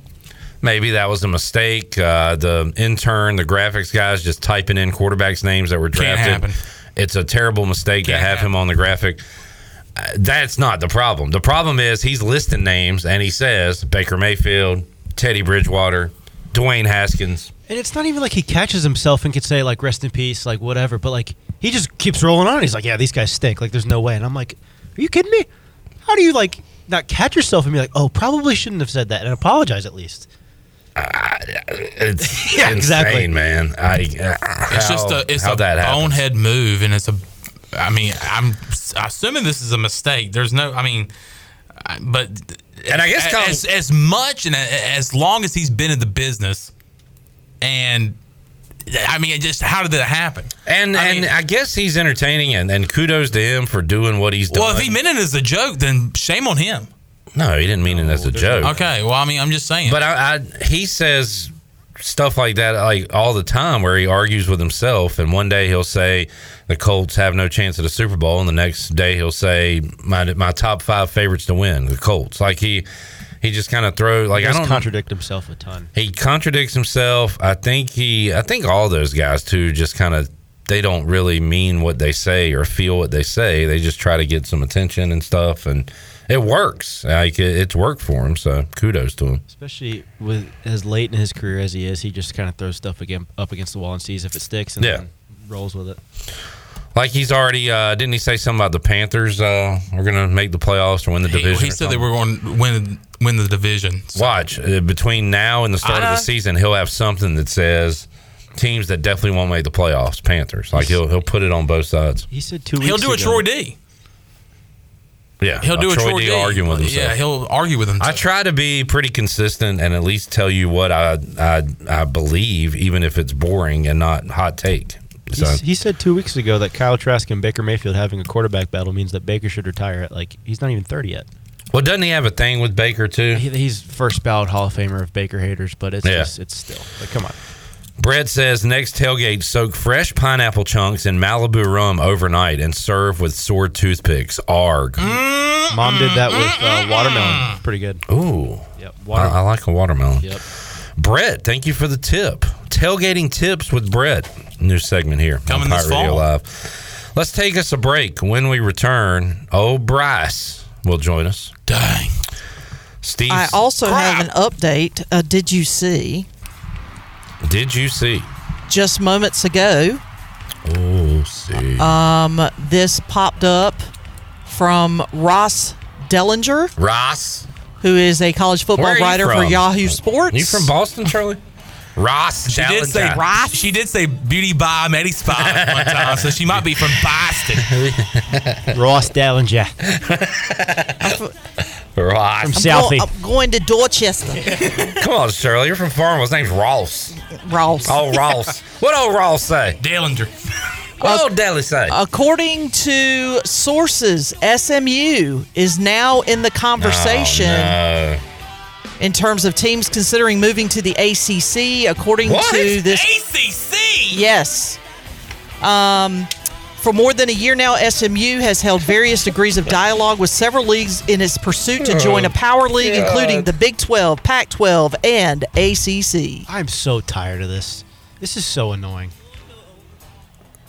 Maybe that was a mistake. Uh, the intern, the graphics guys just typing in quarterbacks' names that were Can't drafted. happen. It's a terrible mistake to have him on the graphic. Uh, That's not the problem. The problem is he's listing names and he says Baker Mayfield, Teddy Bridgewater, Dwayne Haskins. And it's not even like he catches himself and could say like rest in peace, like whatever. But like he just keeps rolling on. He's like, yeah, these guys stink. Like there's no way. And I'm like, are you kidding me? How do you like not catch yourself and be like, oh, probably shouldn't have said that and apologize at least? It's Yeah, insane, exactly. man. I, uh, It's just a it's a bonehead move, and it's a. I mean, I'm assuming this is a mistake. There's no. I mean, I- but And I guess Colin- as, as much and as long as he's been in the business, and I mean, it just how did that happen? And and I guess he's entertaining and, and kudos to him for doing what he's doing. Well, if he meant it as a joke, then shame on him. No, he didn't mean it as a joke. Okay, well, I mean, I'm just saying. But I, I, he says stuff like that like all the time, where he argues with himself, and one day he'll say the Colts have no chance at a Super Bowl, and the next day he'll say my my top five favorites to win the Colts. Like he he just kind of throws like he I does don't contradict himself a ton. he contradicts himself. I think he I think all those guys too just kind of they don't really mean what they say or feel what they say. They just try to get some attention and stuff and it works. Like it, it's worked for him, so kudos to him. Especially with as late in his career as he is, he just kind of throws stuff again up against the wall and sees if it sticks and Yeah. then rolls with it. Like he's already uh didn't he say something about the Panthers uh are going to make the playoffs or win the He, division? he or said they something? were going to win win the division. Watch uh, between now and the start of I- the season, he'll have something that says teams that definitely won't make the playoffs, Panthers. Like he'll he'll put it on both sides. He said two. He'll weeks do a ago- Troy D. Yeah, He'll uh, do a Troy D. arguing with himself. Yeah, he'll argue with himself. I try to be pretty consistent and at least tell you what I I, I believe, even if it's boring and not hot take. He So s- He said two weeks ago that Kyle Trask and Baker Mayfield having a quarterback battle means that Baker should retire at like he's not even thirty yet. Well, doesn't he have a thing with Baker too? He, he's first ballot Hall of Famer of Baker haters, but it's Yeah. just it's still like come on. Brett says next tailgate soak fresh pineapple chunks in Malibu rum overnight and serve with sore toothpicks. Arg. Mom did that with uh, watermelon. Pretty good. Ooh. Yep. I, I Watermelon. like a watermelon. Yep. Brett, thank you for the tip. Tailgating tips with Brett. New segment here. on Coming this Pirate Radio fall. Live. Let's take us a break. When we return, old Bryce will join us. Dang. Steve, I also have an update. Uh, did you see did you see? just moments ago? Oh, see. Um, this popped up from Ross Dellinger, Ross. who is a college Where are football you writer for from? Yahoo Sports. You from Boston, Charlie? Ross. She did say Dalentine. she did say beauty by Eddie Spy one time, so she might be from Boston. Ross Dallinger. Ross. From I'm, Southie. go- I'm going to Dorchester. Come on, Shirley. You're from Farmville. His name's Ross. Ross. Oh, Ross. what old Ross say? Dillinger. What old Dally say? According to sources, SMU is now in the conversation Oh, in terms of teams considering moving to the ACC. According What? to this ACC, yes. Um, for more than a year now, SMU has held various degrees of dialogue with several leagues in its pursuit to join a Oh, power league, God. including the Big 12, Pac 12, and ACC. I'm so tired of this. This is so annoying.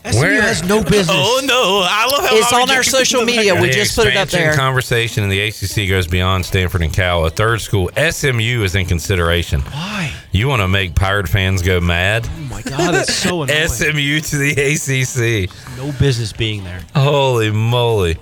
SMU Where- has no business. Oh no, I love how It's Bobby on our Jenkins social is media. like- We The just put it up expansion there. Conversation in the ACC goes beyond Stanford and Cal. A third school, SMU, is in consideration. Why? You want to make Pirate fans go mad? Oh my God, it's so annoying. SMU to the ACC. No business being there. Holy moly! All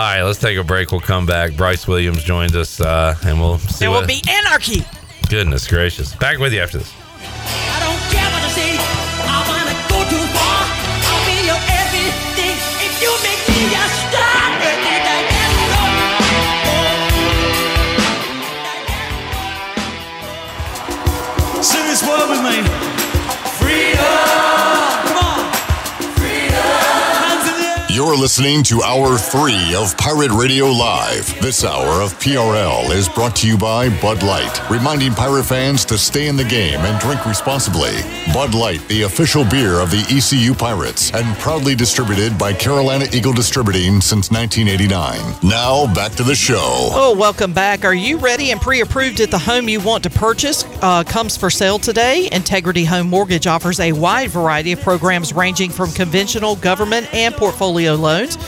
right, let's take a break. We'll come back. Bryce Williams joins us, uh, and we'll see. There what, will be anarchy. goodness gracious. Back with you after this. I don't care what you say. I wanna go too far. I'll be your everything if you make me a star. baby, that is Sing this one with me. Freedom. Come on. You're listening to Hour 3 of Pirate Radio Live. This hour of PRL is brought to you by Bud Light, reminding pirate fans to stay in the game and drink responsibly. Bud Light, the official beer of the ECU Pirates, and proudly distributed by Carolina Eagle Distributing since 1989. Now, back to the show. Oh, welcome back. Are you ready and pre approved at the home you want to purchase? Uh, comes for sale today. Integrity Home Mortgage offers a wide variety of programs ranging from conventional, government, and portfolio loans.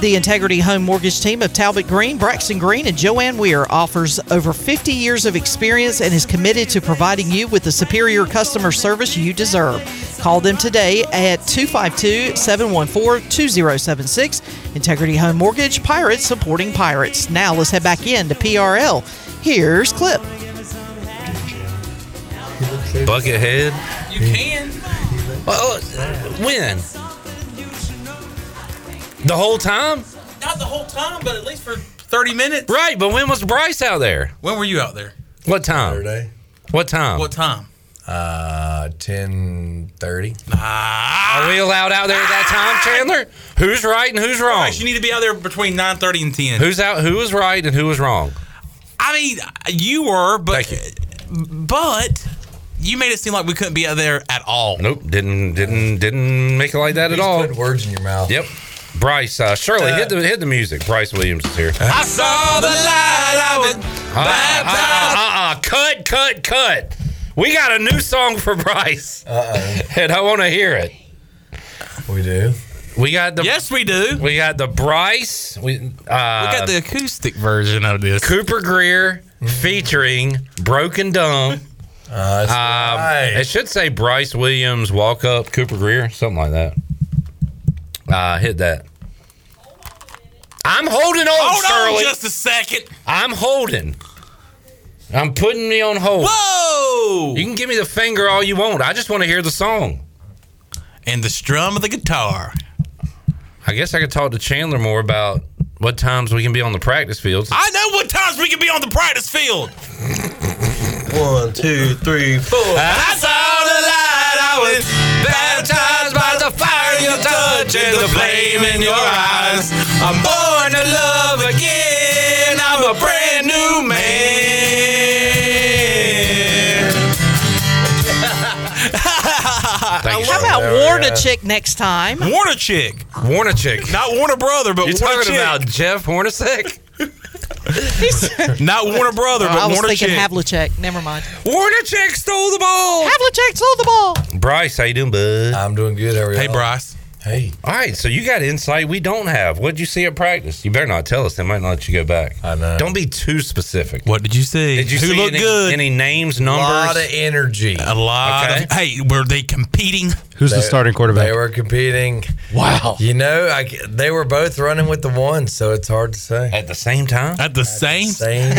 The Integrity Home Mortgage team of Talbot Green, Braxton Green, and Joanne Weir offers over 50 years of experience and is committed to providing you with the superior customer service you deserve. Call them today at 252 714 2076. Integrity Home Mortgage, Pirates supporting Pirates. Now let's head back in to PRL. Here's Clip. Buckethead. You can. Well, uh, when? The whole time? Not the whole time, but at least for thirty minutes. Right, but when was Bryce out there? When were you out there? What time? Saturday. What time? What time? Uh, ten thirty. Ah. Are we allowed out there at that time, Chandler? Who's right and who's wrong? Bryce, you need to be out there between nine thirty and ten. Who's out? Who was right and who was wrong? I mean, you were, but but you made it seem like we couldn't be out there at all. Nope, didn't didn't didn't make it like that at all. Putting words in your mouth. Yep. Bryce, uh, Shirley, hit the hit the music. Bryce Williams is here. Uh-huh. I saw the light of it. Uh, uh, uh, uh, cut, cut, cut. We got a new song for Bryce, Uh-oh. and I want to hear it. We do. We got the yes, we do. We got the Bryce. We, uh, we got the acoustic version of this. Cooper Greer featuring Broken Dumb. Um, Uh, It should say Bryce Williams walk up Cooper Greer, something like that. Uh, hit that. I'm holding on, Hold Shirley. on just a second. I'm holding. I'm putting me on hold. Whoa! You can give me the finger all you want. I just want to hear the song. And the strum of the guitar. I guess I could talk to Chandler more about what times we can be on the practice fields. I know what times we can be on the practice field. One, two, three, four. I saw the light. I was baptized by the fire of your touch and the flame in your eyes. I'm born to love again. I'm a brand new man. Thank you, How Shirley. about Warnachick next time? Warner chick, Warner chick, not Warner brother, but You're Warner talking chick. about Jeff Hornacek? not Warner brother, Oh, but I was Warner thinking chick. Havlicek. Never mind. Warner chick stole the ball. Havlicek stole the ball. Bryce, how you doing, bud? I'm doing good. How are Hey, y'all? Bryce. Hey. All right, so you got insight we don't have. What'd you see at practice? You better not tell us. They might not let you go back. I know. Don't be too specific. What did you see? Did you Who see looked any, good? any names, numbers? lot of energy. A lot. Okay. Of, hey, were they competing? Who's the starting quarterback? They were competing. Wow. You know, I, they were both running with the ones, so it's hard to say. At the same time? At the same. Same.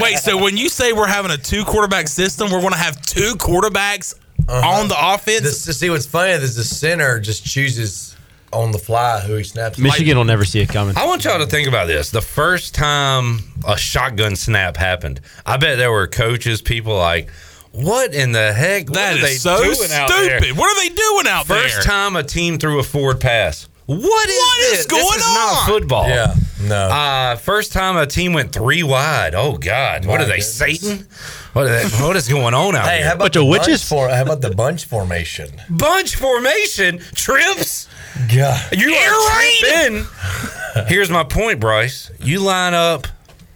Wait, so when you say we're having a two quarterback system, we're going to have two quarterbacks Uh-huh. on the offense. This, to see what's funny is the center just chooses on the fly who he snaps. Oh. Michigan will never see it coming. I want y'all to think about this. The first time a shotgun snap happened, I bet there were coaches, people like, what in the heck? That what is are they so doing out there? stupid. What are they doing out there? First time a team threw a forward pass. What is What is this? going this is on? Not football. Yeah, no. Uh, first time a team went three wide. Oh God! what My are they, goodness. Satan? What are they, What is going on out Hey, here? how about of the bunch witches? for? How about the bunch formation? bunch formation trips? God, You are tripping. Uh-huh. Here's my point, Bryce. You line up.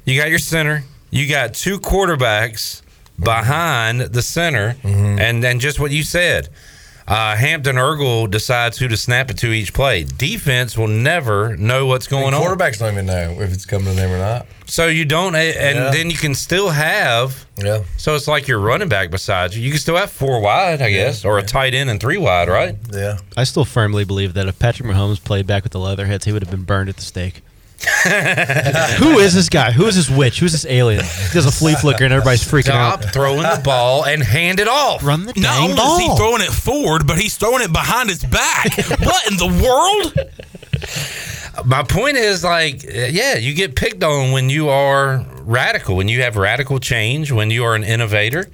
You got your center. You got two quarterbacks behind the center, Mm-hmm. and then just what you said. Uh, Hampton Ergel decides who to snap it to each play. Defense will never know what's going on. quarterbacks don't even know if it's coming to them or not. So you don't, and Yeah. then you can still have. Yeah, So it's like your running back besides you. You can still have four wide, I guess, or a tight end and three wide, right? yeah. I still firmly believe that if Patrick Mahomes played back with the Leatherheads, he would have been burned at the stake. Who is this guy? Who is this witch? Who's this alien? He does a flea flicker and everybody's freaking Stop out. throwing the ball and hand it off. Run the Not dang only ball. is he throwing it forward, but he's throwing it behind his back. what in the world? My point is like, yeah, you get picked on when you are radical, when you have radical change, when you are an innovator.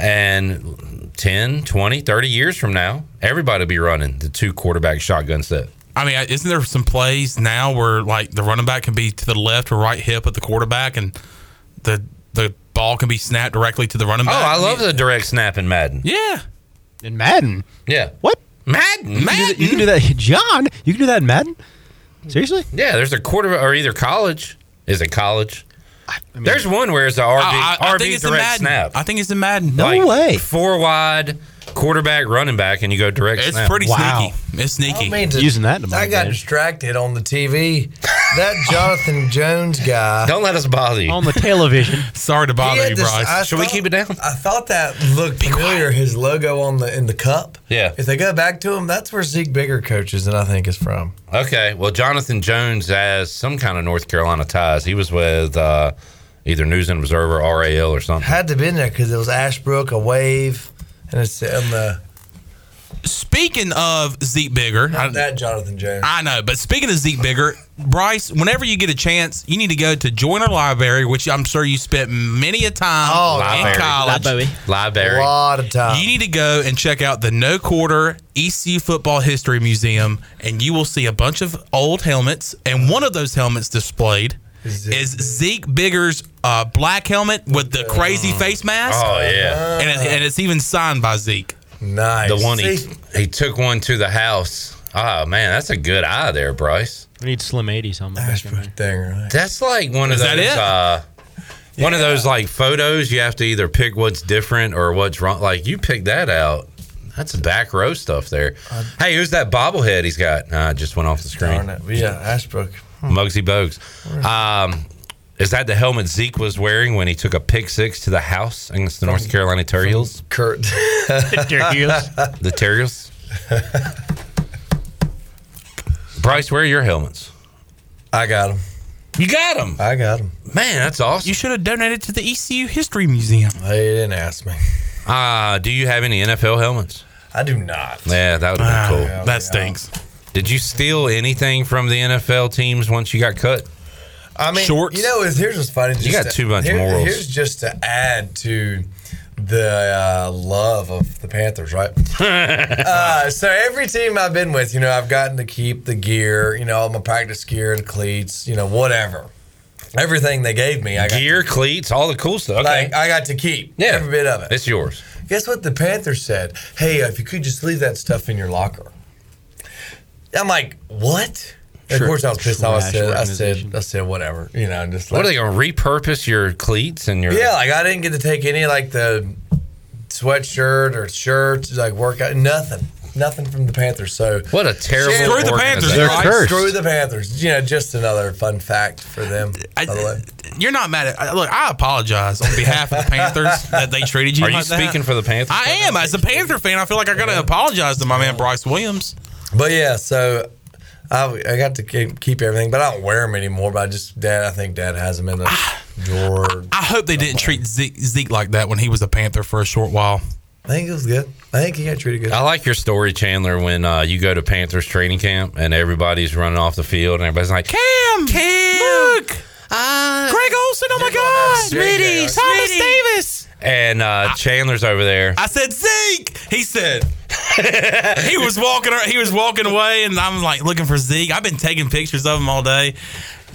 And 10, 20, 30 years from now, everybody will be running the two quarterback shotgun set. I mean, isn't there some plays now where like the running back can be to the left or right hip of the quarterback, and the the ball can be snapped directly to the running Oh, I back? love the direct snap in Madden. Yeah, In Madden. Yeah. What? Madden. You can do that- You can do that. John, you can do that in Madden? Seriously? Yeah, there's a quarter or either college. Is it college? there's one where it's a RB, Oh, I, I- I RB think it's in direct Madden. snap. I think it's in Madden. No Like, way. Four wide, quarterback, running back, and you go direct It's snap. pretty Wow. sneaky. It's I sneaky. mean, Using that to I got motivate. distracted on the TV. That Jonathan Jones guy. Don't let us bother you. On the television. Sorry to he bother had you, this- Bryce. I Should we thought- keep it down? I thought that looked familiar. His logo on the in the cup. Yeah. If they go back to him, that's where Zeke Bigger coaches, and I think is from. Okay. Well, Jonathan Jones has some kind of North Carolina ties. He was with uh, either News and Observer, RAL, or something. Had to been there because it was Ashbrook, a wave, and it's on the Speaking of Zeke Bigger, I, that Jonathan Jones. I know, but speaking of Zeke Bigger, Bryce, whenever you get a chance, you need to go to Joiner Library, which I'm sure you spent many a time Oh, in Library. college. Bowie. Library. a lot of time. You need to go and check out the No Quarter ECU Football History Museum, and you will see a bunch of old helmets, and one of those helmets displayed is Zeke Bigger's uh, black helmet with the crazy Uh-huh. face mask. Oh, yeah. and, it, and it's even signed by Zeke. Nice. The one he, See? he took one to the house. Oh man, that's a good eye there, Bryce. I need slim eighties on my That's back end there. That's like one of Is that those. it? Uh, One of those like photos, you have to either pick what's different or what's wrong. Like you pick that out. That's back row stuff there. hey, who's that bobblehead he's got? Nah, it just went off the screen. Darn it. Yeah, Ashbrook. Muggsy Bogues. Um, is that the helmet Zeke was wearing when he took a pick six to the house against the North Carolina Tar Heels? Kurt. Tar Heels. The Tar Heels. Bryce, where are your helmets? I got them. You got them. I got them. Man, that's awesome. You should have donated to the ECU History Museum. They didn't ask me. Uh, do you have any NFL helmets? I do not. Yeah, that would have Ah, been cool. that stinks. Did you steal anything from the NFL teams once you got cut? I mean, Shorts. You know, is here's what's funny. You got to- too much here- morals. Here's just to add to the uh, love of the Panthers, right? uh, so every team I've been with, you know, I've gotten to keep the gear, you know, all my practice gear and cleats, you know, whatever, everything they gave me. I got gear, cleats, all the cool stuff. Okay. Like I got to keep Yeah. every bit of it. It's yours. Guess what the Panthers said? Hey, if you could just leave that stuff in your locker. I'm like, what? And Sure. Of course, I was pissed off. I Trash said, I organization. said, I said, whatever. You know, just like, What are they going to repurpose your cleats and your? yeah, like I didn't get to take any like the sweatshirt or shirts, like workout, nothing, nothing from the Panthers. So what a terrible Screw the Panthers, organization. they're cursed. Screw the Panthers. You know, just another fun fact for them. by the way, You're not mad at. I- Look, I apologize on behalf of the Panthers that they treated you. Are you like that. speaking for the Panthers? I am. As a Panther fan, I feel like I gotta apologize to my man Bryce Williams. but yeah, so. I, I got to keep, keep everything, but I don't wear them anymore. But I just, Dad, I think Dad has them in the Ah. drawer. I hope they didn't treat Zeke, Zeke like that when he was a Panther for a short while. I think it was good. I think he got treated good. I like your story, Chandler, when uh, you go to Panthers training camp and everybody's running off the field and everybody's like, Cam, Cam, look, uh, Greg Olson. Oh my God, Smitty, Thomas Davis. and uh, Chandler's over there. I said Zeke. He said he was walking. He was walking away, and I'm like looking for Zeke. I've been taking pictures of him all day.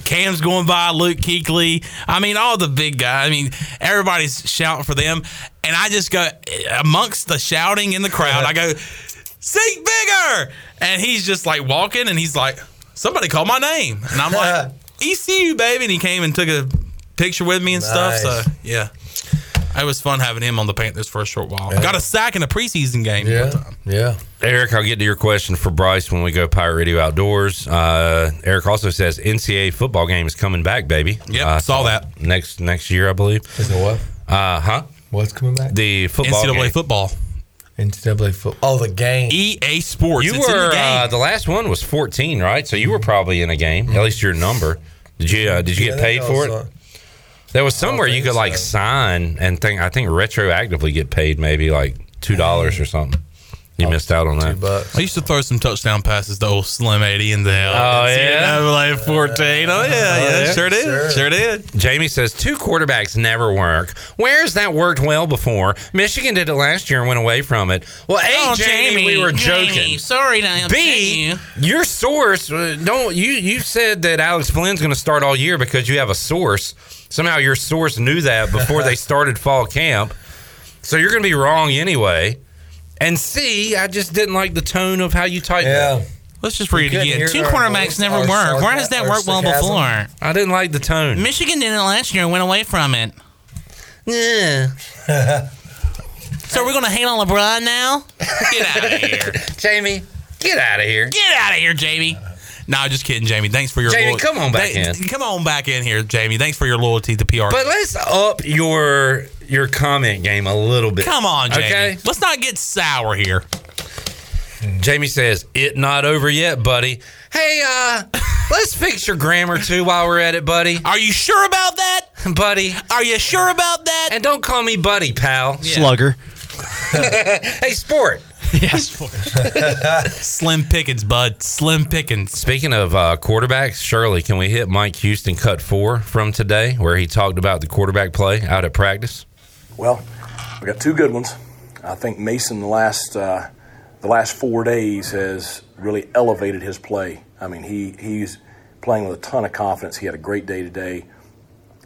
Cam's going by, Luke Keekley. I mean, all the big guys. I mean, everybody's shouting for them, and I just go eh, amongst the shouting in the crowd. I go Zeke bigger, and he's just like walking, and he's like, somebody called my name, and I'm like ECU baby, and he came and took a picture with me and stuff. Nice. So yeah. It was fun having him on the Panthers for a short while. Got a sack in a preseason game. one time. Yeah. Eric, I'll get to your question for Bryce when we go Pirate Radio Outdoors. Uh, Eric also says NCAA football game is coming back, baby. Yep, uh, saw that. next next year, I believe. Is it what? Uh huh. What's coming back? The football NCAA game. football. NCAA football. Oh, the game. EA Sports. You It's in were the game. Uh, the last one was fourteen, right? So you were probably in a game, at least your number. Did you uh, did you Mm-hmm. Yeah, get that paid for it? was, uh, There was somewhere you could like sign and think. I think retroactively get paid maybe like two dollars or something. Oh, You missed out on that. I used to throw some touchdown passes to old Slim 80 in the Oh, yeah? NCAA 14. Oh, yeah, yeah, sure did. Sure. did. Jamie says two quarterbacks never work. Where's that worked well before? Michigan did it last year and went away from it. Well, A, Oh, Jamie, Jamie, we were joking. Jamie, sorry to upset B, you. your source uh, don't you you said that Alex Flynn's going to start all year because you have a source. Somehow your source knew that before they started fall camp. So you're going to be wrong anyway. And C, I just didn't like the tone of how you typed Yeah. that. Let's just read You it couldn't again. hear Two our quarterbacks voice, never our work. Why does sarca- that our work well sarcasm. before? Hmm. I didn't like the tone. Michigan did it last year and went away from it. Yeah. So we're going to hate on LeBron now? Get out of here. Jamie, get out of here. Get out of here, Jamie. No, just kidding, Jamie. Thanks for your Jamie, loyalty. come on back Thank- in. Come on back in here, Jamie. Thanks for your loyalty to PR. But let's uh, up your your comment game a little bit. Come on, Jamie. Okay. Let's not get sour here. Jamie says, "It not over yet, buddy." Hey, uh, let's fix your grammar too while we're at it, buddy. Are you sure about that, buddy? Are you sure about that? And don't call me buddy, pal. Slugger. hey, sport. Slim Pickens, bud. Slim Pickens. Speaking of uh, quarterbacks, Shirley, can we hit Mike Houston cut four from today, where he talked about the quarterback play out at practice? Well, we got two good ones. I think Mason the last uh, the last four days has really elevated his play. I mean, he he's playing with a ton of confidence. He had a great day today.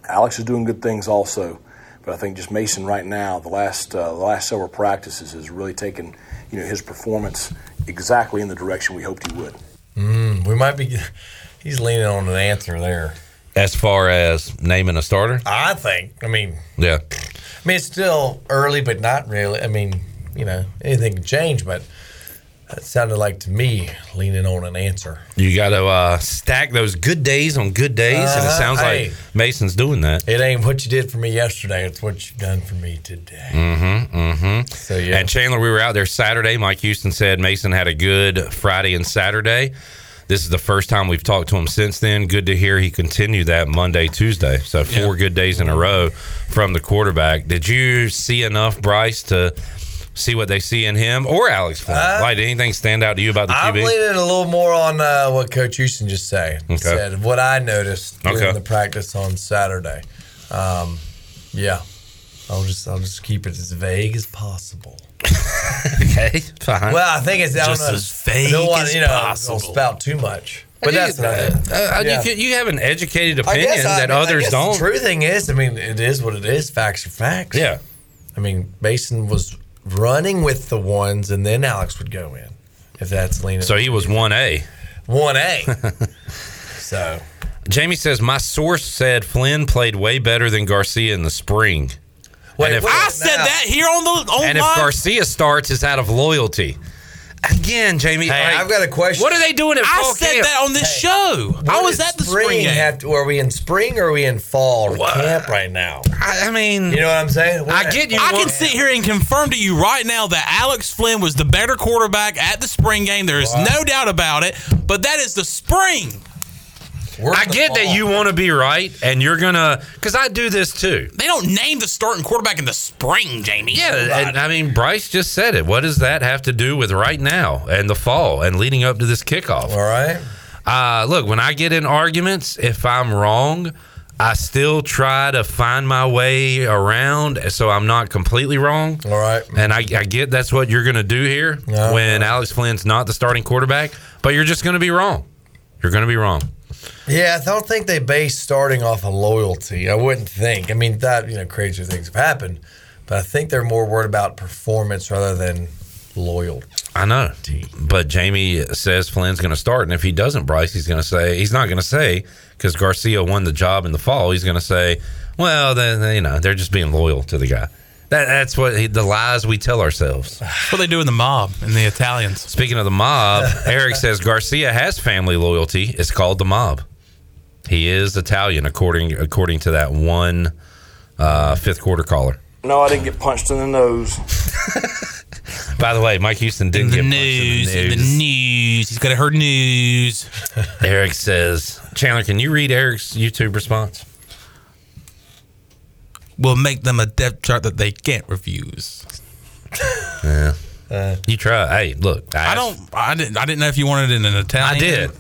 Alex is doing good things also, but I think just Mason right now, the last uh, the last several practices has really taken you know his performance exactly in the direction we hoped he would. Mm, we might be. He's leaning on an answer there. As far as naming a starter, I think. I mean, yeah, I mean, it's still early, but not really. I mean, you know, anything can change, but it sounded like to me leaning on an answer. you got to uh, stack those good days on good days, and it Uh, sounds hey. like Mason's doing that. It ain't what you did for me yesterday; it's what you done for me today. Mm-hmm. Mm-hmm. So yeah. And Chandler, we were out there Saturday. Mike Houston said Mason had a good Friday and Saturday. This is the first time we've talked to him since then. Good to hear he continued that Monday, Tuesday. So four good days in a row from the quarterback. Did you see enough, Bryce, to see what they see in him or Alex? Flynn? Uh, like, did anything stand out to you about the I'm QB? leaning a little more on uh, what Coach Houston just said. Okay. Said what I noticed during Okay. the practice on Saturday. Um, yeah, I'll just I'll just keep it as vague as possible. okay, fine. Well, I think it's I don't Just know. as vague I don't want, as you know, possible. Don't spout too much. I But think that's it's- what I think. uh, uh, you Yeah. can- you have an educated I opinion guess I- that I others guess don't. The true thing is, I mean, it is what it is. Facts are facts. Yeah. I mean, Mason was running with the ones, and then Alex would go in. If that's leaning. So he was one A. One A. so Jamie says my source said Flynn played way better than Garcia in the spring. Wait, and if, wait, I said now. that here on the on and if my- Garcia starts, it's out of loyalty. Again, Jamie. Hey, I've got a question. What are they doing at I fall said camp? that on this show. I was at the spring game. Have to, are we in spring or are we in fall or camp right now? I, I mean, you know what I'm saying? We're I at- get you. I can sit here and confirm to you right now that Alex Flynn was the better quarterback at the spring game. There is no doubt about it. But that is the spring. I get that you want to be right, and you're gonna because Uh, I do this too. They don't name the starting quarterback in the spring, Jamie. Yeah, and I mean Bryce just said it. What does that have to do with right now and the fall and leading up to this kickoff? All right. Uh, look, when I get in arguments, if I'm wrong, I still try to find my way around so I'm not completely wrong. All right. And I, I get that's what you're going to do here Yeah. when Alex Flynn's not the starting quarterback, but you're just going to be wrong. You're going to be wrong. Yeah, I don't think they base starting off of loyalty. I wouldn't think. I mean, that you know, crazier things have happened, but I think they're more worried about performance rather than loyalty. I know. But Jamie says Flynn's going to start. And if he doesn't, Bryce, he's going to say, he's not going to say, because Garcia won the job in the fall, he's going to say, well, then, you know, they're just being loyal to the guy. That, that's what he, the lies we tell ourselves. That's what they do in the mob and the Italians. Speaking of the mob, Eric says Garcia has family loyalty. It's called the mob. He is Italian, according according to that one uh, fifth quarter caller. No, I didn't get punched in the nose. By the way, Mike Houston didn't get news, punched in the in news. the news. He's got to heard news. Eric says, Chandler, can you read Eric's YouTube response? We'll make them a depth chart that they can't refuse. Uh, Yeah. you try. Hey, look. I, I don't. I didn't. I didn't know if you wanted it in an Italian. I did.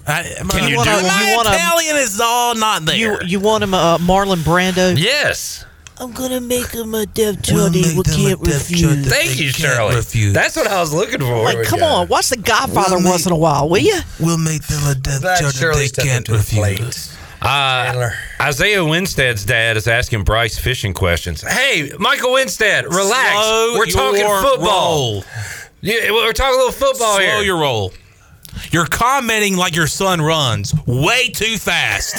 my, Can you my- do it? my You wanna- Italian is all not there. You you want him, uh, Marlon Brando? Yes. I'm gonna make him a dev Jody. We can't refuse. Thank you, Shirley. That's what I was looking for. Like, come on, watch The Godfather once in a while, will you? We'll make them a death chart that Shirley they stepped can't into the refuse. plate. Uh, Isaiah Winstead's dad is asking Bryce fishing questions. Hey, Michael Winstead, relax. Slow we're talking your football. roll. Yeah, we're talking a little football Slow here. your roll. You're commenting like your son runs way too fast.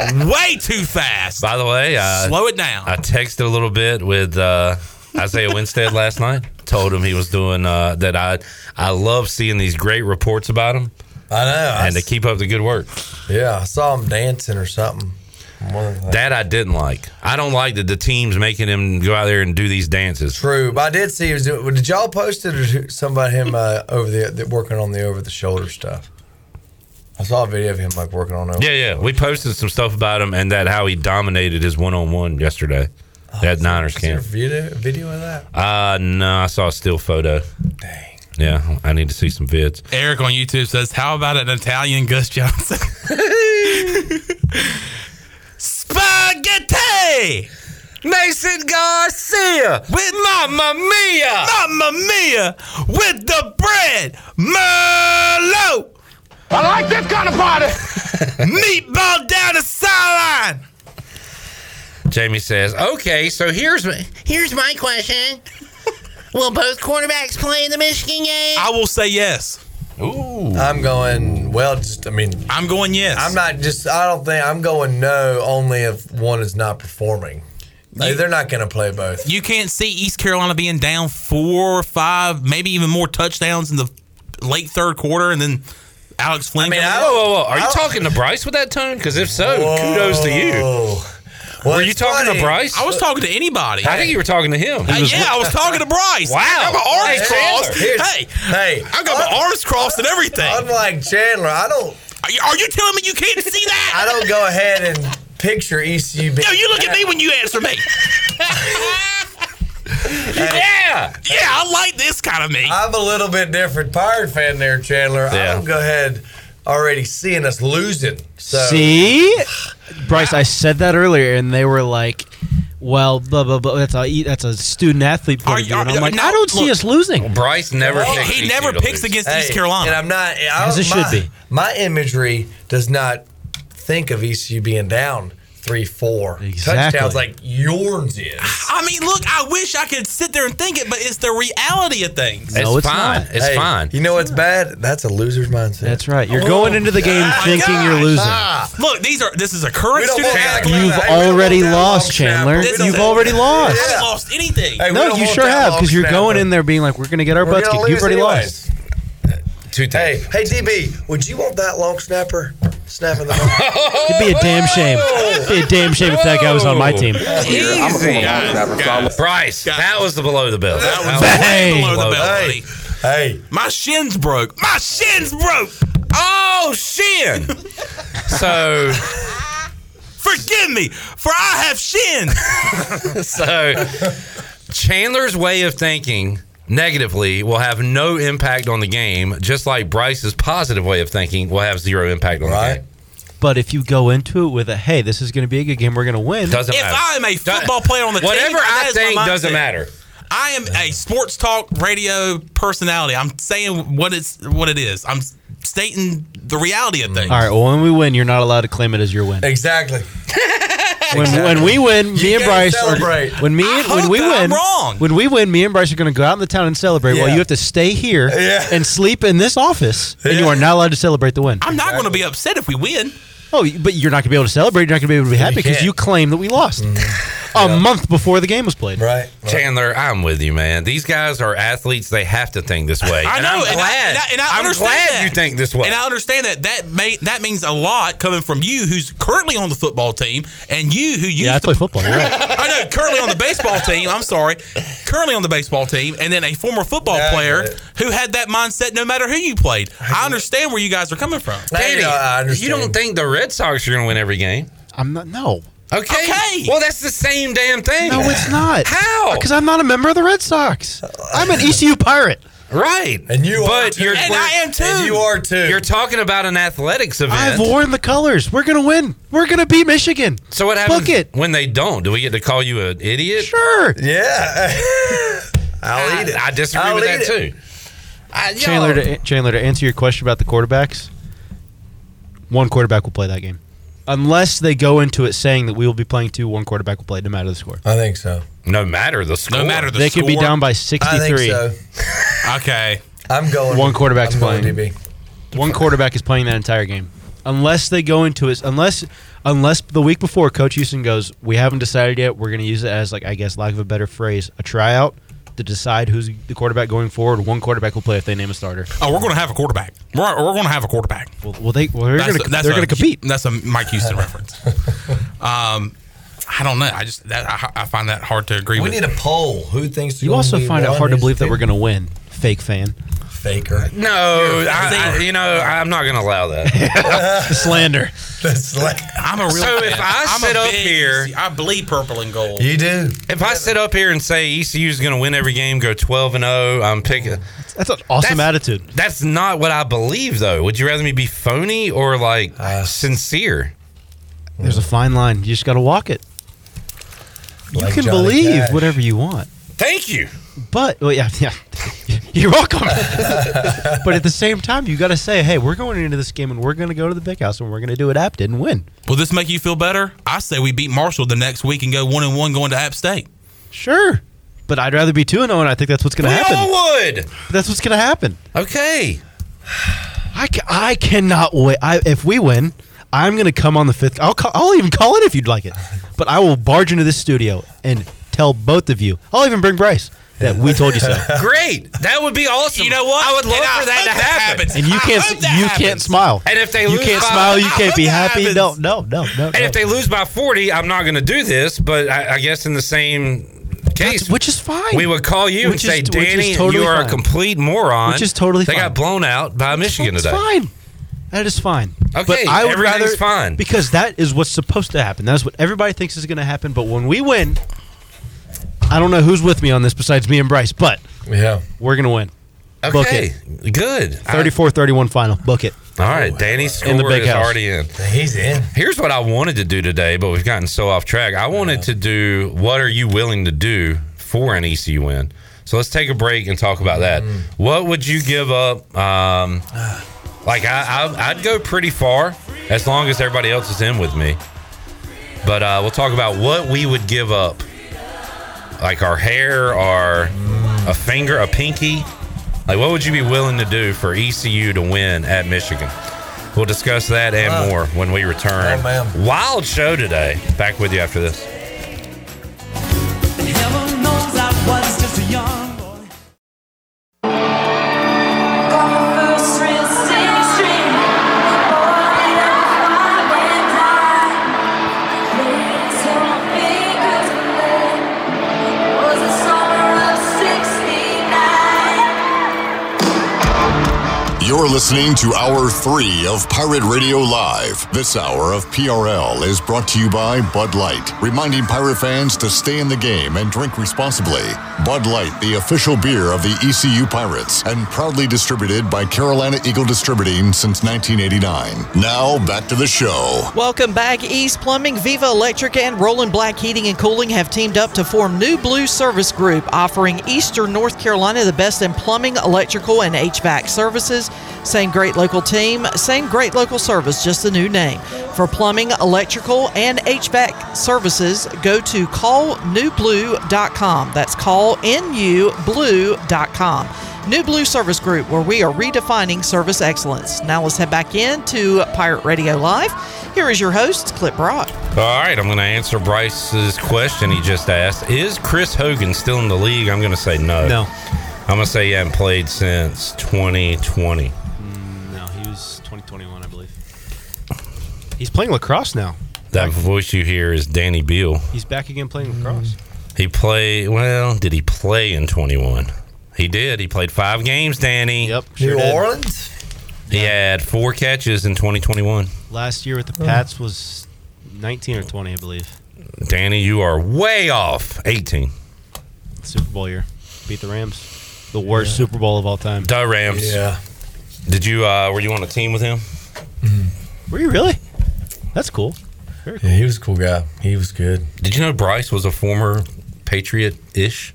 way too fast. By the way, uh, slow it down. I texted a little bit with uh, Isaiah Winstead last night. Told him he was doing uh, that. I I love seeing these great reports about him. I know. I and to keep up the good work. Yeah, I saw him dancing or something. One of the- That I didn't like. I don't like that the team's making him go out there and do these dances. True, but I did see. He was doing, did y'all post it or somebody him uh, over the, the working on the over the shoulder stuff? I saw a video of him like working on over. Yeah, yeah. We posted some stuff about him and that how he dominated his one on one yesterday at Oh, Niners Is there a camp. video, video of that? Uh no, I saw a still photo. Dang. Yeah, I need to see some vids. Eric on YouTube says, "How about an Italian Gus Johnson?" Spaghetti. Mason Garcia with Mamma Mia, Mamma Mia with the bread Merlot. I like this kind of party. Meatball down the sideline. Jamie says, "Okay, so here's my Here's my question. Will both quarterbacks play in the Michigan game? I will say yes. Ooh. I'm going, well, just, I mean. I'm going yes. I'm not just, I don't think, I'm going no only if one is not performing. Like, they're not going to play both. You can't see East Carolina being down four or five, maybe even more touchdowns in the late third quarter, and then Alex Flynn. I mean, whoa, whoa, whoa. Are you talking to Bryce with that tone? Because if so, kudos to you. Well, were you it's talking funny. to Bryce? I was talking to anybody. I think you were talking to him. Uh, yeah, I was talking to Bryce. Wow. I got my Hey, arms crossed. Chandler. Hey, hey, I got my arms crossed and everything. Unlike Chandler, I don't. Are you, are you telling me you can't see that? I don't go ahead and picture ECU being. No, you look at me when you answer me. Yeah. Yeah, I like this kind of me. I'm a little bit different Pirate fan there, Chandler. I Yeah. don't go ahead already seeing us losing. So See, Bryce, I said that earlier, and they were like, "Well, blah blah blah." That's a e, that's a student athlete point of view. And I'm like, I don't see us losing. Bryce never Well, picks he ECU never to picks lose. against East Carolina. And I'm not. I, As it my- should be. My imagery does not think of ECU being down three, four touchdowns like yours is. I mean, look, I wish I could sit there and think it, but it's the reality of things. Hey, You know what's bad? That's a loser's mindset. That's right. You're going into the game thinking you're losing. Ah, Look, these are this is a current student athlete. You've already lost, Chandler. You've already lost. I haven't lost anything. no, you sure have because you're going in there being like, "We're going to get our We're butts gonna kicked." You've lose already anyways. lost. Two Hey, hey, DB, would you want that long snapper snapping the ball? It'd be a damn shame. It'd be a damn shame if that guy was on my team. Easy. Bryce, that was the below the belt. That was way below the belt, buddy. Hey, my shins broke. My shins broke. Oh shin. so forgive me, for I have shins. so Chandler's way of thinking negatively will have no impact on the game, just like Bryce's positive way of thinking will have zero impact on the game. But if you go into it with a, "Hey, this is going to be a good game. We're going to win," Doesn't if matter. I am a football player on the team, Whatever that I is my think mindset. doesn't matter. I am a sports talk radio personality. I'm saying what it's what it is. I'm stating the reality of things. All right. Well, when we win, you're not allowed to claim it as your win. Exactly. When, when we win, me and gotta Bryce are celebrate. when me when we that win I'm wrong. when we win, me and Bryce are going to go out in the town and celebrate. While Yeah. you have to stay here Yeah. and sleep in this office, and you are not allowed to celebrate the win. I'm not going to be upset if we win. Oh, but you're not going to be able to celebrate. You're not going to be able to be happy because can't. you claim that we lost a month before the game was played. Right. Chandler, I'm with you, man. These guys are athletes. They have to think this way. I And know, I'm and I- glad. and I- and I am understand glad that. you think this way. And I understand that that may, that means a lot coming from you, who's currently on the football team, and you who used Yeah, I to play football. You're right. I know, currently on the baseball team. I'm sorry, currently on the baseball team, and then a former football player who had that mindset. No matter who you played, I understand where you guys are coming from. Danny, you don't think the Red Sox are going to win every game? I'm not. No. Okay. Well, that's the same damn thing. No, it's not. How? Because I'm not a member of the Red Sox. I'm an ECU Pirate. Right. And you but You're, And I am too. And you are too. You're talking about an athletics event. I've worn the colors. We're gonna win. We're gonna beat Michigan. so what happens Book it. when they don't? Do we get to call you an idiot? Sure. Yeah. I'll eat it. I disagree I'll with that eat too. I, y'all- Chandler, to, Chandler, to answer your question about the quarterbacks, one quarterback will play that game, unless they go into it saying that we will be playing two. One quarterback will play, no matter the score. I think so. No matter the score. they could be down by sixty-three. I think so. okay. I'm going. One quarterback's I'm going playing. DB. One quarterback is playing that entire game, unless they go into it. Unless, unless the week before, Coach Houston goes, we haven't decided yet. We're going to use it as like I guess, lack of a better phrase, a tryout to decide who's the quarterback going forward. One quarterback will play if they name a starter. Oh, we're going to have a quarterback. We're, we're going to have a quarterback. Well, well they well, they're That's going a- to that's they're a- going to compete. That's a Mike Houston reference. Um, I don't know. I just that I, I find that hard to agree We with. need a poll. Who thinks You also find it hard to believe that we're going to win. Fake fan faker? No, I, I, you know I'm not going to allow that. slander. I'm a real. So if I I'm a sit up big here- EC. I bleed purple and gold. do. If I sit up here and say ECU is going to win every game, go 12 and 0, I'm picking. That's an awesome attitude. That's not what I believe, though. Would you rather me be phony or like sincere? There's a fine line. You just got to walk it. You Like can Johnny believe Cash. whatever you want, Thank you. but well, yeah, yeah. You're welcome. but at the same time, you got to say, hey, we're going into this game and we're going to go to the big house and we're going to do it apt and win. Will this make you feel better? I say we beat Marshall the next week and go one and one going to App State. Sure. But I'd rather be 2 0, and I think that's what's going to We happen. all would. But that's what's going to happen. Okay. I, ca- I cannot wait. I, if we win, I'm going to come on the fifth. I'll, call, I'll even call it if you'd like it. But I will barge into this studio and tell both of you. I'll even bring Bryce that we told you so. Great. That would be awesome. You know what? I would love for that to happen. And you can't you can't smile. And if they you lose can't by- smile, you I can't hope be that happy. No, no, no, no. And if they lose by 40, I'm not going to do this, but I, I guess in the same case. which is fine. We would call you Which and say, is- which is Danny, totally you are a fine. complete moron. Which is totally They got blown out by Michigan It's today. fine. That is fine. Okay, but I would everything's rather fine. because that is what's supposed to happen. That's what everybody thinks is going to happen. But when we win, I don't know who's with me on this besides me and Bryce, but yeah, we're going to win. Book Okay, it. good. 34-31 final. Book it. All right, Danny's score In the big is house. already in. He's in. Here's what I wanted to do today, but we've gotten so off track. I wanted to do what are you willing to do for an ECU win? So let's take a break and talk about that. Mm. What would you give up? Um, like I, I, I'd go pretty far as long as everybody else is in with me. But uh, we'll talk about what we would give up, like our hair, our a finger, a pinky. Like what would you be willing to do for ECU to win at Michigan? We'll discuss that and Wow. more when we return. Oh, man. Wild show today. Back with you after this. Heaven knows I was just a young You're listening to Hour 3 of Pirate Radio Live. This hour of PRL is brought to you by Bud Light, reminding pirate fans to stay in the game and drink responsibly. Bud Light, the official beer of the ECU Pirates, and proudly distributed by Carolina Eagle Distributing since 1989. Now, back to the show. Welcome back. East Plumbing, Viva Electric, and Roland Black Heating and Cooling have teamed up to form New Blue Service Group, offering Eastern North Carolina the best in plumbing, electrical, and HVAC services. Same great local team, same great local service, just a new name. For plumbing, electrical, and HVAC services, go to callnewblue.com. That's callnublue.com. New Blue Service Group, where we are redefining service excellence. Now let's head back in to Pirate Radio Live. Here is your host, Clip Brock. All right, I'm going to answer Bryce's question he just asked. Is Chris Hogan still in the league? I'm going to say no. No. I'm going to say he hasn't played since 2020. No, he was 2021, I believe. He's playing lacrosse now. That voice you hear is Danny Beal. He's back again Mm. playing lacrosse. He played, well, did he play in 21? He did. He played five games, Danny. Yep. sure did. Orleans? He had four catches in 2021. Last year with Oh. the Pats was 19 or 20, I believe. Danny, you are way off. 18. Super Bowl year. Beat the Rams. The worst Super Bowl of all time. The Rams. Yeah. Did you, uh, were you on a team with him? Were you really? That's cool. Very Yeah, he was a cool guy. He was good. Did you know Bryce was a former Patriot ish?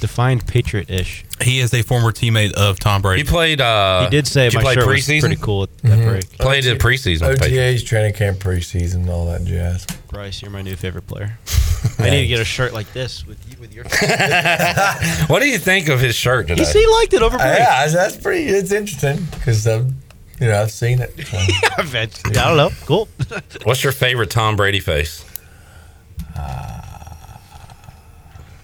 Defined Patriot ish. He is a former teammate of Tom Brady. He played. Uh, He did say did you my play shirt was preseason? pretty cool at that Mhm. break. Played in preseason. with Patriots. OTAs, training camp, preseason, and all that jazz. Bryce, you're my new favorite player. I need to get a shirt like this with you with your. What do you think of his shirt today? You see, he liked it over break. Yeah, that's pretty. It's interesting because um, you know I've seen it. so. I bet. I don't know. Cool. What's your favorite Tom Brady face?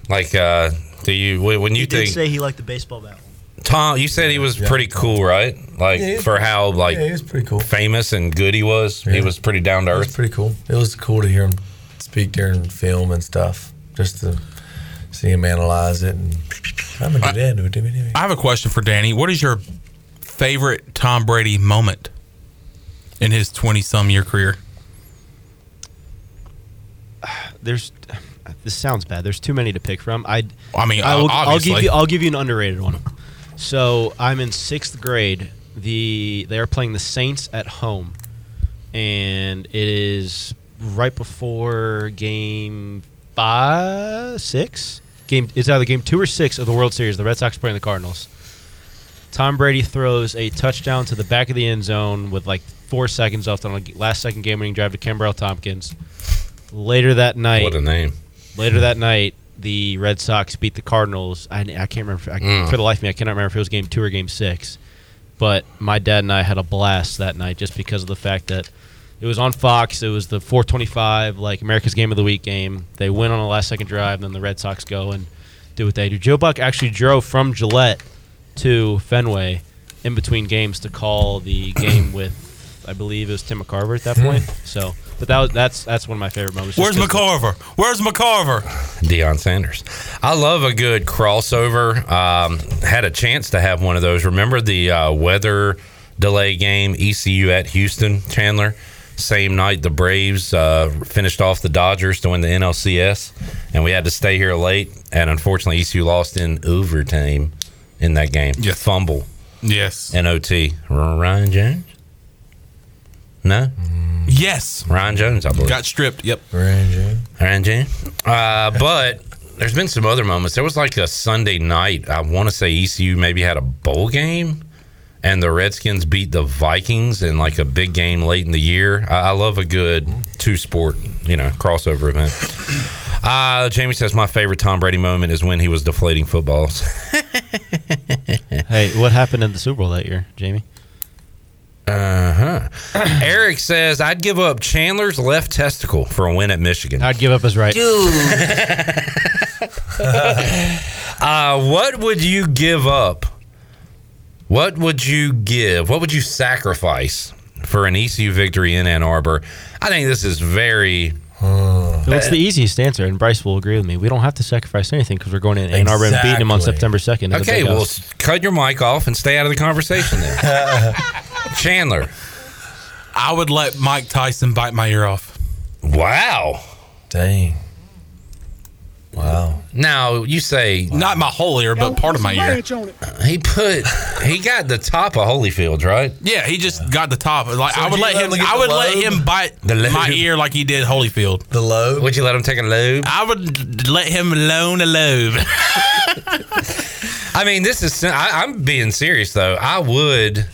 Like, uh, do you when when you did think say he liked the baseball bat. Tom? You said he was Yeah. pretty cool, right? Like Yeah, he was- for how like yeah, he was pretty cool, famous and good he was. He Yeah. was pretty down to It was earth. pretty cool. It was cool to hear him speak during film and stuff, just to see him analyze it. And I'm a good end. Anyway. I have a question for Danny. What is your favorite Tom Brady moment in his 20 some year career? There's. This sounds bad. There's too many to pick from. I. I mean, I will, I'll give obviously. you. I'll give you an underrated one. So I'm in sixth grade. The they are playing the Saints at home, and it is right before game five, six, game it's either game two or six of the World Series. The Red Sox playing the Cardinals. Tom Brady throws a touchdown to the back of the end zone with like four seconds left on a last second game winning drive to Kimbrell Tompkins. Later that night, What a name. Later that night, the Red Sox beat the Cardinals. I, I can't remember I, Mm. for the life of me. I cannot remember if it was game two or game six. But my dad and I had a blast that night just because of the fact that it was on Fox. It was the 425 like America's Game of the Week game. They win on the last second drive, then the Red Sox go and do what they do. Joe Buck actually drove from Gillette to Fenway in between games to call the game with. I believe it was Tim McCarver at that point. So, but that was that's that's one of my favorite moments. just Where's 'cause of- McCarver? Where's McCarver? Deion Sanders. I love a good crossover. Um, had a chance to have one of those. Remember the uh, weather delay game, ECU at Houston, Chandler? Same night, the Braves uh, finished off the Dodgers to win the NLCS, and we had to stay here late. And unfortunately, ECU lost in overtime in that game. Fumble. Yes. And OT. Ryan Jones? No? Yes. Ryan Jones, I believe. Got stripped. Yep. Ryan Jones. Ryan Jones. Uh, but there's been some other moments. There was like a Sunday night. I want to say ECU maybe had a bowl game, and the Redskins beat the Vikings in like a big game late in the year. I, I love a good two sport, you know, crossover event. Uh, Jamie says my favorite Tom Brady moment is when he was deflating footballs. hey, what happened in the Super Bowl that year, Jamie? Uh huh. Eric says I'd give up Chandler's left testicle for a win at Michigan. I'd give up his right. Uh, what would you give up? What would you give? What would you sacrifice for an ECU victory in Ann Arbor? I think this is very. Hmm. What's the easiest answer? And Bryce will agree with me. We don't have to sacrifice anything because we're going to Ann Arbor and beating him on September Exactly. 2nd. in the Okay, big well, house. s- cut your mic off and stay out of the conversation then. Chandler. I would let Mike Tyson bite my ear off. Wow. Dang. Wow. Now you say not my whole ear, but part of my ear. He put he got the top of Holyfield, right? Yeah, he just got the top. Like So I would would you let let him. him get I the would let lobe? him bite The lobe? my ear like he did Holyfield. The lobe. Would you let him take a lobe? I would let him loan a lobe. I mean, this is. I, I'm being serious though. I would,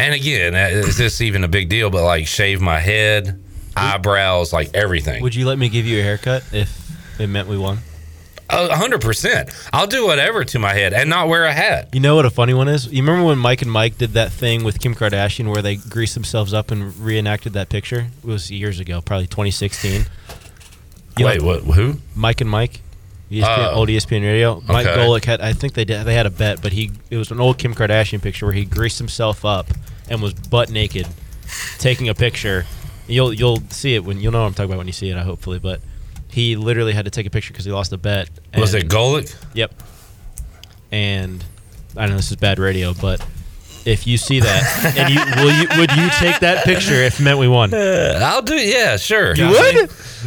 and again, uh, is this even a big deal? But like, shave my head, eyebrows, like everything. Would you let me give you a haircut if it meant we won? A hundred percent. I'll do whatever to my head and not wear a hat. You know what a funny one is? You remember when Mike and Mike did that thing with Kim Kardashian where they greased themselves up and reenacted that picture? It was years ago, probably 2016. Wait, what- who? Mike and Mike. E ESPN, Oh. old ESPN Radio. Mike Okay. Golick had, I think they did, they had a bet, but he it was an old Kim Kardashian picture where he greased himself up and was butt naked, taking a picture. You'll you'll see it when you'll know what I'm talking about when you see it. I hopefully, but he literally had to take a picture because he lost a bet. Was it Golick? Yep. And I know this is bad radio, but if you see that, and you will you would you take that picture if it meant we won? Uh, I'll do. Yeah, sure. You would?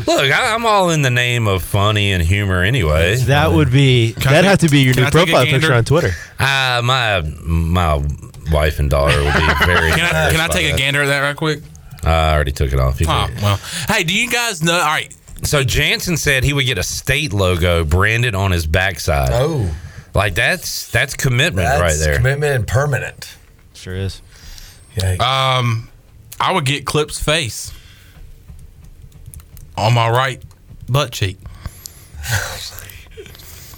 Look, I, I'm all in the name of funny and humor anyway. That would be I that take- have to be your can new I take a profile gander? picture on Twitter. Uh, my my wife and daughter would be very. Can I, can I take a gander? gander at that right quick? Uh, I already took it off. You Oh, can- well. Hey, do you guys know? All right. So Jansen said he would get a state logo branded on his backside. Oh. Like that's that's commitment That's right there. commitment and permanent. Sure is. Um, I would get Clip's face on my right butt cheek.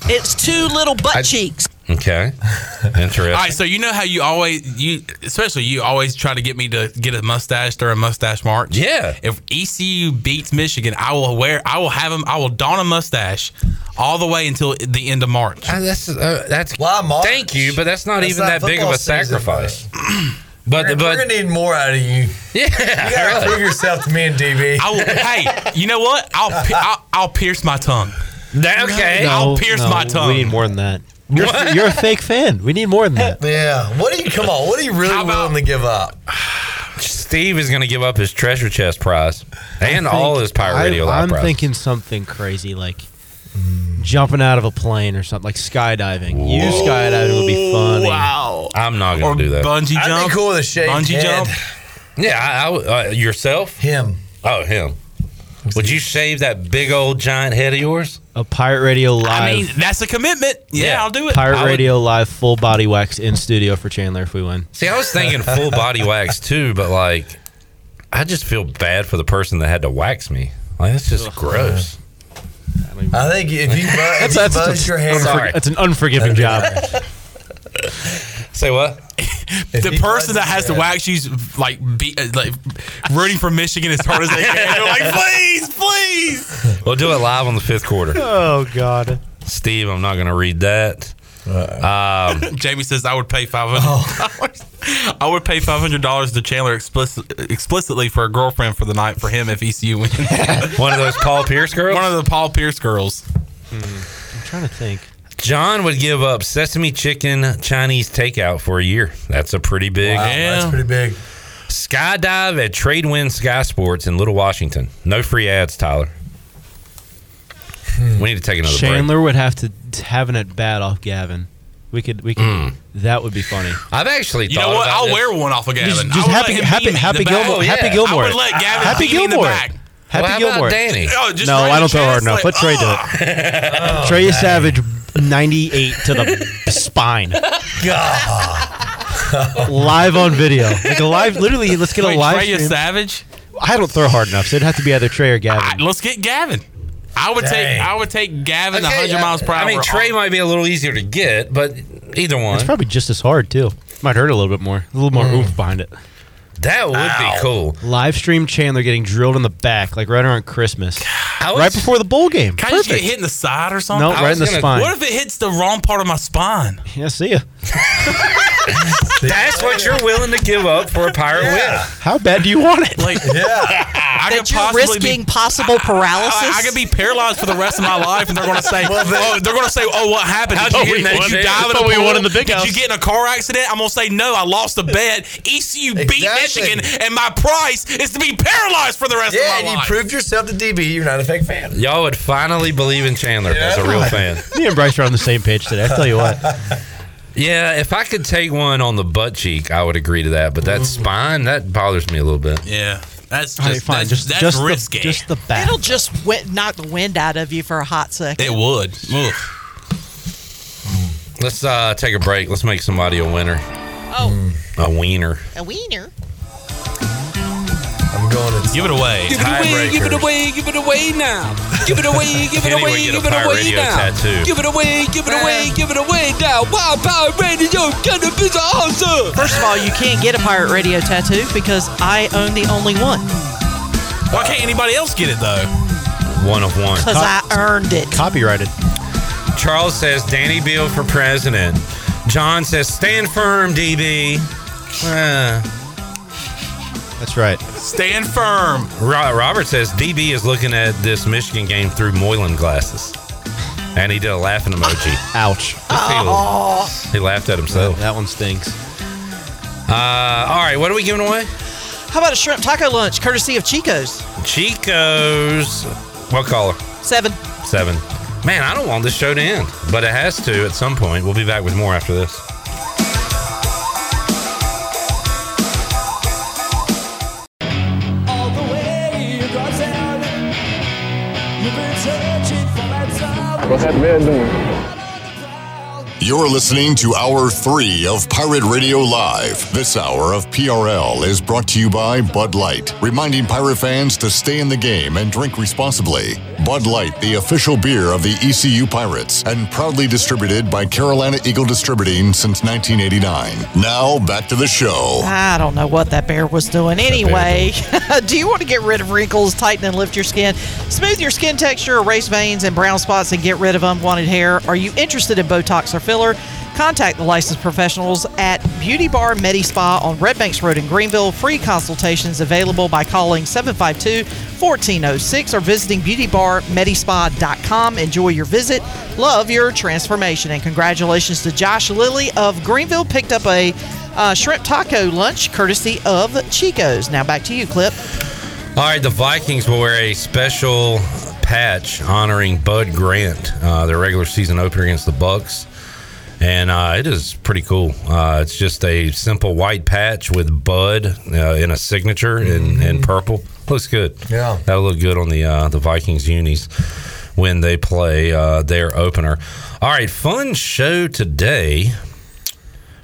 It's two little butt cheeks. Okay. All Interesting. right, so you know how you always you especially you always try to get me to get a mustache during mustache march. Yeah. If ECU beats Michigan, I will wear I will have him I will don a mustache all the way until the end of March. that's uh, that's why March? Thank you, but that's not That's even not that big of football a season, sacrifice. but We're, but we're gonna need more out of you. Yeah, you gotta really. prove yourself to me and DB. I will, hey, you know what? I'll pi- I'll, I'll pierce my tongue. That, okay. I'll pierce my tongue. We need more than that. You're, you're a fake fan. We need more than that. Yeah. What do you? Come on. What are you really willing to give up? Steve is going to give up his treasure chest prize and all his pirate radio I, live am prize. thinking something crazy like jumping out of a plane or something like skydiving. You skydiving would be funny. Wow. I'm not going to do that. Bungee I'd be cool with a shaved Bungee head. jump? Yeah, I, I, uh, yourself? Him. Oh, him. Would you shave that big old giant head of yours? A pirate radio live. I mean, that's a commitment. Yeah, I'll do it. Pirate I would- radio live full body wax in studio for Chandler if we win. See, I was thinking full body wax too, but like, I just feel bad for the person that had to wax me. Like, that's just gross. I think if you bu- if you buzz your hair, Sorry. That's an unforgiving job. Say what? the person that has to wax you's like be, uh, like rooting for Michigan as hard as they can. They're like, please, please. We'll do it live on the fifth quarter. Oh God. Steve, I'm not going to read that. Um, Jamie says I would pay five hundred. Oh. I would pay five hundred dollars to Chandler explicit, explicitly for a girlfriend for the night for him if ECU wins. One of those Paul Pierce girls. One of the Paul Pierce girls. I'm trying to think. John would give up sesame chicken Chinese takeout for a year. That's a pretty big. Wow, that's pretty big. Skydive at Tradewin Sky Sports in Little Washington. No free ads, Tyler. Hmm. We need to take another break. Chandler would have to t- have an at bat off Gavin. We could. We could. That would be funny. Hmm. I've actually You know what? I'll wear one off of Gavin. Just, I just would let happy, him beat happy, me in happy the back. Gilmore. Happy Gilmore. I would let Gavin happy beat me in the Gilmore. back. Happy Well, how about Gilmore. Danny? Oh, just no, Trey I don't throw hard Chance, enough. like, Let oh. Trey do it. Trey is Savage, ninety-eight to the spine. live on video, like a live. Literally, let's get Wait, a live. Treya stream. Savage. I don't throw hard enough, so it'd have to be either Trey or Gavin. I- let's get Gavin. I would Dang. take. I would take Gavin the Okay, uh, hundred miles per hour. I mean, Trey might be a little easier to get, but either one. It's probably just as hard too. Might hurt a little bit more. A little more Hmm. Mm. oomph behind it. That would Ow. be cool. Live stream Chandler getting drilled in the back, like right around Christmas, was- right before the bowl game. Can I just get Perfect. hit in the side or something? No, I right was in the gonna- spine. What if it hits the wrong part of my spine? Yeah, see ya. That's what you're willing to give up for a pirate win. How bad do you want it? Like, I that could you're possibly be- risking possible paralysis. I, I could be paralyzed for the rest of my life, and they're going to say, "Oh, they're going to say, oh, what happened? How'd Did you you, get in did that you shit? dive in Thought a we pool? won in the big Did house." you get in a car accident?" I'm going to say, "No, I lost the bet. ECU beat Michigan, and my price is to be paralyzed for the rest Yeah, of and my you life." proved yourself to DB. You're not a fake fan. Y'all would finally believe in Chandler as a real fan. Me and Bryce are on the same page today. I tell you what. Yeah, if I could take one on the butt cheek, I would agree to that. But that spine, that bothers me a little bit. Yeah, that's All right, fine. just just The, just the back. It'll just wi- knock the wind out of you for a hot second. It would. Ugh. Let's uh, take a break. Let's make somebody a winner. Oh, A wiener. a wiener. I'm going to give it away. Give it away, give it away, give it away now. Give it away, give Kenny would get a Pirate Radio tattoo. it away, give it away, give it away now. Wow, Power Radio, gonna be awesome. First of all, you can't get a pirate radio tattoo because I own the only one Why can't anybody else get it though? One of one. because I earned it. Copyrighted. Charles says Danny Beal for president. John says stand firm, DB. Uh, That's right. Stand firm. Ro- Robert says DB is looking at this Michigan game through Moylan glasses, and he did a laughing emoji. Ouch! Oh. He laughed at himself. That one stinks. Uh, all right, what are we giving away? How about a shrimp taco lunch courtesy of Chico's? Chico's. What color? Seven. Seven. Man, I don't want this show to end, but it has to at some point. We'll be back with more after this. All the way across town, you've been searching for that sound. What's that man doing? You're listening to Hour 3 of Pirate Radio Live. This hour of PRL is brought to you by Bud Light, reminding pirate fans to stay in the game and drink responsibly. Bud Light, the official beer of the ECU Pirates, and proudly distributed by Carolina Eagle Distributing since 1989. Now, back to the show. I don't know what that bear was doing. Anyway, do you want to get rid of wrinkles, tighten and lift your skin, smooth your skin texture, erase veins and brown spots, and get rid of unwanted hair? Are you interested in Botox or filler? Contact the licensed professionals at Beauty Bar Medi Spa on Red Banks Road in Greenville. Free consultations available by calling 752 1406 or visiting beautybarmedispa.com. Enjoy your visit. Love your transformation. And congratulations to Josh Lilly of Greenville. Picked up a uh, shrimp taco lunch courtesy of Chico's. Now back to you, Clip. All right, the Vikings will wear a special patch honoring Bud Grant, uh, their regular season opener against the Bucks. and uh, it is pretty cool. Uh, it's just a simple white patch with bud uh, in a signature in, in purple. Looks good. Yeah. that'll look good on the uh, the Vikings unis when they play uh, their opener. All right, fun show today.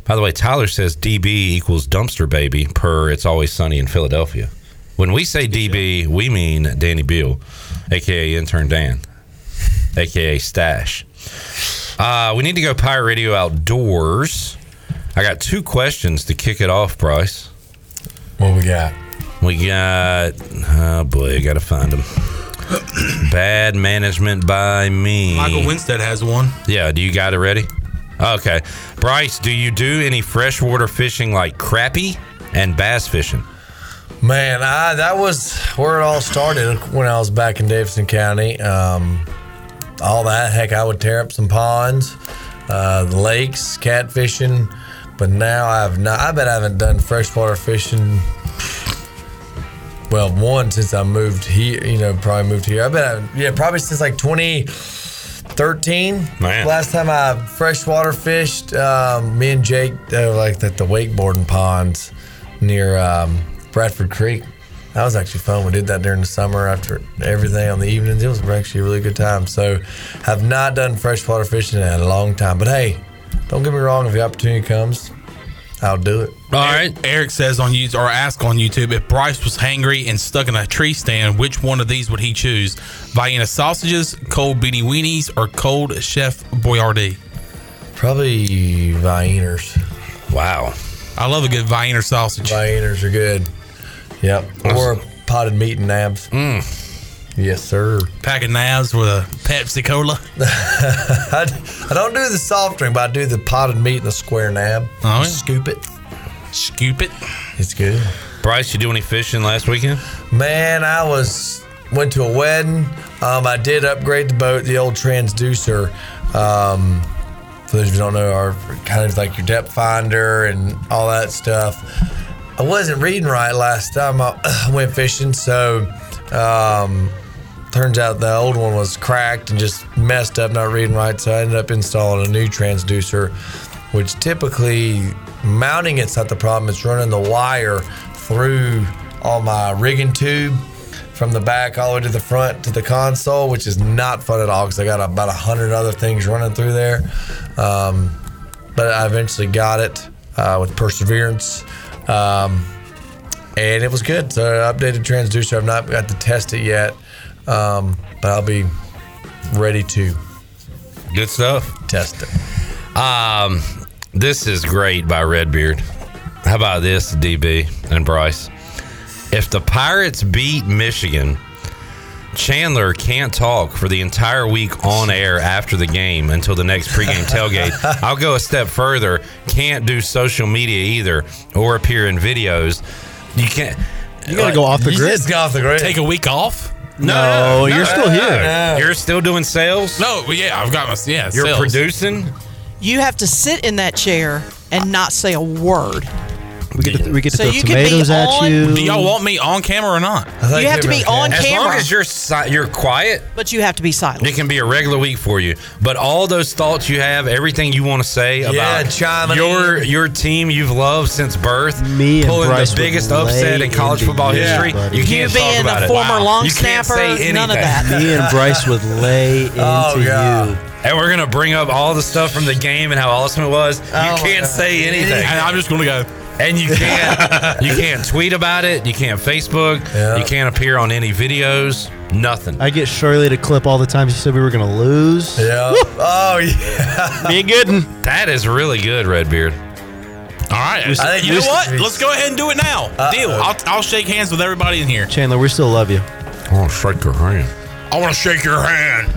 By the way, Tyler says DB equals dumpster baby per It's Always Sunny in Philadelphia. When we say DB, we mean Danny Beal, aka Intern Dan, aka Stash. Uh, we need to go Pirate Radio outdoors. I got two questions to kick it off, Bryce. What we got? We got oh boy, I gotta find them. Bad management by me. Michael Winstead has one. Yeah, do you got it ready? Okay. Bryce, do you do any freshwater fishing like crappie and bass fishing? Man, I, that was where it all started when I was back in Davidson County. Um, all that heck, I would tear up some ponds, uh, the lakes, catfishing. But now I've not. I bet I haven't done freshwater fishing. Well, one since I moved here, you know, probably moved here. I bet I, haven't- yeah, probably since like 2013. Man. Last time I freshwater fished, um, me and Jake, uh, like at the wakeboarding ponds near um, Bradford Creek. That was actually fun. We did that during the summer after everything on the evenings. It was actually a really good time. So, have not done freshwater fishing in a long time. But hey, don't get me wrong. If the opportunity comes, I'll do it. All right. Eric says on YouTube, or ask on YouTube, if Bryce was hangry and stuck in a tree stand, which one of these would he choose? Vienna sausages, cold beanie weenies, or cold Chef Boyardee? Probably Vieners. Wow. I love a good Viener sausage. Vieners are good. Yep. Or potted meat and abs. Yes, sir. Mm. Pack of nabs with a Pepsi Cola. I, I don't do the soft drink, but I do the potted meat and the square nab. Oh, yeah. Scoop it. Scoop it. It's good. Bryce, you do any fishing last weekend? Man, I was went to a wedding. Um, I did upgrade the boat, the old transducer. Um, for those of you who don't know, our kind of like your depth finder and all that stuff. I wasn't reading right last time I went fishing, so um, turns out the old one was cracked and just messed up, not reading right. So I ended up installing a new transducer, which typically mounting it's not the problem. It's running the wire through all my rigging tube from the back all the way to the front to the console, which is not fun at all because I got about a hundred other things running through there. Um, but I eventually got it uh, with perseverance. Um, and it was good. So I updated transducer. I've not got to test it yet, um, but I'll be ready to. Good stuff. Test it. Um, this is great by Redbeard. How about this, DB and Bryce? If the Pirates beat Michigan, Chandler can't talk for the entire week on air after the game until the next pregame tailgate. I'll go a step further. Can't do social media either or appear in videos. You can't. You gotta go off the You grid. just go off the grid. Take a week off. No, you're still here. You're still doing sales. No, well, yeah, I've got my yeah. You're sales. producing. You have to sit in that chair and not say a word. We get to, we get to So throw you could be tomatoes at on- you. Do y'all want me on camera or not? You have to be on as camera, long as you're si- you're quiet. but you have to be silent. It can be a regular week for you, but all those thoughts you have, everything you want to say Yeah, about chiming your your team you've loved since birth, Me and pulling Bryce the biggest would upset lay in college into football you, history, buddy. you You can't being talk about a it. former long you can't snapper, say none of anything. that. Me and Bryce would lay into Oh, Oh, you. And we're gonna bring up all the stuff from the game and how awesome it was. Oh, my you can't God. say anything. And I'm just gonna go. And you can't you can't tweet about it. You can't Facebook. You can't appear on any videos. Nothing. I get Shirley to clip all the times she said we were going to lose. Yeah. oh yeah. Be good. That is really good, Redbeard. All right. We- I think- you we- know what? Let's go ahead and do it now. Deal. Uh, I'll, I'll shake hands with everybody in here. Chandler, we still love you. I want to shake your hand. I want to shake your hand.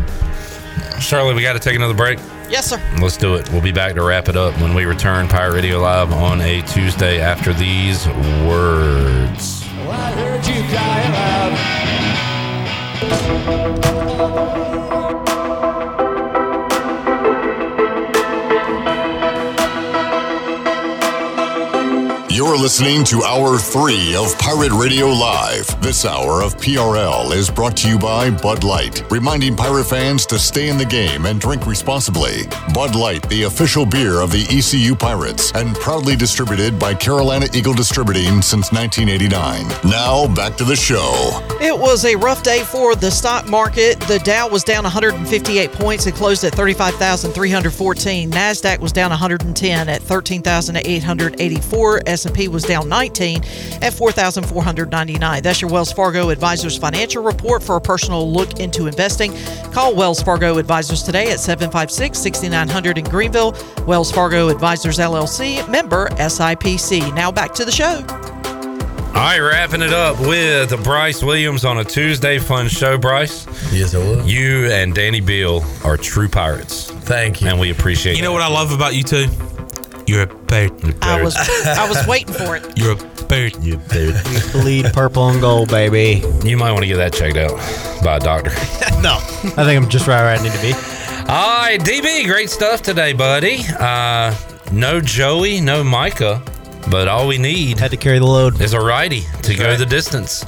Shirley, we got to take another break. Yes, sir. Let's do it. We'll be back to wrap it up when we return Pirate Radio Live on a Tuesday after these words. I heard you crying out. You're listening. listening to Hour 3 of Pirate Radio Live. This hour of PRL is brought to you by Bud Light, reminding pirate fans to stay in the game and drink responsibly. Bud Light, the official beer of the ECU Pirates, and proudly distributed by Carolina Eagle Distributing since 1989. Now, back to the show. It was a rough day for the stock market. The Dow was down 158 points and closed at 35,314. Nasdaq was down 110 at 13,884. S&P was down 19 at 4,499. That's your Wells Fargo Advisors financial report for a personal look into investing. Call Wells Fargo Advisors today at 756-6900 in Greenville. Wells Fargo Advisors LLC, member SIPC. Now back to the show. All right, wrapping it up with Bryce Williams on a Tuesday fun show. Bryce, yes, I will. You and Danny Beal are true pirates. Thank you, and we appreciate. You know what I love about you two? You're a bird. I was I was waiting for it. You're a bird. You bird. Bleed purple and gold, baby. You might want to get that checked out by a doctor. no, I think I'm just right where I need to be. All right, DB, great stuff today, buddy. Uh, no Joey, no Micah, but all we need had to carry the load is a righty to go the distance.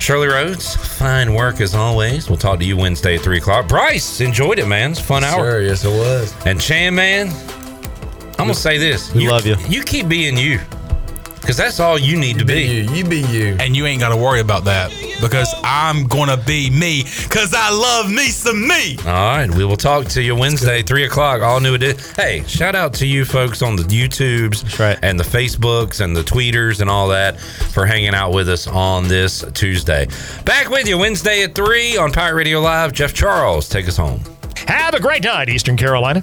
Shirley Rhodes, fine work as always. We'll talk to you Wednesday at three o'clock. Bryce, enjoyed it, man. It's a fun hour. Sure, yes, it was. And Chan, man, I'm gonna say this: we love you. You keep being you, because that's all you need to be. You, you be you, and you ain't got to worry about that because I'm gonna be me because I love me some me. All right, we will talk to you Wednesday, three o'clock. All new edition. Hey, shout out to you folks on the YouTubes, and the Facebooks and the Tweeters and all that for hanging out with us on this Tuesday. Back with you Wednesday at three on Pirate Radio Live. Jeff Charles, take us home. Have a great night, Eastern Carolina.